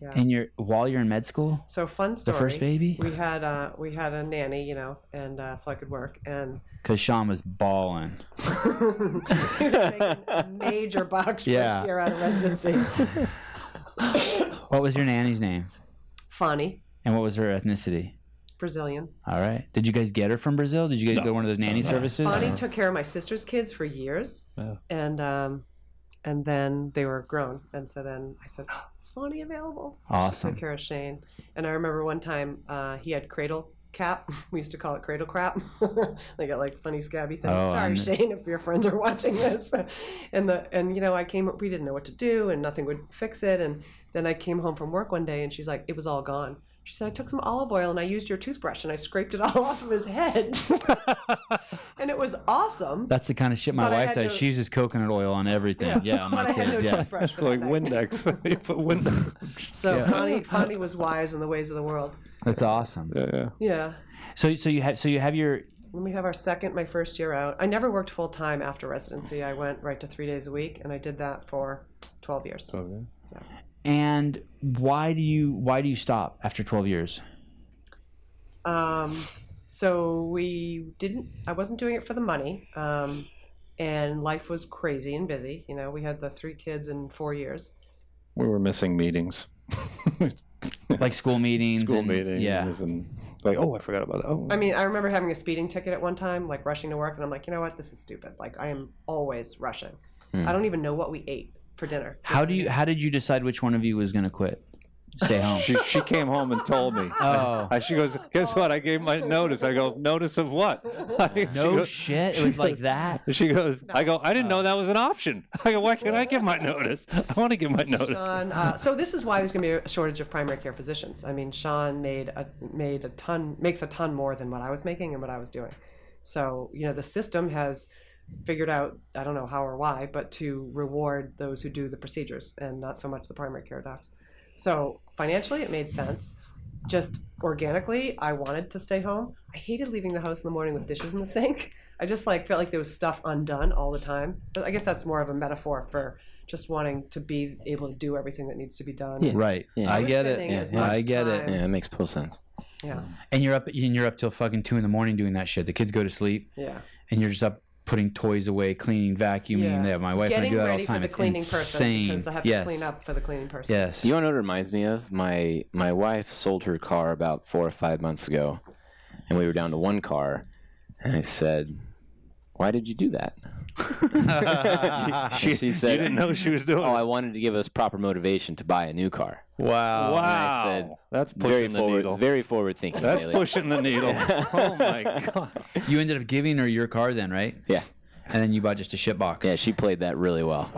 [SPEAKER 4] Yeah.
[SPEAKER 1] and you're while you're in med school,
[SPEAKER 4] So fun
[SPEAKER 1] the
[SPEAKER 4] story.
[SPEAKER 1] first baby,
[SPEAKER 4] We had uh, we had a nanny, you know, and uh, so I could work and (laughs)
[SPEAKER 1] (laughs) because Sean was balling.
[SPEAKER 4] he was making major bucks
[SPEAKER 1] Yeah.
[SPEAKER 4] first year out of residency.
[SPEAKER 1] (laughs) What was your nanny's name,
[SPEAKER 4] Fani,
[SPEAKER 1] and what was her ethnicity?
[SPEAKER 4] Brazilian.
[SPEAKER 1] All right. Did you guys get her from Brazil? Did you guys go to one of those nanny services?
[SPEAKER 4] Bonnie took care of my sister's kids for years,
[SPEAKER 2] Yeah.
[SPEAKER 4] and um, and then they were grown, and so then I said, oh, "Is Bonnie available?" So I
[SPEAKER 1] Awesome.
[SPEAKER 4] took care of Shane, and I remember one time uh, he had cradle cap. (laughs) We used to call it cradle crap. (laughs) they got like funny scabby things.
[SPEAKER 1] Oh,
[SPEAKER 4] Sorry,
[SPEAKER 1] I'm-
[SPEAKER 4] Shane, if your friends are watching this. (laughs) and the and you know I came we didn't know what to do, and nothing would fix it, and then I came home from work one day, and she's like, "It was all gone." She said, I took some olive oil and I used your toothbrush and I scraped it (laughs) all off of his
[SPEAKER 1] (laughs)
[SPEAKER 4] head. and it was awesome.
[SPEAKER 1] That's the kind of shit my
[SPEAKER 4] But I
[SPEAKER 1] wife
[SPEAKER 4] had
[SPEAKER 1] does.
[SPEAKER 4] to-
[SPEAKER 1] She uses coconut oil on everything. Yeah, on
[SPEAKER 4] but
[SPEAKER 1] my
[SPEAKER 4] I had no
[SPEAKER 1] kids. Yeah.
[SPEAKER 4] toothbrush. For
[SPEAKER 2] Like
[SPEAKER 4] that.
[SPEAKER 2] Windex. (laughs) you put Windex.
[SPEAKER 1] (laughs)
[SPEAKER 4] So Fani, Fani was wise in the ways of the world.
[SPEAKER 1] That's awesome.
[SPEAKER 2] Yeah, yeah.
[SPEAKER 4] Yeah.
[SPEAKER 1] So so you have so you have your
[SPEAKER 4] When we have our second, my first year out, I never worked full time after residency. I went right to three days a week and I did that for 12 years.
[SPEAKER 2] Oh, yeah.
[SPEAKER 1] and why do you why do you stop after 12 years?
[SPEAKER 4] Um, so we didn't. I wasn't doing it for the money. Um, and life was crazy and busy. You know, we had the three kids in four years.
[SPEAKER 2] We were missing meetings. (laughs)
[SPEAKER 1] Like school meetings.
[SPEAKER 2] School
[SPEAKER 1] and-
[SPEAKER 2] meetings.
[SPEAKER 1] Yeah.
[SPEAKER 2] And like, oh, I forgot about that. Oh,
[SPEAKER 4] I mean, I remember having a speeding ticket at one time, like rushing to work, and I'm like, you know what, this is stupid. Like, I am always rushing. I don't even know what we ate for dinner.
[SPEAKER 1] Hmm. How do you how did you decide which one of you was going to quit?
[SPEAKER 2] (laughs)
[SPEAKER 1] Stay home.
[SPEAKER 2] she, she came home and told me.
[SPEAKER 1] Oh.
[SPEAKER 2] I, she goes, guess what? I gave my notice. I go, notice of (laughs) what? She
[SPEAKER 1] No
[SPEAKER 2] goes-
[SPEAKER 1] Oh, shit. It was like
[SPEAKER 2] (laughs)
[SPEAKER 1] that.
[SPEAKER 2] She goes, I go, I didn't know that was an option. (laughs) I go, why can't I give my notice? I want to give my notice. (laughs)
[SPEAKER 4] Sean, uh, so this is why there's going to be a shortage of primary care physicians. I mean, Sean made a made a ton, makes a ton more than what I was making and what I was doing. So you know, the system has figured out, I don't know how or why, but to reward those who do the procedures and not so much the primary care docs. So financially, it made sense. Just organically, I wanted to stay home. I hated leaving the house in the morning with dishes in the sink. (laughs) I just like felt like there was stuff undone all the time. But I guess that's more of a metaphor for just wanting to be able to do everything that needs to be done.
[SPEAKER 3] Yeah.
[SPEAKER 1] Right.
[SPEAKER 3] Yeah.
[SPEAKER 1] I
[SPEAKER 4] We're
[SPEAKER 1] get it.
[SPEAKER 4] spending as
[SPEAKER 1] Yeah,
[SPEAKER 4] much
[SPEAKER 1] I get it.
[SPEAKER 4] time-
[SPEAKER 3] Yeah, it makes total sense.
[SPEAKER 4] Yeah,
[SPEAKER 1] And you're up and you're up till fucking two in the morning doing that shit. The kids go to sleep
[SPEAKER 4] yeah.
[SPEAKER 1] and you're just up putting toys away, cleaning, vacuuming.
[SPEAKER 4] Yeah.
[SPEAKER 1] Yeah, my wife and I
[SPEAKER 4] Getting
[SPEAKER 1] do that all
[SPEAKER 4] ready
[SPEAKER 1] the
[SPEAKER 4] for
[SPEAKER 1] time.
[SPEAKER 4] the
[SPEAKER 1] It's
[SPEAKER 4] cleaning person
[SPEAKER 1] insane.
[SPEAKER 4] because I have
[SPEAKER 1] yes.
[SPEAKER 4] to clean up for the cleaning person.
[SPEAKER 1] Yes.
[SPEAKER 3] You want to know what it reminds me of? My my wife sold her car about four or five months ago, and we were down to one car, and I said, "Why did you do that?"
[SPEAKER 2] (laughs)
[SPEAKER 3] she, she said,
[SPEAKER 2] You didn't know she was doing.
[SPEAKER 3] "Oh, I
[SPEAKER 2] it.
[SPEAKER 3] wanted to give us proper motivation to buy a new car."
[SPEAKER 1] wow.
[SPEAKER 2] wow,
[SPEAKER 3] I said,
[SPEAKER 2] that's
[SPEAKER 3] Very
[SPEAKER 2] pushing the
[SPEAKER 3] forward,
[SPEAKER 2] needle.
[SPEAKER 3] very forward thinking.
[SPEAKER 2] That's
[SPEAKER 3] Bailey.
[SPEAKER 2] pushing the needle. (laughs) oh my god.
[SPEAKER 1] You ended up giving her your car then, right?
[SPEAKER 3] Yeah,
[SPEAKER 1] And then you bought just a shit box.
[SPEAKER 3] yeah, she played that really well.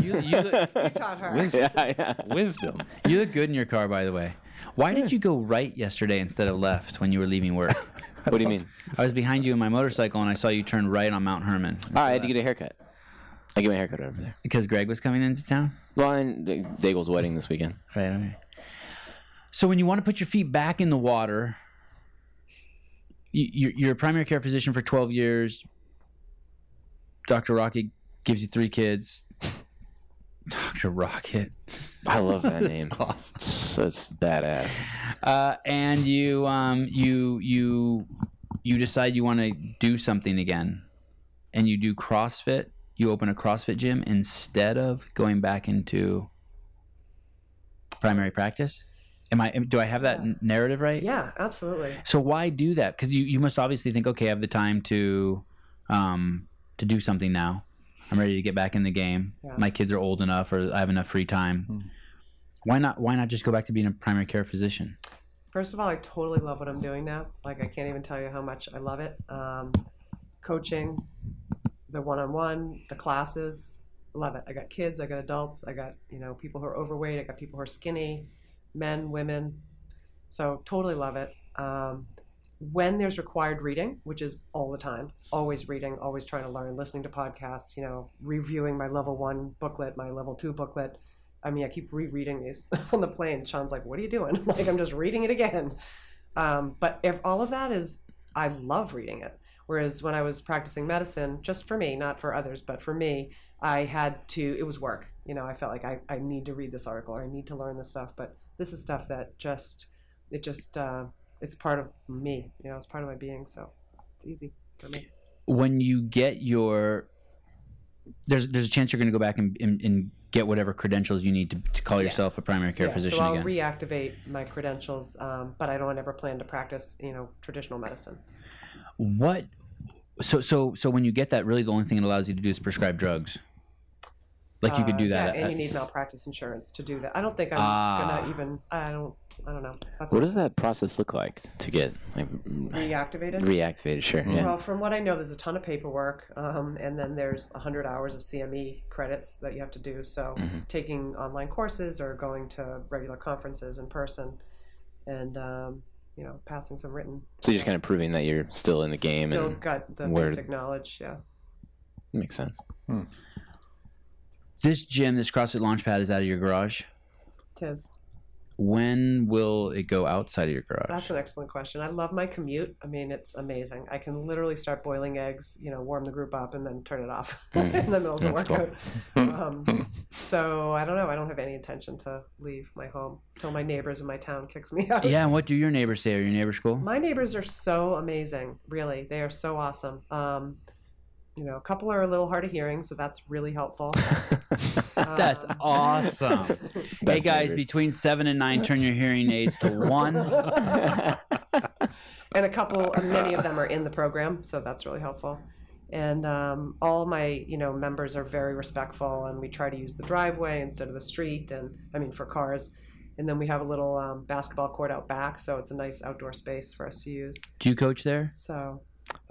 [SPEAKER 1] You, you, look,
[SPEAKER 4] You taught her.
[SPEAKER 3] (laughs) yeah, yeah.
[SPEAKER 2] Wisdom.
[SPEAKER 1] you look good in your car, by the way. Why did you go right yesterday instead of left when you were leaving (laughs) work?
[SPEAKER 3] What do you mean?
[SPEAKER 1] I was behind you in my motorcycle and I saw you turn right on Mount Herman
[SPEAKER 3] All right, I had to get a haircut. I get my haircut over there.
[SPEAKER 1] because Greg was coming into town.
[SPEAKER 3] Blind Daigle's wedding this weekend.
[SPEAKER 1] Right. Okay. So when you want to put your feet back in the water, you, you're, you're a primary care physician for 12 years. Dr. Rocket gives you three kids. (laughs) Dr. Rocket.
[SPEAKER 3] I love that (laughs) name.
[SPEAKER 1] Awesome.
[SPEAKER 3] It's, it's badass.
[SPEAKER 1] Uh, and you, um, you, you, you decide you want to do something again, and you do CrossFit. You open a CrossFit gym instead of going back into primary practice. Am I? am- Do I have that
[SPEAKER 4] Yeah.
[SPEAKER 1] n- narrative right?
[SPEAKER 4] Yeah, absolutely.
[SPEAKER 1] So why do that? Because you, you must obviously think, okay, I have the time to, um, to do something now. I'm ready to get back in the game.
[SPEAKER 4] Yeah.
[SPEAKER 1] My kids are old enough, or I have enough free time.
[SPEAKER 2] Hmm.
[SPEAKER 1] Why not? Why not just go back to being a primary care physician?
[SPEAKER 4] First of all, I totally love what I'm doing now. Like, I can't even tell you how much I love it. Um, coaching, the one on one, the classes, love it. I got kids, I got adults, I got, you know, people who are overweight, I got people who are skinny, men, women. So, totally love it. Um, when there's required reading, which is all the time, always reading, always trying to learn, listening to podcasts, you know, reviewing my level one booklet, my level two booklet. I mean, I keep rereading these (laughs) on the plane. Sean's like, "What are you doing?" (laughs) I'm like, "I'm just reading it again." Um, but if all of that is, I love reading it. Whereas when I was practicing medicine, just for me, not for others, but for me, I had to. It was work. You know, I felt like I, I need to read this article or I need to learn this stuff. But this is stuff that just, it just, uh, it's part of me. You know, it's part of my being. So it's easy for me.
[SPEAKER 1] When you get your, there's there's a chance you're going to go back and, and, and get whatever credentials you need to, to call
[SPEAKER 4] Yeah.
[SPEAKER 1] yourself a primary care
[SPEAKER 4] Yeah,
[SPEAKER 1] physician
[SPEAKER 4] so I'll
[SPEAKER 1] again.
[SPEAKER 4] reactivate my credentials, um, but I don't ever plan to practice, you know, traditional medicine.
[SPEAKER 1] what? So so so when you get that, really the only thing it allows you to do is prescribe drugs. Like you could
[SPEAKER 4] Uh,
[SPEAKER 1] do that.
[SPEAKER 4] Yeah,
[SPEAKER 1] at-
[SPEAKER 4] and you need malpractice insurance to do that. I don't think I'm
[SPEAKER 1] Ah.
[SPEAKER 4] gonna even. I don't. I don't know. That's
[SPEAKER 3] What does that process look like to get like
[SPEAKER 4] reactivated?
[SPEAKER 3] reactivated? Sure. Yeah.
[SPEAKER 4] Well, from what I know, there's a ton of paperwork, um, and then there's 100 hours of CME credits that you have to do. So
[SPEAKER 3] Mm-hmm.
[SPEAKER 4] taking online courses or going to regular conferences in person, and um, you know, passing some written.
[SPEAKER 3] So you're just kind of proving that you're still in the game,
[SPEAKER 4] Still
[SPEAKER 3] and
[SPEAKER 4] got the
[SPEAKER 3] where-
[SPEAKER 4] basic knowledge. Yeah.
[SPEAKER 3] makes (laughs) sense.
[SPEAKER 1] this gym, this CrossFit Launchpad is out of your garage.
[SPEAKER 4] Tis.
[SPEAKER 1] When will it go outside of your garage?
[SPEAKER 4] That's an excellent question. I love my commute. I mean, it's amazing. I can literally start boiling eggs, you know, warm the group up, and then turn it off (laughs) in the middle of the
[SPEAKER 3] That's cool.
[SPEAKER 4] workout. Um, so I don't know. I don't have any intention to leave my home till my neighbors in my town kicks me (laughs) out.
[SPEAKER 1] yeah, and what do your neighbors say? Are your neighbors cool?
[SPEAKER 4] My neighbors are so amazing. Really, they are so awesome. Um, you know, a couple are a little hard of hearing, so that's really helpful.
[SPEAKER 1] (laughs) That's
[SPEAKER 4] Um, (laughs)
[SPEAKER 1] awesome. hey guys,
[SPEAKER 3] Best neighbors.
[SPEAKER 1] between seven and nine, turn your hearing aids to
[SPEAKER 4] (laughs)
[SPEAKER 1] one.
[SPEAKER 4] and a couple many of them are in the program so that's really helpful and um, all my you know members are very respectful and we try to use the driveway instead of the street and i mean for cars and then we have a little um, basketball court out back so it's a nice outdoor space for us to use
[SPEAKER 1] Do you coach there?
[SPEAKER 4] so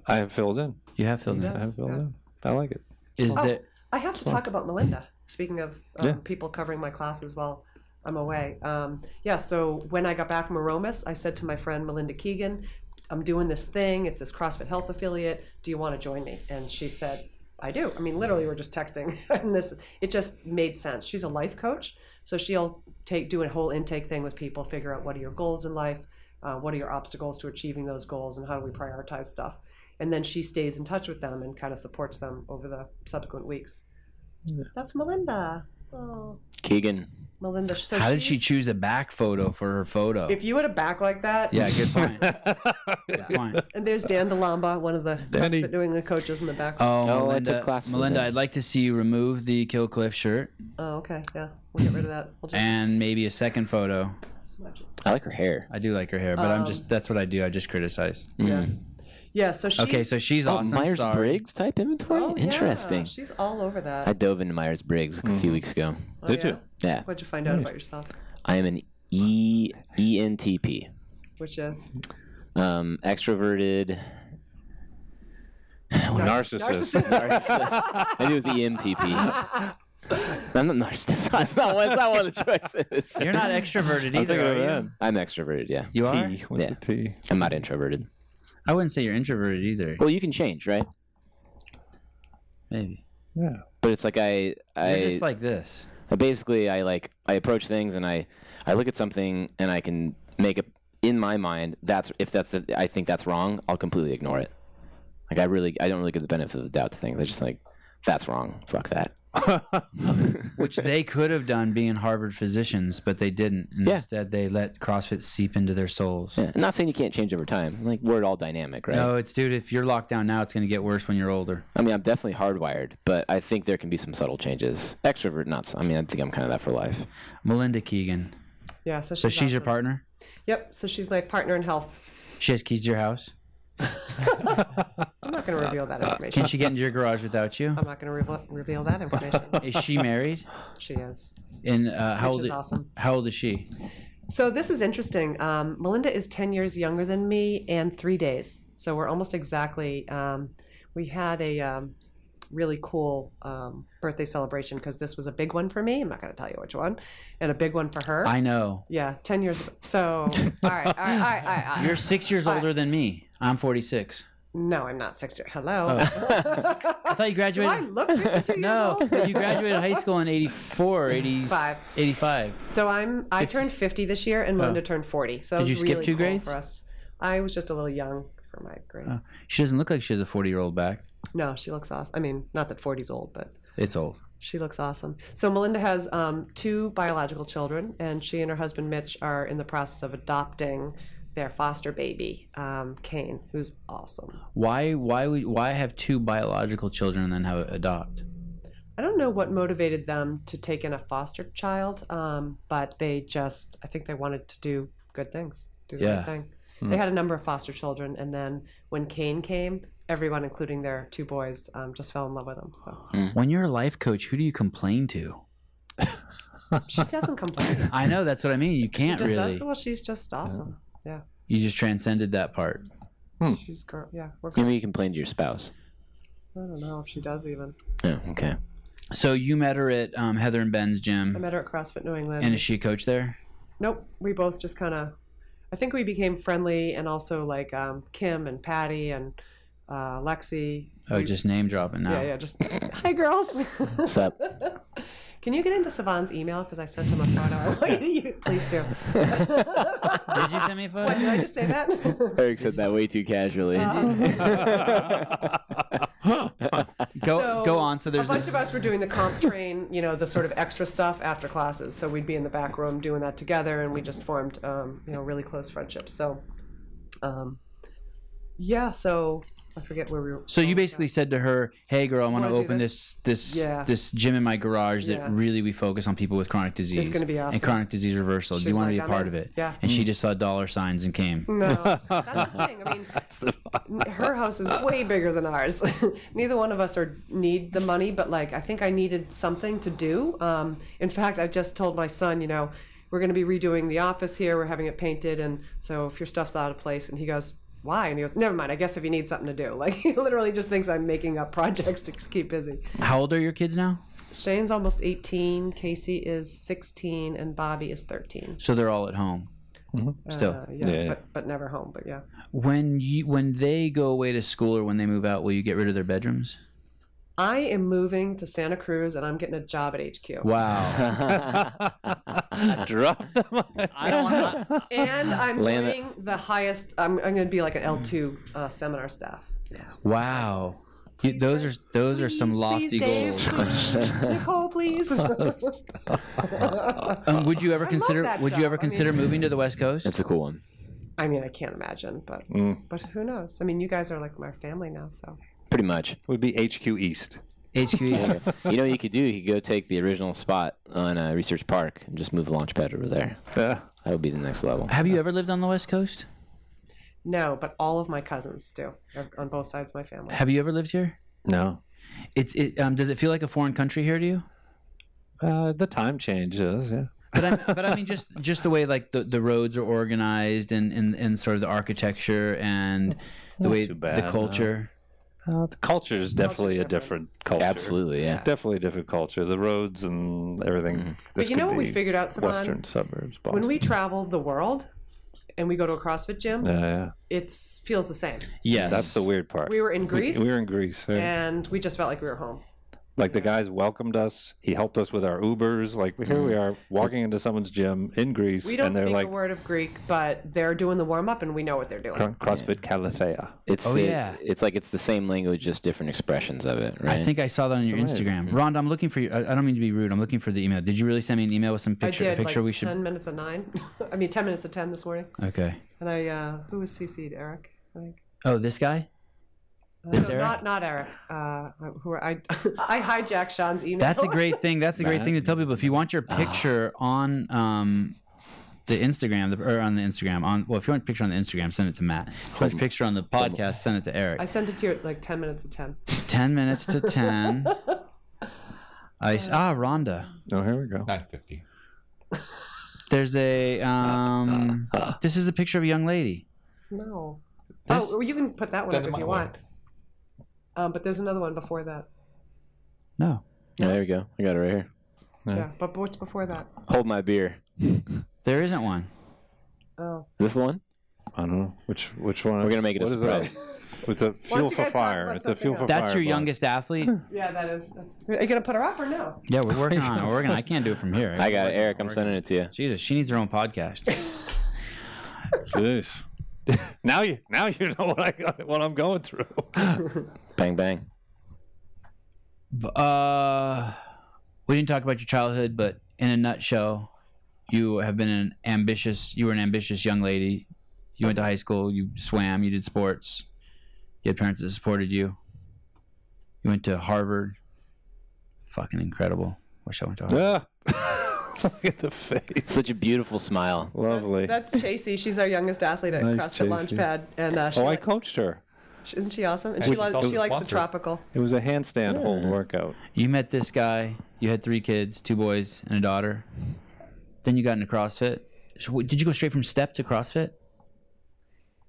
[SPEAKER 2] I have filled in.
[SPEAKER 1] You have filled
[SPEAKER 4] Yeah.
[SPEAKER 1] in.
[SPEAKER 2] I have filled
[SPEAKER 4] Yeah.
[SPEAKER 2] in. I like it.
[SPEAKER 1] Is
[SPEAKER 4] Oh.
[SPEAKER 1] there?
[SPEAKER 4] i have to talk about melinda speaking of um,
[SPEAKER 2] Yeah.
[SPEAKER 4] people covering my classes while i'm away um, yeah so when i got back from aromas i said to my friend melinda keegan i'm doing this thing it's this crossfit health affiliate do you want to join me and she said I do. I mean, literally, we're just texting, (laughs) and this it just made sense. She's a life coach, so she'll take do a whole intake thing with people, figure out what are your goals in life, uh, what are your obstacles to achieving those goals, and how do we prioritize stuff. And then she stays in touch with them and kind of supports them over the subsequent weeks. That's Melinda. Oh,
[SPEAKER 3] (laughs) Keegan.
[SPEAKER 4] Melinda. So
[SPEAKER 5] How did she
[SPEAKER 4] she's-
[SPEAKER 5] choose a back photo for her photo?
[SPEAKER 4] If you had a back like that,
[SPEAKER 1] Yeah, good point. Good point.
[SPEAKER 4] (laughs) And there's Dan DeLamba, one of the
[SPEAKER 2] Danny.
[SPEAKER 4] CrossFit New England coaches in the back.
[SPEAKER 1] Um,
[SPEAKER 5] Oh,
[SPEAKER 3] I took
[SPEAKER 5] Melinda,
[SPEAKER 3] class with
[SPEAKER 5] Melinda,
[SPEAKER 3] him.
[SPEAKER 5] I'd like to see you remove the Kill Cliff shirt
[SPEAKER 4] Oh, okay. Yeah. We'll get rid of that. We'll just
[SPEAKER 1] And maybe a second photo.
[SPEAKER 4] smudge it.
[SPEAKER 3] I like her hair.
[SPEAKER 1] I do like her hair, but I'm just that's what I do. I just criticize.
[SPEAKER 4] Yeah. Yeah. So she's.
[SPEAKER 1] Okay, so she's
[SPEAKER 3] Oh,
[SPEAKER 1] awesome.
[SPEAKER 3] Myers
[SPEAKER 1] Sorry.
[SPEAKER 3] Briggs type inventory?
[SPEAKER 4] Oh, yeah,
[SPEAKER 3] Interesting.
[SPEAKER 4] She's all over that.
[SPEAKER 3] I dove into Myers Briggs a
[SPEAKER 1] Mm-hmm.
[SPEAKER 3] few weeks ago.
[SPEAKER 4] Oh,
[SPEAKER 2] Did
[SPEAKER 4] yeah?
[SPEAKER 2] you?
[SPEAKER 3] Yeah.
[SPEAKER 4] What'd you find out about yourself?
[SPEAKER 3] I am an E ENTP.
[SPEAKER 4] Which is
[SPEAKER 3] Um, extroverted.
[SPEAKER 2] Narcissist.
[SPEAKER 3] narcissist. Maybe it was E EMTP. I'm not narcissist. (laughs) That's not, that's not one of the choices.
[SPEAKER 1] You're
[SPEAKER 3] (laughs)
[SPEAKER 1] not extroverted
[SPEAKER 2] I'm
[SPEAKER 1] either.
[SPEAKER 2] thinking of
[SPEAKER 1] are
[SPEAKER 2] that.
[SPEAKER 1] you?
[SPEAKER 3] I'm extroverted, yeah.
[SPEAKER 1] You are.
[SPEAKER 2] T with
[SPEAKER 3] Yeah.
[SPEAKER 2] the T.
[SPEAKER 3] I'm not introverted.
[SPEAKER 1] I wouldn't say you're introverted either.
[SPEAKER 3] Well, you can change, right?
[SPEAKER 1] Maybe
[SPEAKER 2] Yeah.
[SPEAKER 3] But it's like I, I
[SPEAKER 1] you're just like
[SPEAKER 3] (laughs)
[SPEAKER 1] this.
[SPEAKER 3] But basically, I like I approach things and I I look at something and I can make up in my mind that's if that's the, I think that's wrong, I'll completely ignore it. Like I really I don't really give the benefit of the doubt to things. I just like that's wrong. Fuck that.
[SPEAKER 1] Which they could have done being Harvard physicians, but they didn't. And
[SPEAKER 3] Yeah.
[SPEAKER 1] Instead, they let CrossFit seep into their souls.
[SPEAKER 3] Yeah. I'm not saying you can't change over time. Like we're all dynamic, right?
[SPEAKER 1] No, it's dude. If you're locked down now, it's gonna get worse when you're older.
[SPEAKER 3] I mean, I'm definitely hardwired, but I think there can be some subtle changes. Extrovert, not. s- I mean, I think I'm kind of that for life.
[SPEAKER 1] Melinda Keegan.
[SPEAKER 4] yeah. So she's,
[SPEAKER 1] So she's your
[SPEAKER 4] awesome.
[SPEAKER 1] partner.
[SPEAKER 4] Yep. So she's my partner in health.
[SPEAKER 1] She has keys to your house.
[SPEAKER 4] I'm not going to reveal that information.
[SPEAKER 1] Can she get into your garage without
[SPEAKER 4] (laughs)
[SPEAKER 1] you?
[SPEAKER 4] I'm not going to reveal reveal
[SPEAKER 1] (laughs)
[SPEAKER 4] that information.
[SPEAKER 1] Is she married?
[SPEAKER 4] she is,
[SPEAKER 1] And uh, how
[SPEAKER 4] which
[SPEAKER 1] old?
[SPEAKER 4] is awesome.
[SPEAKER 1] How old is she?
[SPEAKER 4] So this is interesting. Um, Melinda is 10 years younger than me and three days. So we're almost exactly. Um, we had a um, really cool um, birthday celebration because this was a big one for me. I'm not going to tell you which one, and a big one for her.
[SPEAKER 1] I know.
[SPEAKER 4] yeah, 10 years.
[SPEAKER 1] (laughs)
[SPEAKER 4] So all right, all right, all right, all right. all right.
[SPEAKER 1] You're six years older than me. I'm 46.
[SPEAKER 4] no, I'm not six years. Hello.
[SPEAKER 1] I thought you
[SPEAKER 4] (laughs) Do I
[SPEAKER 1] graduated.
[SPEAKER 4] look
[SPEAKER 1] (laughs)
[SPEAKER 4] 52
[SPEAKER 1] No,
[SPEAKER 4] years old?
[SPEAKER 1] you graduated high school in
[SPEAKER 4] (laughs)
[SPEAKER 1] 84, 80,
[SPEAKER 4] Five.
[SPEAKER 1] 85.
[SPEAKER 4] So I'm I turned 50 this year, and Melinda turned 40. So that
[SPEAKER 1] Oh. Did
[SPEAKER 4] was
[SPEAKER 1] you skip
[SPEAKER 4] really
[SPEAKER 1] two
[SPEAKER 4] cool
[SPEAKER 1] grades? Oh.
[SPEAKER 4] for us? I was just a little young for my grade.
[SPEAKER 1] She doesn't look like she has a 40 year old back.
[SPEAKER 4] No, she looks awesome. I mean, not that 40's old, but
[SPEAKER 1] It's old.
[SPEAKER 4] she looks awesome. So Melinda has um, two biological children, and she and her husband Mitch are in the process of adopting their foster baby, um, Kane, who's awesome.
[SPEAKER 1] Why? Why would? Why have two biological children and then have adopt?
[SPEAKER 4] I don't know what motivated them to take in a foster child, um, but they just, I think they wanted to do good things, do the
[SPEAKER 1] Yeah. Hmm.
[SPEAKER 4] right thing. They had a number of foster children, and then when Kane came, everyone, including their two boys, um, just fell in love with him. So
[SPEAKER 1] When you're a life coach, who do you complain to? (laughs)
[SPEAKER 4] she doesn't complain.
[SPEAKER 1] I know that's what I mean. You
[SPEAKER 4] She
[SPEAKER 1] can't
[SPEAKER 4] just does,
[SPEAKER 1] really.
[SPEAKER 4] well, she's just awesome. Yeah,
[SPEAKER 1] You just transcended that part.
[SPEAKER 4] she's girl. Yeah, we're
[SPEAKER 3] You
[SPEAKER 4] girl.
[SPEAKER 3] know, you complain to your spouse.
[SPEAKER 4] I don't know if she does even.
[SPEAKER 3] Yeah. Oh, Okay.
[SPEAKER 1] So you met her at um, Heather and Ben's
[SPEAKER 4] I
[SPEAKER 1] gym,
[SPEAKER 4] met her at CrossFit New England.
[SPEAKER 1] and is she a coach there?
[SPEAKER 4] Nope. We both just kind of, I think we became friendly, and also like um, Kim and Patty and uh, Lexi.
[SPEAKER 1] Oh,
[SPEAKER 4] We-
[SPEAKER 1] just name dropping now.
[SPEAKER 4] yeah, yeah. Just (laughs) hi, girls.
[SPEAKER 3] Sup?
[SPEAKER 4] Can you get into Savant's email because I sent him a photo. (laughs) I want you to please do.
[SPEAKER 1] Did you send me a photo?
[SPEAKER 4] (laughs) What, did I just say that?
[SPEAKER 3] (laughs) Eric said that way too casually.
[SPEAKER 1] (laughs) Go
[SPEAKER 4] So,
[SPEAKER 1] go on. So
[SPEAKER 4] a
[SPEAKER 1] there's
[SPEAKER 4] bunch
[SPEAKER 1] this,
[SPEAKER 4] of us were doing the comp train, you know, the sort of extra stuff after classes. So we'd be in the back room doing that together, and we just formed, um, you know, really close friendships. So, um, yeah. So I forget where we were. Oh
[SPEAKER 1] so you basically said to her, "Hey, girl, I want to
[SPEAKER 4] Wanna do
[SPEAKER 1] open
[SPEAKER 4] this?
[SPEAKER 1] this this
[SPEAKER 4] Yeah.
[SPEAKER 1] this gym in my garage that
[SPEAKER 4] Yeah.
[SPEAKER 1] really we focus on people with chronic disease.
[SPEAKER 4] gonna be awesome.
[SPEAKER 1] and chronic disease reversal. Do
[SPEAKER 4] She's
[SPEAKER 1] you want to
[SPEAKER 4] like,
[SPEAKER 1] be
[SPEAKER 4] "I'm
[SPEAKER 1] a part
[SPEAKER 4] in."
[SPEAKER 1] of it?
[SPEAKER 4] Yeah.
[SPEAKER 1] And she just saw dollar signs and came.
[SPEAKER 4] No, that's the thing. I mean,
[SPEAKER 1] (laughs)
[SPEAKER 4] n- her house is way bigger than ours. (laughs) Neither one of us are need the money, but like I think I needed something to do. Um, in fact, I just told my son, you know, we're going to be redoing the office here. We're having it painted, and so if your stuff's out of place, and he goes. Why? And he goes, never mind. I guess if you need something to do, (laughs) like he literally just thinks I'm making up projects to keep busy.
[SPEAKER 1] How old are your kids now?
[SPEAKER 4] Shane's almost 18, Casey is 16, and Bobby is 13.
[SPEAKER 1] So they're all at home. Still,
[SPEAKER 4] Uh, yeah,
[SPEAKER 2] Yeah.
[SPEAKER 4] But, but never home. But yeah.
[SPEAKER 1] when you when they go away to school or when they move out, will you get rid of their bedrooms?
[SPEAKER 4] I am moving to Santa Cruz and I'm getting a job at HQ.
[SPEAKER 1] Wow.
[SPEAKER 2] Drop the mic.
[SPEAKER 6] I don't want to.
[SPEAKER 4] And I'm
[SPEAKER 3] Lana-
[SPEAKER 4] doing the highest, I'm, I'm going to be like an L2 uh, seminar staff. Yeah.
[SPEAKER 1] Wow.
[SPEAKER 6] You, those are those are some
[SPEAKER 4] Please,
[SPEAKER 6] lofty
[SPEAKER 4] please, (laughs)
[SPEAKER 6] goals.
[SPEAKER 4] Dave,
[SPEAKER 2] (laughs)
[SPEAKER 4] please. Nicole, please.
[SPEAKER 1] Um, would you ever
[SPEAKER 4] love
[SPEAKER 1] consider
[SPEAKER 4] that
[SPEAKER 1] would you
[SPEAKER 4] job.
[SPEAKER 1] ever
[SPEAKER 4] I mean-
[SPEAKER 1] consider moving to the West Coast?
[SPEAKER 3] That's a cool one.
[SPEAKER 4] I mean, I can't imagine, but
[SPEAKER 2] Mm.
[SPEAKER 4] but who knows? I mean, you guys are like my family now, so
[SPEAKER 3] Pretty much.
[SPEAKER 2] would be HQ East.
[SPEAKER 1] HQ.
[SPEAKER 3] you know what you could do? You could go take the original spot on uh, Research Park and just move the launch pad over there.
[SPEAKER 2] Uh,
[SPEAKER 3] That would be the next level.
[SPEAKER 1] Have you ever lived on the West Coast?
[SPEAKER 4] no. But all of my cousins do on both sides of my family.
[SPEAKER 1] Have you ever lived here?
[SPEAKER 2] no.
[SPEAKER 1] It's it. Um, does it feel like a foreign country here to you?
[SPEAKER 2] Uh, the time changes, yeah.
[SPEAKER 1] But I, but I mean, just just the way like the, the roads are organized and, and and sort of the architecture and the way
[SPEAKER 2] too bad,
[SPEAKER 1] the
[SPEAKER 2] no.
[SPEAKER 1] culture.
[SPEAKER 2] Uh, the culture is definitely a different culture.
[SPEAKER 3] Absolutely, yeah.
[SPEAKER 2] Definitely a different culture. The roads and everything. This
[SPEAKER 4] But you
[SPEAKER 2] could
[SPEAKER 4] know what we
[SPEAKER 2] be
[SPEAKER 4] figured out, Saban?
[SPEAKER 2] Western suburbs, Boston.
[SPEAKER 4] When we travel the world and we go to a CrossFit gym,
[SPEAKER 2] yeah, yeah.
[SPEAKER 4] it feels the same.
[SPEAKER 1] Yes,
[SPEAKER 2] That's the weird part.
[SPEAKER 4] We were in Greece,
[SPEAKER 2] We, we were in Greece. yeah.
[SPEAKER 4] and we just felt like we were home.
[SPEAKER 2] Like the guys welcomed us. He helped us with our Ubers. Like here we
[SPEAKER 1] Mm.
[SPEAKER 2] are walking into someone's gym in Greece,
[SPEAKER 4] We don't
[SPEAKER 2] and they're
[SPEAKER 4] speak
[SPEAKER 2] like
[SPEAKER 4] a word of Greek, but they're doing the warm up, and we know what they're doing.
[SPEAKER 2] "Cro- CrossFit Calisthea.
[SPEAKER 3] It's
[SPEAKER 1] Oh,
[SPEAKER 3] the,
[SPEAKER 1] yeah.
[SPEAKER 3] It's like it's the same language, just different expressions of it, right?
[SPEAKER 1] I think I saw that on your Instagram,
[SPEAKER 2] Hmm.
[SPEAKER 1] Rhonda. I'm looking for you. I, I don't mean to be rude. I'm looking for the email. Did you really send me an email with some
[SPEAKER 4] I
[SPEAKER 1] picture? a
[SPEAKER 4] did
[SPEAKER 1] picture
[SPEAKER 4] like
[SPEAKER 1] we should.
[SPEAKER 4] ten minutes of nine. (laughs) I mean, ten minutes of ten this morning.
[SPEAKER 1] Okay.
[SPEAKER 4] And I, uh, who was CC'd? Eric, I think.
[SPEAKER 1] Oh, this guy.
[SPEAKER 4] Uh,
[SPEAKER 1] This
[SPEAKER 4] no,
[SPEAKER 1] Eric?
[SPEAKER 4] Not not Eric. Uh, who are, I (laughs) I hijacked Sean's email.
[SPEAKER 1] That's a great thing. That's a great thing to tell people. If you want your picture on um, the Instagram, the, or on the Instagram, on well, if you want a picture on the Instagram, send it to Matt. If you want a picture on the podcast, send it to
[SPEAKER 4] (laughs) I
[SPEAKER 1] Eric.
[SPEAKER 4] sent it to you at like ten minutes of ten.
[SPEAKER 1] Ten minutes to ten. I s- ah Rhonda.
[SPEAKER 2] Oh, here we go.
[SPEAKER 7] 950.
[SPEAKER 1] There's a um. This is a picture of a young lady.
[SPEAKER 4] No.
[SPEAKER 1] This-
[SPEAKER 4] Oh, well, you can put that one
[SPEAKER 7] Send
[SPEAKER 4] up if
[SPEAKER 7] it
[SPEAKER 4] you
[SPEAKER 7] my way.
[SPEAKER 4] want. Um, but there's another one before that.
[SPEAKER 1] No,
[SPEAKER 3] Yeah, Oh, there we go. I got it right here.
[SPEAKER 2] Yeah.
[SPEAKER 4] Yeah. But what's before that?
[SPEAKER 3] Hold my beer.
[SPEAKER 1] there isn't one.
[SPEAKER 4] Oh.
[SPEAKER 3] Is this the one?
[SPEAKER 2] I don't know which which one.
[SPEAKER 3] We're gonna make it a
[SPEAKER 2] what is that?
[SPEAKER 3] surprise.
[SPEAKER 2] (laughs) It's a fuel
[SPEAKER 4] you
[SPEAKER 2] for
[SPEAKER 4] guys talk
[SPEAKER 2] fire.
[SPEAKER 4] about
[SPEAKER 2] It's a fuel
[SPEAKER 4] something
[SPEAKER 2] for fire.
[SPEAKER 1] That's your
[SPEAKER 2] Bob.
[SPEAKER 1] youngest
[SPEAKER 3] (laughs)
[SPEAKER 1] athlete.
[SPEAKER 4] Yeah, that is. Are you gonna put her up or no?
[SPEAKER 1] Yeah, we're working on it. We're working. I can't do it from here.
[SPEAKER 3] (laughs) I got it, Eric. I'm sending it to you.
[SPEAKER 1] Jesus, she needs her own podcast.
[SPEAKER 2] Jeez. now you now you know what I got, what I'm going through.
[SPEAKER 1] (laughs)
[SPEAKER 3] Bang bang.
[SPEAKER 1] B- Uh, we didn't talk about your childhood, but in a nutshell, you have been an ambitious. You were an ambitious young lady. You went to high school. You swam. You did sports. You had parents that supported you. You went to Harvard. Fucking incredible. Wish I went to Harvard.
[SPEAKER 2] Ah. (laughs) Look at the face.
[SPEAKER 3] Such a beautiful smile.
[SPEAKER 2] Lovely.
[SPEAKER 4] That's Chasey. She's our youngest athlete at
[SPEAKER 2] Nice,
[SPEAKER 4] CrossFit
[SPEAKER 2] Chasey.
[SPEAKER 4] Launchpad, and uh, she,
[SPEAKER 2] oh, I
[SPEAKER 4] li-
[SPEAKER 2] coached her.
[SPEAKER 4] isn't she awesome? And
[SPEAKER 7] Hey,
[SPEAKER 4] she,
[SPEAKER 7] she's
[SPEAKER 4] li-
[SPEAKER 7] also
[SPEAKER 4] she
[SPEAKER 7] the
[SPEAKER 4] likes the
[SPEAKER 7] sponsor.
[SPEAKER 4] tropical.
[SPEAKER 2] It was a handstand hold workout.
[SPEAKER 1] You met this guy. You had three kids, two boys and a daughter. Then you got into CrossFit. So, wh- did you go straight from step to CrossFit?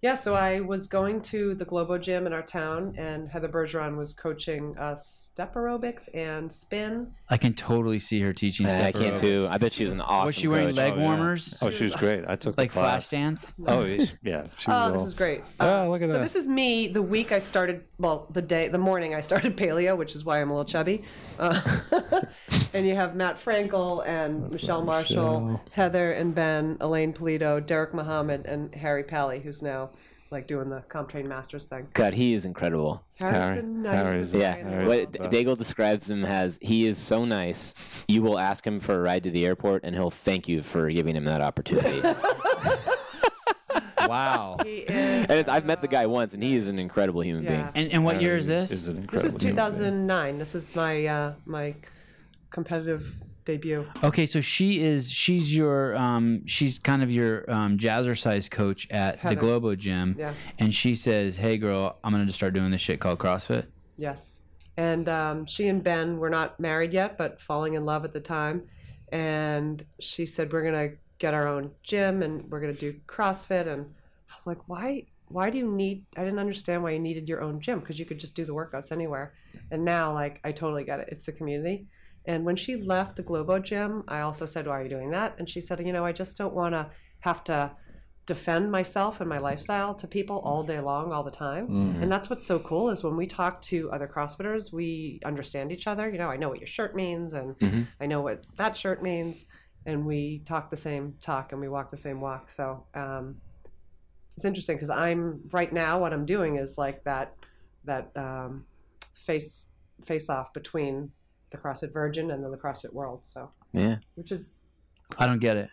[SPEAKER 4] Yeah, so I was going to the Globo Gym in our town, and Heather Bergeron was coaching uh, step aerobics and spin.
[SPEAKER 1] I can totally see her teaching.
[SPEAKER 3] I
[SPEAKER 1] step
[SPEAKER 3] can't
[SPEAKER 1] aerobics.
[SPEAKER 3] too. I bet she's an awesome
[SPEAKER 1] Was she wearing
[SPEAKER 3] coach.
[SPEAKER 1] leg
[SPEAKER 2] Oh, yeah.
[SPEAKER 1] warmers?
[SPEAKER 2] Oh, she was great. I took the
[SPEAKER 1] Like flash
[SPEAKER 2] class.
[SPEAKER 1] dance?
[SPEAKER 2] Oh, yeah, she- yeah. She was
[SPEAKER 4] Oh, this
[SPEAKER 2] all-
[SPEAKER 4] is great.
[SPEAKER 2] Oh, look at
[SPEAKER 4] so
[SPEAKER 2] that.
[SPEAKER 4] this is me the week I started, well, the day, the morning I started (laughs) paleo, which is why I'm a little chubby. Uh, (laughs) and you have Matt Frankel and Michelle Marshall, Heather and Ben, Elaine Polito, Derek Muhammad, and Harry Pally, who's now like doing the Comtrain Masters thing.
[SPEAKER 3] God, he is incredible.
[SPEAKER 4] Harry's
[SPEAKER 2] Harry-
[SPEAKER 4] the nicest
[SPEAKER 2] Harry's-
[SPEAKER 4] guy
[SPEAKER 3] Yeah,
[SPEAKER 4] in the world.
[SPEAKER 3] what Daigle describes him as he is so nice. You will ask him for a ride to the airport, and he'll thank you for giving him that opportunity. and
[SPEAKER 1] (laughs) Wow.
[SPEAKER 4] He is-
[SPEAKER 3] it's, I've met the guy once, and he is an incredible human
[SPEAKER 4] yeah.
[SPEAKER 1] And, and what year is
[SPEAKER 2] Harry
[SPEAKER 1] this?
[SPEAKER 2] an
[SPEAKER 4] This is
[SPEAKER 2] incredible human being.
[SPEAKER 4] 2009. This is my uh, my competitive debut.
[SPEAKER 1] okay, so she is she's your um she's kind of your um jazzercise coach at
[SPEAKER 4] Heather.
[SPEAKER 1] the Globo gym.
[SPEAKER 4] Yeah.
[SPEAKER 1] And she says, "Hey girl, I'm going to start doing this shit called CrossFit."
[SPEAKER 4] Yes. And um, she and Ben were not married yet, but falling in love at the time. And she said, "We're gonna get our own gym, and we're gonna do CrossFit." And I was like, "Why? Why do you need?" I didn't understand why you needed your own gym because you could just do the workouts anywhere. And now, like, I totally get it. It's the community. And when she left the Globo gym, I also said, "Why are you doing that?" And she said, "You know, I just don't want to have to defend myself and my lifestyle to people all day long, all the time. And that's what's so cool is when we talk to other CrossFitters, we understand each other. You know, I know what your shirt means, and
[SPEAKER 3] Mhm.
[SPEAKER 4] I know what that shirt means, and we talk the same talk and we walk the same walk. So um, it's interesting because I'm right now what I'm doing is like that that um, face face off between the CrossFit Virgin and then the CrossFit World. So
[SPEAKER 3] Yeah.
[SPEAKER 4] which is
[SPEAKER 1] I don't get it.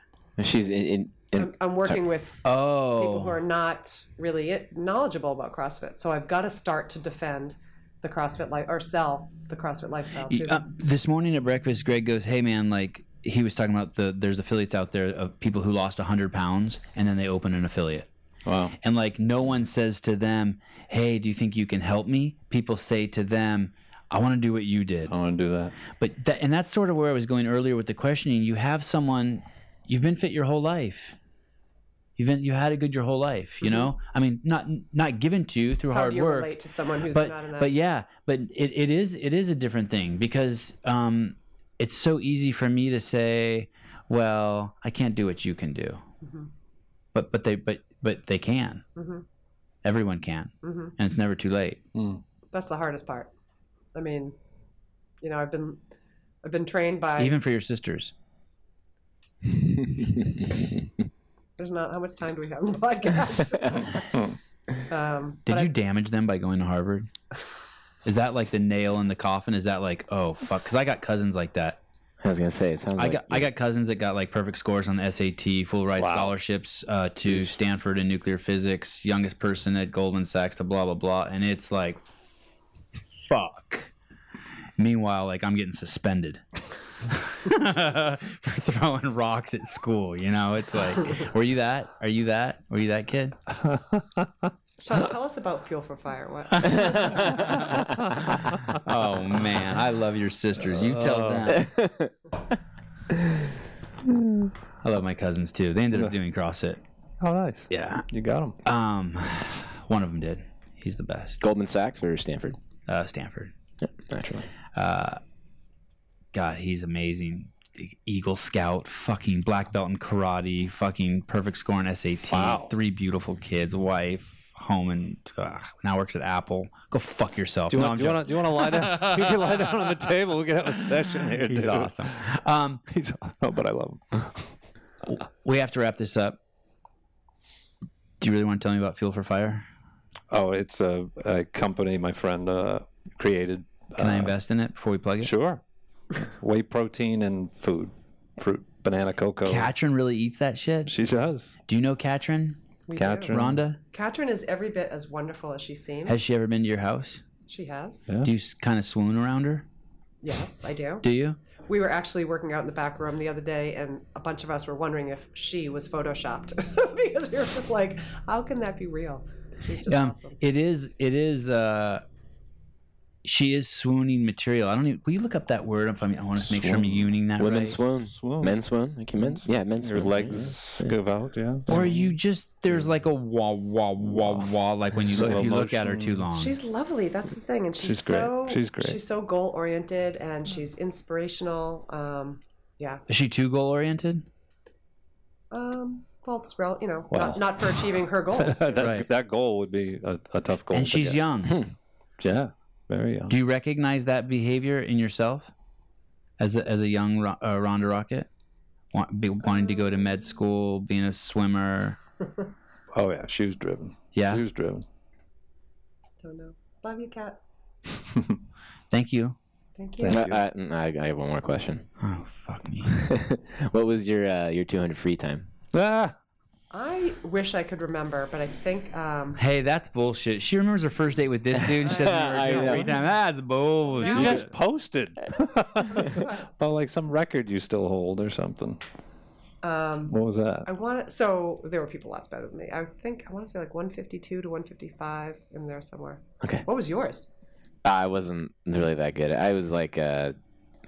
[SPEAKER 3] She's in, in,
[SPEAKER 4] I'm,
[SPEAKER 3] in
[SPEAKER 4] I'm working with
[SPEAKER 1] Oh,
[SPEAKER 4] people who are not really it- knowledgeable about CrossFit. So I've got to start to defend the CrossFit life or sell the CrossFit lifestyle
[SPEAKER 1] Y-
[SPEAKER 4] too.
[SPEAKER 1] Uh, this morning at breakfast, Greg goes, "Hey man, like he was talking about the there's affiliates out there of people who lost hundred pounds and then they open an affiliate,
[SPEAKER 2] Wow.
[SPEAKER 1] and like no one says to them, "Hey, do you think you can help me?" People say to them, "I want to do what you did."
[SPEAKER 2] I want to do that.
[SPEAKER 1] But that, and that's sort of where I was going earlier with the questioning. You have someone, you've been fit your whole life. You've been you had it good your whole life. You know, I mean, not not given to you through
[SPEAKER 4] Mm-hmm. How
[SPEAKER 1] hard
[SPEAKER 4] do you
[SPEAKER 1] work
[SPEAKER 4] relate to someone who's
[SPEAKER 1] but
[SPEAKER 4] not in that?
[SPEAKER 1] but yeah but it, it is it is a different thing because um it's so easy for me to say well i can't do what you can do
[SPEAKER 4] Mhm.
[SPEAKER 1] but but they but but they can
[SPEAKER 4] Mhm.
[SPEAKER 1] everyone can
[SPEAKER 4] hmm
[SPEAKER 1] and it's never too late
[SPEAKER 4] That's the hardest part. I mean, you know, I've been I've been trained by.
[SPEAKER 1] even for your sisters
[SPEAKER 4] there's not how much time do we have on the
[SPEAKER 1] (laughs)
[SPEAKER 4] podcast? um,
[SPEAKER 1] did
[SPEAKER 4] but I-
[SPEAKER 1] you damage them by going to
[SPEAKER 4] (sighs)
[SPEAKER 1] harvard is that like the nail in the coffin is that like oh fuck because i got cousins like that
[SPEAKER 3] I was gonna say it sounds
[SPEAKER 1] I
[SPEAKER 3] like
[SPEAKER 1] got I got cousins that got like perfect scores on the SAT, full ride scholarships uh, to Stanford in nuclear physics, youngest person at Goldman Sachs to blah blah blah, and it's like, fuck. Meanwhile, like I'm getting suspended (laughs) for throwing rocks at school. You know, it's
[SPEAKER 4] (laughs)
[SPEAKER 1] like, were you that? Are you that? Were you that kid? (laughs)
[SPEAKER 4] Sean, tell us about Fuel for Fire. What?
[SPEAKER 1] Oh man, I love your sisters. You tell them. I love my cousins too. They ended up doing CrossFit.
[SPEAKER 2] (laughs) Oh, nice.
[SPEAKER 1] Yeah.
[SPEAKER 2] You got him.
[SPEAKER 1] Um, one of them did. He's the best.
[SPEAKER 3] (laughs) Goldman Sachs or Stanford.
[SPEAKER 1] Uh, Stanford. Uh,
[SPEAKER 3] Naturally.
[SPEAKER 1] God, he's amazing. Eagle Scout, fucking black belt in karate, fucking perfect score on SAT. Three beautiful kids, wife, home, and uh, now works at Apple. Go fuck yourself.
[SPEAKER 2] Do you
[SPEAKER 1] No,
[SPEAKER 2] want
[SPEAKER 1] I'm
[SPEAKER 2] to do you want to lie (laughs) down? You can lie down on the table. We can have a session here.
[SPEAKER 1] joking. He's
[SPEAKER 2] dude.
[SPEAKER 1] awesome. Um,
[SPEAKER 2] (laughs) He's awesome, but I love him.
[SPEAKER 1] we have to wrap this up. Do you really want to tell me about Fuel for Fire?
[SPEAKER 2] Oh, it's a, a company my friend uh, created.
[SPEAKER 1] Can I invest in it before we plug it?
[SPEAKER 2] Sure. Whey protein and food, fruit, banana, cocoa.
[SPEAKER 1] Katrin really eats that shit.
[SPEAKER 2] She does.
[SPEAKER 1] Do you know Katrin?
[SPEAKER 4] We do.
[SPEAKER 2] Katrin.
[SPEAKER 1] Rhonda?
[SPEAKER 4] Katrin is every bit as wonderful as she seems.
[SPEAKER 1] Has she ever been to your house?
[SPEAKER 4] she has.
[SPEAKER 1] Do you kind of swoon around her?
[SPEAKER 4] Yes, I do.
[SPEAKER 1] Do you?
[SPEAKER 4] We were actually working out in the back room the other day, and a bunch of us were wondering if she was photoshopped (laughs) because we were just like, "How can that be real?" She's just
[SPEAKER 1] um,
[SPEAKER 4] awesome.
[SPEAKER 1] it is it is uh she is swooning material i don't even will you look up that word if i mean i want to make sure i'm using that
[SPEAKER 3] Women
[SPEAKER 1] right
[SPEAKER 3] swoon.
[SPEAKER 2] Swoon.
[SPEAKER 3] Men swoon. Like you Oh. men's yeah, men swoon.
[SPEAKER 2] Your legs give out, yeah.
[SPEAKER 1] or you just there's like a wah wah wah wah like when you look if you look at her too long
[SPEAKER 4] She's lovely. That's the thing, and she's,
[SPEAKER 2] She's great.
[SPEAKER 4] so
[SPEAKER 2] She's great.
[SPEAKER 4] She's so goal oriented, and she's inspirational. Um, yeah.
[SPEAKER 1] is she too goal oriented
[SPEAKER 4] Um, well, it's real. You know,
[SPEAKER 2] Wow.
[SPEAKER 4] not, not for achieving
[SPEAKER 2] (laughs)
[SPEAKER 4] her goals.
[SPEAKER 2] (laughs) that,
[SPEAKER 1] Right.
[SPEAKER 2] that goal would be a, a tough goal.
[SPEAKER 1] and
[SPEAKER 2] to
[SPEAKER 1] she's
[SPEAKER 2] get.
[SPEAKER 1] young
[SPEAKER 2] Yeah, very young.
[SPEAKER 1] do you recognize that behavior in yourself as a, as a young Ro- uh, Rhonda Rocket Want, be, wanting to go to med school being a swimmer
[SPEAKER 2] Oh, yeah, she was driven.
[SPEAKER 1] Yeah.
[SPEAKER 2] She was driven.
[SPEAKER 4] Don't know. Love you, Kat.
[SPEAKER 1] thank you
[SPEAKER 4] Thank you.
[SPEAKER 3] I, Uh, I, I have one more question.
[SPEAKER 1] oh fuck me
[SPEAKER 3] (laughs) What was your uh, your 200 free time?
[SPEAKER 2] Ah!
[SPEAKER 4] I wish I could remember, but I think um,
[SPEAKER 1] Hey, that's bullshit. She remembers her first date with this dude. (laughs) and She doesn't remember her free time. That's bullshit.
[SPEAKER 2] You just (laughs) posted. but like some record you still hold or something.
[SPEAKER 4] um,
[SPEAKER 2] What was that?
[SPEAKER 4] I want to. So there were people lots better than me. I think I want to say like 152 to 155 in there somewhere.
[SPEAKER 3] Okay.
[SPEAKER 4] What was yours?
[SPEAKER 3] I wasn't really that good. I was like uh,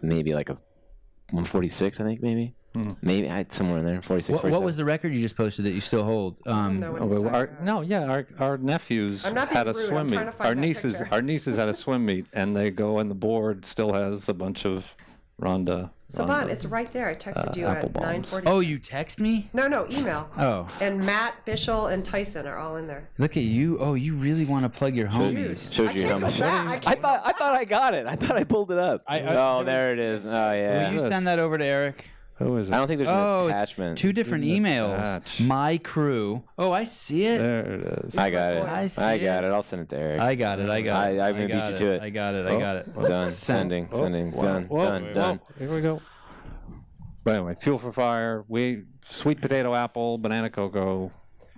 [SPEAKER 3] maybe like a 146, I think maybe. Maybe I somewhere in there, 46,
[SPEAKER 1] What, what was the record you just posted that you still hold? Um,
[SPEAKER 4] No,
[SPEAKER 2] Oh,
[SPEAKER 4] one
[SPEAKER 2] well,
[SPEAKER 4] was
[SPEAKER 2] our, no, yeah, our, our nephews
[SPEAKER 4] I'm not being
[SPEAKER 2] had a
[SPEAKER 4] rude, I'm
[SPEAKER 2] swim meet.
[SPEAKER 4] trying to find
[SPEAKER 2] Our
[SPEAKER 4] that
[SPEAKER 2] nieces,
[SPEAKER 4] picture.
[SPEAKER 2] our nieces had a swim meet, and they go, and the board still has a bunch of Rhonda.
[SPEAKER 4] Savan,
[SPEAKER 2] Rhonda.
[SPEAKER 4] it's right there. I texted
[SPEAKER 2] Uh,
[SPEAKER 4] you
[SPEAKER 2] apple
[SPEAKER 4] at
[SPEAKER 2] bombs.
[SPEAKER 4] nine forty.
[SPEAKER 1] Oh, you text me?
[SPEAKER 4] No, no, email.
[SPEAKER 1] Oh,
[SPEAKER 4] And Matt, Bishel, and Tyson are all in there.
[SPEAKER 1] look at you. Oh, you really want to plug your homies.
[SPEAKER 4] Shoot.
[SPEAKER 3] Shows
[SPEAKER 4] I
[SPEAKER 3] you
[SPEAKER 4] can't
[SPEAKER 3] how
[SPEAKER 4] go
[SPEAKER 3] much-
[SPEAKER 4] back. I
[SPEAKER 3] I
[SPEAKER 4] can't-
[SPEAKER 3] thought I thought I got it. I thought I pulled it up.
[SPEAKER 1] I- I-
[SPEAKER 3] oh, there it is. Oh yeah.
[SPEAKER 1] Will you send that over to Eric?
[SPEAKER 2] Who is it?
[SPEAKER 3] I don't think there's an
[SPEAKER 1] Oh, it's
[SPEAKER 3] attachment.
[SPEAKER 1] Two different
[SPEAKER 2] Didn't
[SPEAKER 1] emails.
[SPEAKER 2] attach.
[SPEAKER 1] My crew. Oh, I see it.
[SPEAKER 2] there it is.
[SPEAKER 3] I got it.
[SPEAKER 1] I
[SPEAKER 3] I,
[SPEAKER 1] see
[SPEAKER 3] got it. I'll send it to Eric.
[SPEAKER 1] I got it. I got it.
[SPEAKER 3] I- I'm gonna beat
[SPEAKER 1] got
[SPEAKER 3] you to it.
[SPEAKER 1] I got it. I
[SPEAKER 2] Oh,
[SPEAKER 1] got it.
[SPEAKER 2] well,
[SPEAKER 3] done. Sending. sending. done.
[SPEAKER 2] Oh, Whoa,
[SPEAKER 3] done.
[SPEAKER 2] whoa,
[SPEAKER 3] done.
[SPEAKER 2] Here we go. But anyway, fuel for fire. We sweet potato, apple, banana cocoa.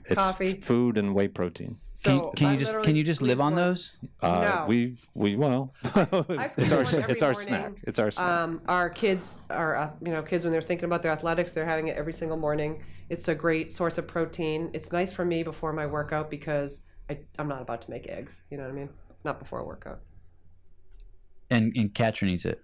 [SPEAKER 2] It's
[SPEAKER 4] Coffee.
[SPEAKER 2] food and whey
[SPEAKER 1] Can,
[SPEAKER 2] protein.
[SPEAKER 4] So
[SPEAKER 1] can
[SPEAKER 4] I
[SPEAKER 1] you just
[SPEAKER 4] literally
[SPEAKER 1] can you just live
[SPEAKER 4] squeezed
[SPEAKER 1] on
[SPEAKER 4] one-
[SPEAKER 1] those?
[SPEAKER 2] Uh,
[SPEAKER 4] No.
[SPEAKER 2] We we well. (laughs)
[SPEAKER 4] squeeze
[SPEAKER 2] it's our
[SPEAKER 4] one every
[SPEAKER 2] it's our
[SPEAKER 4] morning.
[SPEAKER 2] snack. It's our snack.
[SPEAKER 4] Um, our kids are, uh, you know, kids when they're thinking about their athletics, they're having it every single morning. It's a great source of protein. It's nice for me before my workout because I, I'm not about to make eggs. You know what I mean? Not before a workout.
[SPEAKER 1] And and Katrin eats it.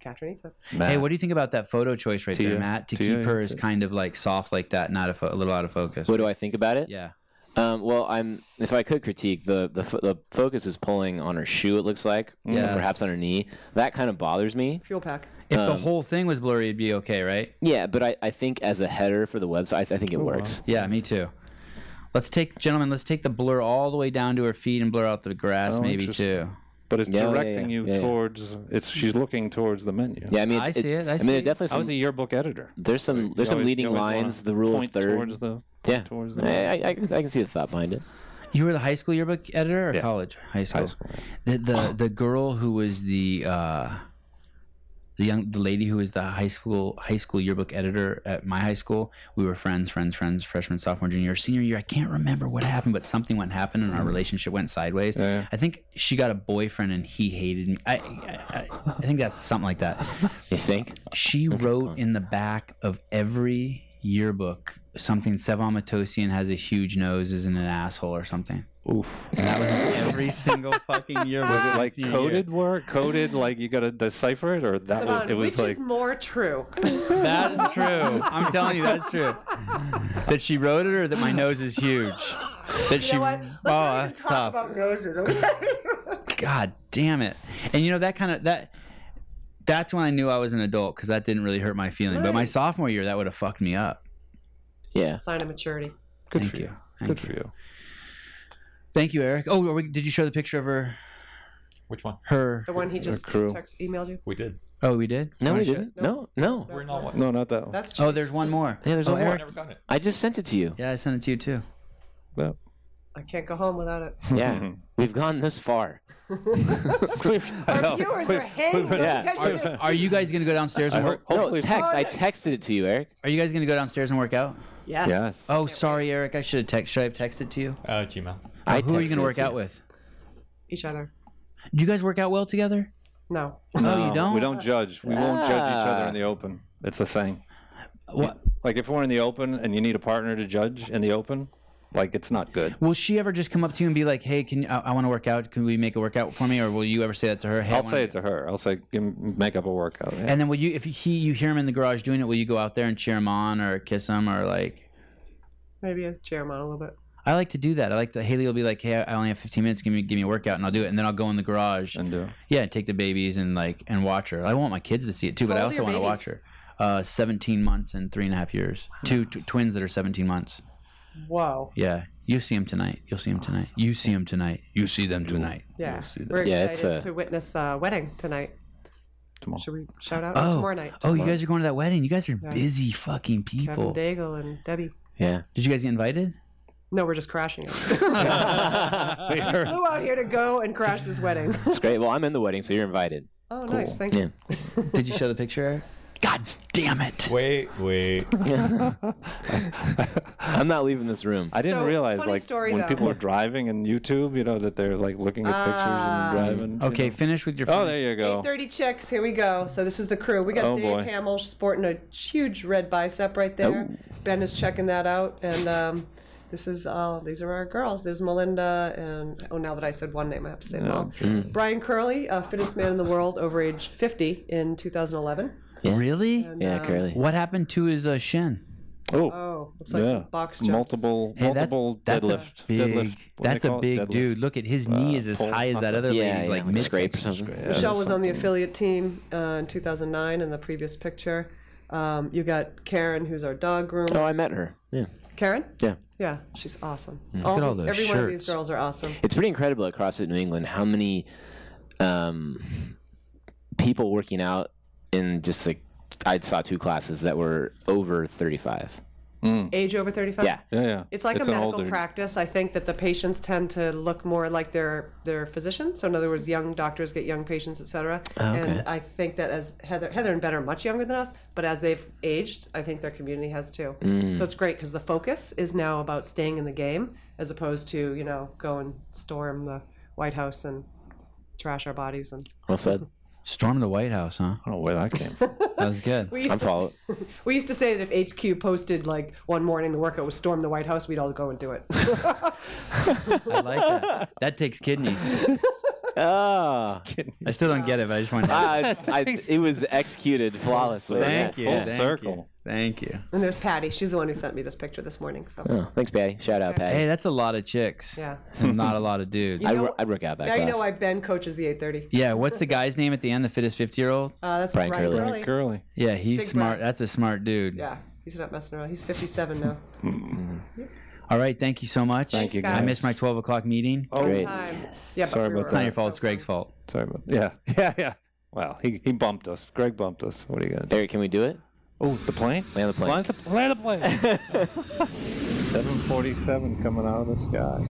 [SPEAKER 4] Catherine eats it.
[SPEAKER 2] Matt.
[SPEAKER 1] Hey, what do you think about that photo choice right
[SPEAKER 2] Tia.
[SPEAKER 1] there, Matt? To
[SPEAKER 2] Tia
[SPEAKER 1] keep her
[SPEAKER 2] eats
[SPEAKER 1] as
[SPEAKER 2] it.
[SPEAKER 1] kind of like soft like that, not a, fo- a little out of focus.
[SPEAKER 3] What do I think about it?
[SPEAKER 1] Yeah.
[SPEAKER 3] Um, well, I'm. If I could critique the the fo- the focus is pulling on her shoe. It looks like, or
[SPEAKER 1] Yes.
[SPEAKER 3] perhaps on her knee. That kind of bothers me.
[SPEAKER 4] Fuel pack.
[SPEAKER 1] If the
[SPEAKER 3] Um,
[SPEAKER 1] whole thing was blurry, it'd be okay, right?
[SPEAKER 3] Yeah, but I, I think as a header for the website, I, I think it works.
[SPEAKER 1] Yeah, me too. Let's take, gentlemen. Let's take the blur all the way down to her feet and blur out the grass,
[SPEAKER 2] Oh,
[SPEAKER 1] maybe
[SPEAKER 2] interesting.
[SPEAKER 1] too.
[SPEAKER 2] but it's
[SPEAKER 3] Yeah, yeah,
[SPEAKER 2] directing
[SPEAKER 3] yeah,
[SPEAKER 2] you
[SPEAKER 3] yeah, yeah.
[SPEAKER 2] towards. It's she's looking towards the menu.
[SPEAKER 3] Yeah, I mean,
[SPEAKER 1] I see it, I
[SPEAKER 3] mean,
[SPEAKER 1] see it.
[SPEAKER 3] there's definitely
[SPEAKER 2] I was
[SPEAKER 3] some.
[SPEAKER 2] a yearbook editor.
[SPEAKER 3] there's some.
[SPEAKER 2] You
[SPEAKER 3] There's some
[SPEAKER 2] always-
[SPEAKER 3] leading
[SPEAKER 2] you always wanna
[SPEAKER 3] lines. The rule of
[SPEAKER 2] point
[SPEAKER 3] third.
[SPEAKER 2] Towards the,
[SPEAKER 3] yeah,
[SPEAKER 2] towards the
[SPEAKER 3] I, I, I, can- I can see the thought behind it.
[SPEAKER 1] You were the high school yearbook editor or
[SPEAKER 2] Yeah.
[SPEAKER 1] college? High school.
[SPEAKER 2] high school.
[SPEAKER 1] The
[SPEAKER 2] Oh.
[SPEAKER 1] the the girl who was the uh, the young the lady who was the high school high school yearbook editor at my high school. We were friends, friends, friends, freshman, sophomore, junior, year. senior year. I can't remember what happened, but something went happened and our relationship went sideways.
[SPEAKER 2] Mm-hmm. Yeah.
[SPEAKER 1] I think she got a boyfriend and he hated me. I I, I, I think that's something like that.
[SPEAKER 3] You think?
[SPEAKER 1] She wrote in the back of every yearbook something Sevan Matosian has a huge nose, isn't an asshole or something.
[SPEAKER 2] Oof.
[SPEAKER 1] That was
[SPEAKER 2] (laughs)
[SPEAKER 1] every single fucking yearbook.
[SPEAKER 2] Was it like
[SPEAKER 1] senior year.
[SPEAKER 2] coded work? Coded like you got to decipher it, or that was,
[SPEAKER 4] Savan,
[SPEAKER 2] it was
[SPEAKER 4] which
[SPEAKER 2] like
[SPEAKER 4] is more true?
[SPEAKER 1] That is true. I'm telling you, (laughs) that's
[SPEAKER 4] (laughs)
[SPEAKER 1] true. That she wrote it, or that my nose is huge. That she.
[SPEAKER 4] You know what? Let's
[SPEAKER 1] oh,
[SPEAKER 4] not even
[SPEAKER 1] that's
[SPEAKER 4] talk
[SPEAKER 1] tough.
[SPEAKER 4] about noses.
[SPEAKER 1] (laughs)
[SPEAKER 4] Okay.
[SPEAKER 1] God damn it! And you know that kind of that. That's when I knew I was an adult because that didn't really hurt my feeling. But my
[SPEAKER 4] Nice.
[SPEAKER 1] sophomore year, that would have fucked me up.
[SPEAKER 3] Yeah.
[SPEAKER 4] Sign of maturity.
[SPEAKER 2] good
[SPEAKER 1] Thank
[SPEAKER 2] for
[SPEAKER 1] you.
[SPEAKER 2] you.
[SPEAKER 1] Thank
[SPEAKER 2] Good
[SPEAKER 1] you.
[SPEAKER 2] for you.
[SPEAKER 1] Thank you, Eric. Oh, are we, did you show the picture of her?
[SPEAKER 7] Which one?
[SPEAKER 1] Her.
[SPEAKER 4] The one he just
[SPEAKER 2] crew.
[SPEAKER 4] text, emailed you.
[SPEAKER 7] We did.
[SPEAKER 1] Oh, we did.
[SPEAKER 3] No,
[SPEAKER 1] Wanna
[SPEAKER 3] we
[SPEAKER 1] show-
[SPEAKER 3] didn't. No, no.
[SPEAKER 7] We're in all one.
[SPEAKER 2] No, not that one.
[SPEAKER 4] That's
[SPEAKER 1] Oh, there's one more.
[SPEAKER 3] Yeah, there's
[SPEAKER 1] oh,
[SPEAKER 3] one more.
[SPEAKER 7] I never got it.
[SPEAKER 3] I just sent it
[SPEAKER 1] (laughs)
[SPEAKER 3] to you.
[SPEAKER 1] Yeah, I sent it to you too.
[SPEAKER 2] That-
[SPEAKER 4] I can't go home without it.
[SPEAKER 3] Yeah. We've gone this far.
[SPEAKER 2] I
[SPEAKER 4] Our (laughs)
[SPEAKER 2] know.
[SPEAKER 4] viewers
[SPEAKER 2] We've-
[SPEAKER 4] are hating.
[SPEAKER 2] we've-
[SPEAKER 4] on
[SPEAKER 3] Yeah.
[SPEAKER 4] the edge of their
[SPEAKER 1] Are you guys gonna go downstairs
[SPEAKER 2] I
[SPEAKER 1] and
[SPEAKER 2] hope,
[SPEAKER 1] work?
[SPEAKER 3] No,
[SPEAKER 2] hopefully,
[SPEAKER 3] text. I texted it to you, Eric.
[SPEAKER 1] Are you guys gonna go downstairs and work out?
[SPEAKER 4] Yes.
[SPEAKER 2] Yes.
[SPEAKER 1] Oh, sorry, Eric. I should have text. Should I have texted to you?
[SPEAKER 7] Uh, Gmail.
[SPEAKER 3] I
[SPEAKER 1] Who are you going
[SPEAKER 3] texted it
[SPEAKER 1] to work
[SPEAKER 3] to
[SPEAKER 1] out
[SPEAKER 3] you.
[SPEAKER 1] with?
[SPEAKER 4] Each other.
[SPEAKER 1] Do you guys work out well together?
[SPEAKER 4] No.
[SPEAKER 1] No, you don't.
[SPEAKER 2] We don't judge. We won't judge each other
[SPEAKER 3] Ah.
[SPEAKER 2] in the open. It's a thing.
[SPEAKER 1] What?
[SPEAKER 2] Like if we're in the open and you need a partner to judge in the open, like it's not good.
[SPEAKER 1] Will she ever just come up to you and be like, "Hey, can you, I, I want to work out? Can we make a workout for me?" Or will you ever say that to her? Hey, I
[SPEAKER 2] I'll
[SPEAKER 1] wanna
[SPEAKER 2] say
[SPEAKER 1] do-"
[SPEAKER 2] it to her. I'll say "Give me- make up a workout. Yeah.
[SPEAKER 1] And then will you, if he, you hear him in the garage doing it, will you go out there and cheer him on or kiss him or like?
[SPEAKER 4] Maybe I cheer him on a little bit.
[SPEAKER 1] I like to do that. I like to. Haley will be like, "Hey, I I only have 15 minutes. Give me, give me a workout, and I'll do it." And then I'll go in the garage.
[SPEAKER 2] And do. it.
[SPEAKER 1] yeah, and take the babies and like and watch her. I want my kids to see it too, but I
[SPEAKER 4] How old are
[SPEAKER 1] also
[SPEAKER 4] your
[SPEAKER 1] want to watch
[SPEAKER 4] babies?
[SPEAKER 1] her. Uh, 17 months and three and a half years. Two t- twins that are 17 months.
[SPEAKER 4] Whoa.
[SPEAKER 1] Yeah. You see him tonight. You'll see him tonight. You see him tonight. You see them tonight.
[SPEAKER 4] Yeah. We're
[SPEAKER 3] Yeah, it's
[SPEAKER 1] uh,
[SPEAKER 4] excited
[SPEAKER 3] a-
[SPEAKER 4] to witness a wedding tonight.
[SPEAKER 2] Tomorrow.
[SPEAKER 4] Should we shout out
[SPEAKER 1] Oh.
[SPEAKER 4] tomorrow night?
[SPEAKER 1] Oh, you guys are going to that wedding. You guys are
[SPEAKER 4] Yeah.
[SPEAKER 1] busy fucking people.
[SPEAKER 4] Kevin Daigle and Debbie.
[SPEAKER 3] Yeah.
[SPEAKER 1] Did you guys get
[SPEAKER 2] (laughs)
[SPEAKER 1] invited?
[SPEAKER 4] No, we're just crashing it.
[SPEAKER 1] (laughs)
[SPEAKER 4] Flew out here to go and crash this
[SPEAKER 1] (laughs)
[SPEAKER 4] wedding.
[SPEAKER 3] It's great. Well, I'm in the wedding, so you're (laughs) invited.
[SPEAKER 4] Oh, nice. Thank you.
[SPEAKER 3] Yeah.
[SPEAKER 1] Did you show the picture, Eric? God damn it.
[SPEAKER 7] Wait, wait.
[SPEAKER 3] I'm not leaving this room.
[SPEAKER 2] I didn't
[SPEAKER 4] So,
[SPEAKER 2] realize
[SPEAKER 4] funny
[SPEAKER 2] like
[SPEAKER 4] story,
[SPEAKER 2] when
[SPEAKER 4] though.
[SPEAKER 2] people are driving in YouTube, you know, that they're like looking at
[SPEAKER 4] Ah.
[SPEAKER 2] pictures and driving. you
[SPEAKER 1] Okay,
[SPEAKER 2] know.
[SPEAKER 1] finish with your
[SPEAKER 2] Oh, there you go.
[SPEAKER 4] 30 chicks. Here we go. So this is the crew. We got
[SPEAKER 2] Oh,
[SPEAKER 4] Dave
[SPEAKER 2] boy.
[SPEAKER 4] Hamill sporting a huge red bicep right there. Ben is checking that out, and um, this is all. These are our girls. There's Melinda, and oh, now that I said one name, I have to say them all.
[SPEAKER 2] Mm.
[SPEAKER 4] Brian Curley, uh, fittest man in the world over age 50 in 2011.
[SPEAKER 1] Really?
[SPEAKER 4] And,
[SPEAKER 3] Yeah,
[SPEAKER 4] um,
[SPEAKER 3] Curly.
[SPEAKER 1] What happened to his uh, shin?
[SPEAKER 2] Oh,
[SPEAKER 4] Oh, looks like
[SPEAKER 2] Yeah.
[SPEAKER 4] some box jumps.
[SPEAKER 2] multiple
[SPEAKER 8] Hey, that-
[SPEAKER 2] multiple
[SPEAKER 8] that's a
[SPEAKER 2] deadlift.
[SPEAKER 8] Big,
[SPEAKER 2] deadlift. what do they
[SPEAKER 8] That's a
[SPEAKER 2] call it?
[SPEAKER 8] big
[SPEAKER 2] Deadlift. Uh,
[SPEAKER 8] dude. Look at his knee is as
[SPEAKER 2] pull,
[SPEAKER 8] high as that other
[SPEAKER 3] Yeah,
[SPEAKER 8] lady's
[SPEAKER 3] yeah,
[SPEAKER 8] like
[SPEAKER 3] like
[SPEAKER 8] mid
[SPEAKER 3] scrape or something.
[SPEAKER 2] Yeah,
[SPEAKER 4] Michelle was on the
[SPEAKER 2] something.
[SPEAKER 4] affiliate team uh, in 2009 in the previous picture. Um, you got Karen, who's our dog groomer.
[SPEAKER 3] Oh, I met her. Yeah.
[SPEAKER 4] Karen?
[SPEAKER 3] Yeah.
[SPEAKER 4] Yeah, she's awesome. All
[SPEAKER 8] at all
[SPEAKER 4] these-
[SPEAKER 8] those
[SPEAKER 4] every one of these
[SPEAKER 8] shirts.
[SPEAKER 4] girls are awesome.
[SPEAKER 3] It's pretty incredible at CrossFit New England how many um, people working out in just like I saw two classes that were over 35.
[SPEAKER 4] Age over 35?
[SPEAKER 3] Yeah.
[SPEAKER 2] Yeah, yeah.
[SPEAKER 4] It's like a
[SPEAKER 2] an
[SPEAKER 4] medical
[SPEAKER 2] older-
[SPEAKER 4] practice. I think that the patients tend to look more like their their physician. So in other words, young doctors get young patients, et cetera.
[SPEAKER 3] okay.
[SPEAKER 4] And I think that as Heather Heather and Ben are much younger than us, but as they've aged, I think their community has too. So it's great because the focus is now about staying in the game as opposed to you know go and storm the White House and trash our bodies and
[SPEAKER 3] Well said.
[SPEAKER 1] Storm the White House, huh?
[SPEAKER 2] I don't know where that came from.
[SPEAKER 1] (laughs) That was good.
[SPEAKER 4] we used
[SPEAKER 3] I'm
[SPEAKER 4] to
[SPEAKER 3] follow.
[SPEAKER 4] we used to say that if HQ posted like one morning the workout was storm the White House, we'd all go and do it. (laughs)
[SPEAKER 8] I like
[SPEAKER 2] (laughs)
[SPEAKER 8] that. That takes kidneys.
[SPEAKER 3] Ah,
[SPEAKER 8] I still don't get it, but I just want to.
[SPEAKER 3] Ah, it's- I- it was executed flawlessly.
[SPEAKER 8] Thank you.
[SPEAKER 2] Full
[SPEAKER 8] Thank you.
[SPEAKER 2] circle.
[SPEAKER 8] Thank you.
[SPEAKER 4] And there's Patty. She's the one who sent me this picture this morning. So
[SPEAKER 3] Oh, thanks, Patty. Shout out, Patty.
[SPEAKER 1] Hey, that's a lot of chicks.
[SPEAKER 4] yeah.
[SPEAKER 1] And not a lot of
[SPEAKER 2] (laughs)
[SPEAKER 1] dudes.
[SPEAKER 4] You
[SPEAKER 3] I'd,
[SPEAKER 4] know-
[SPEAKER 3] wor- I'd work out that
[SPEAKER 4] now
[SPEAKER 3] class.
[SPEAKER 4] you know why Ben coaches the 8:30.
[SPEAKER 1] Yeah, what's the guy's name at the end? The fittest fifty-year-old.
[SPEAKER 4] Uh, that's
[SPEAKER 3] Brian
[SPEAKER 4] Brian,
[SPEAKER 3] Curley.
[SPEAKER 4] Curley.
[SPEAKER 2] Curly.
[SPEAKER 1] Yeah, he's
[SPEAKER 4] Big
[SPEAKER 1] smart.
[SPEAKER 4] Brad.
[SPEAKER 1] That's a smart dude.
[SPEAKER 4] Yeah, he's not messing around. He's 57 now.
[SPEAKER 1] All right, thank you so much.
[SPEAKER 4] Thank you,
[SPEAKER 1] I
[SPEAKER 4] guys.
[SPEAKER 1] missed my twelve o'ck meeting.
[SPEAKER 2] Oh,
[SPEAKER 3] Great.
[SPEAKER 4] Time. Yeah, but
[SPEAKER 2] Sorry
[SPEAKER 4] we
[SPEAKER 2] about
[SPEAKER 4] were-
[SPEAKER 2] that.
[SPEAKER 1] It's not your fault. It's Greg's fault.
[SPEAKER 2] Sorry about Yeah, (laughs) yeah, yeah. Wow, he, he bumped us. Greg bumped us. What are you going to do?
[SPEAKER 3] Eric, can we do it?
[SPEAKER 2] Oh, the plane?
[SPEAKER 3] Land the plane.
[SPEAKER 8] (laughs)
[SPEAKER 2] (laughs) Land the, land the plane. 747 coming out of the sky.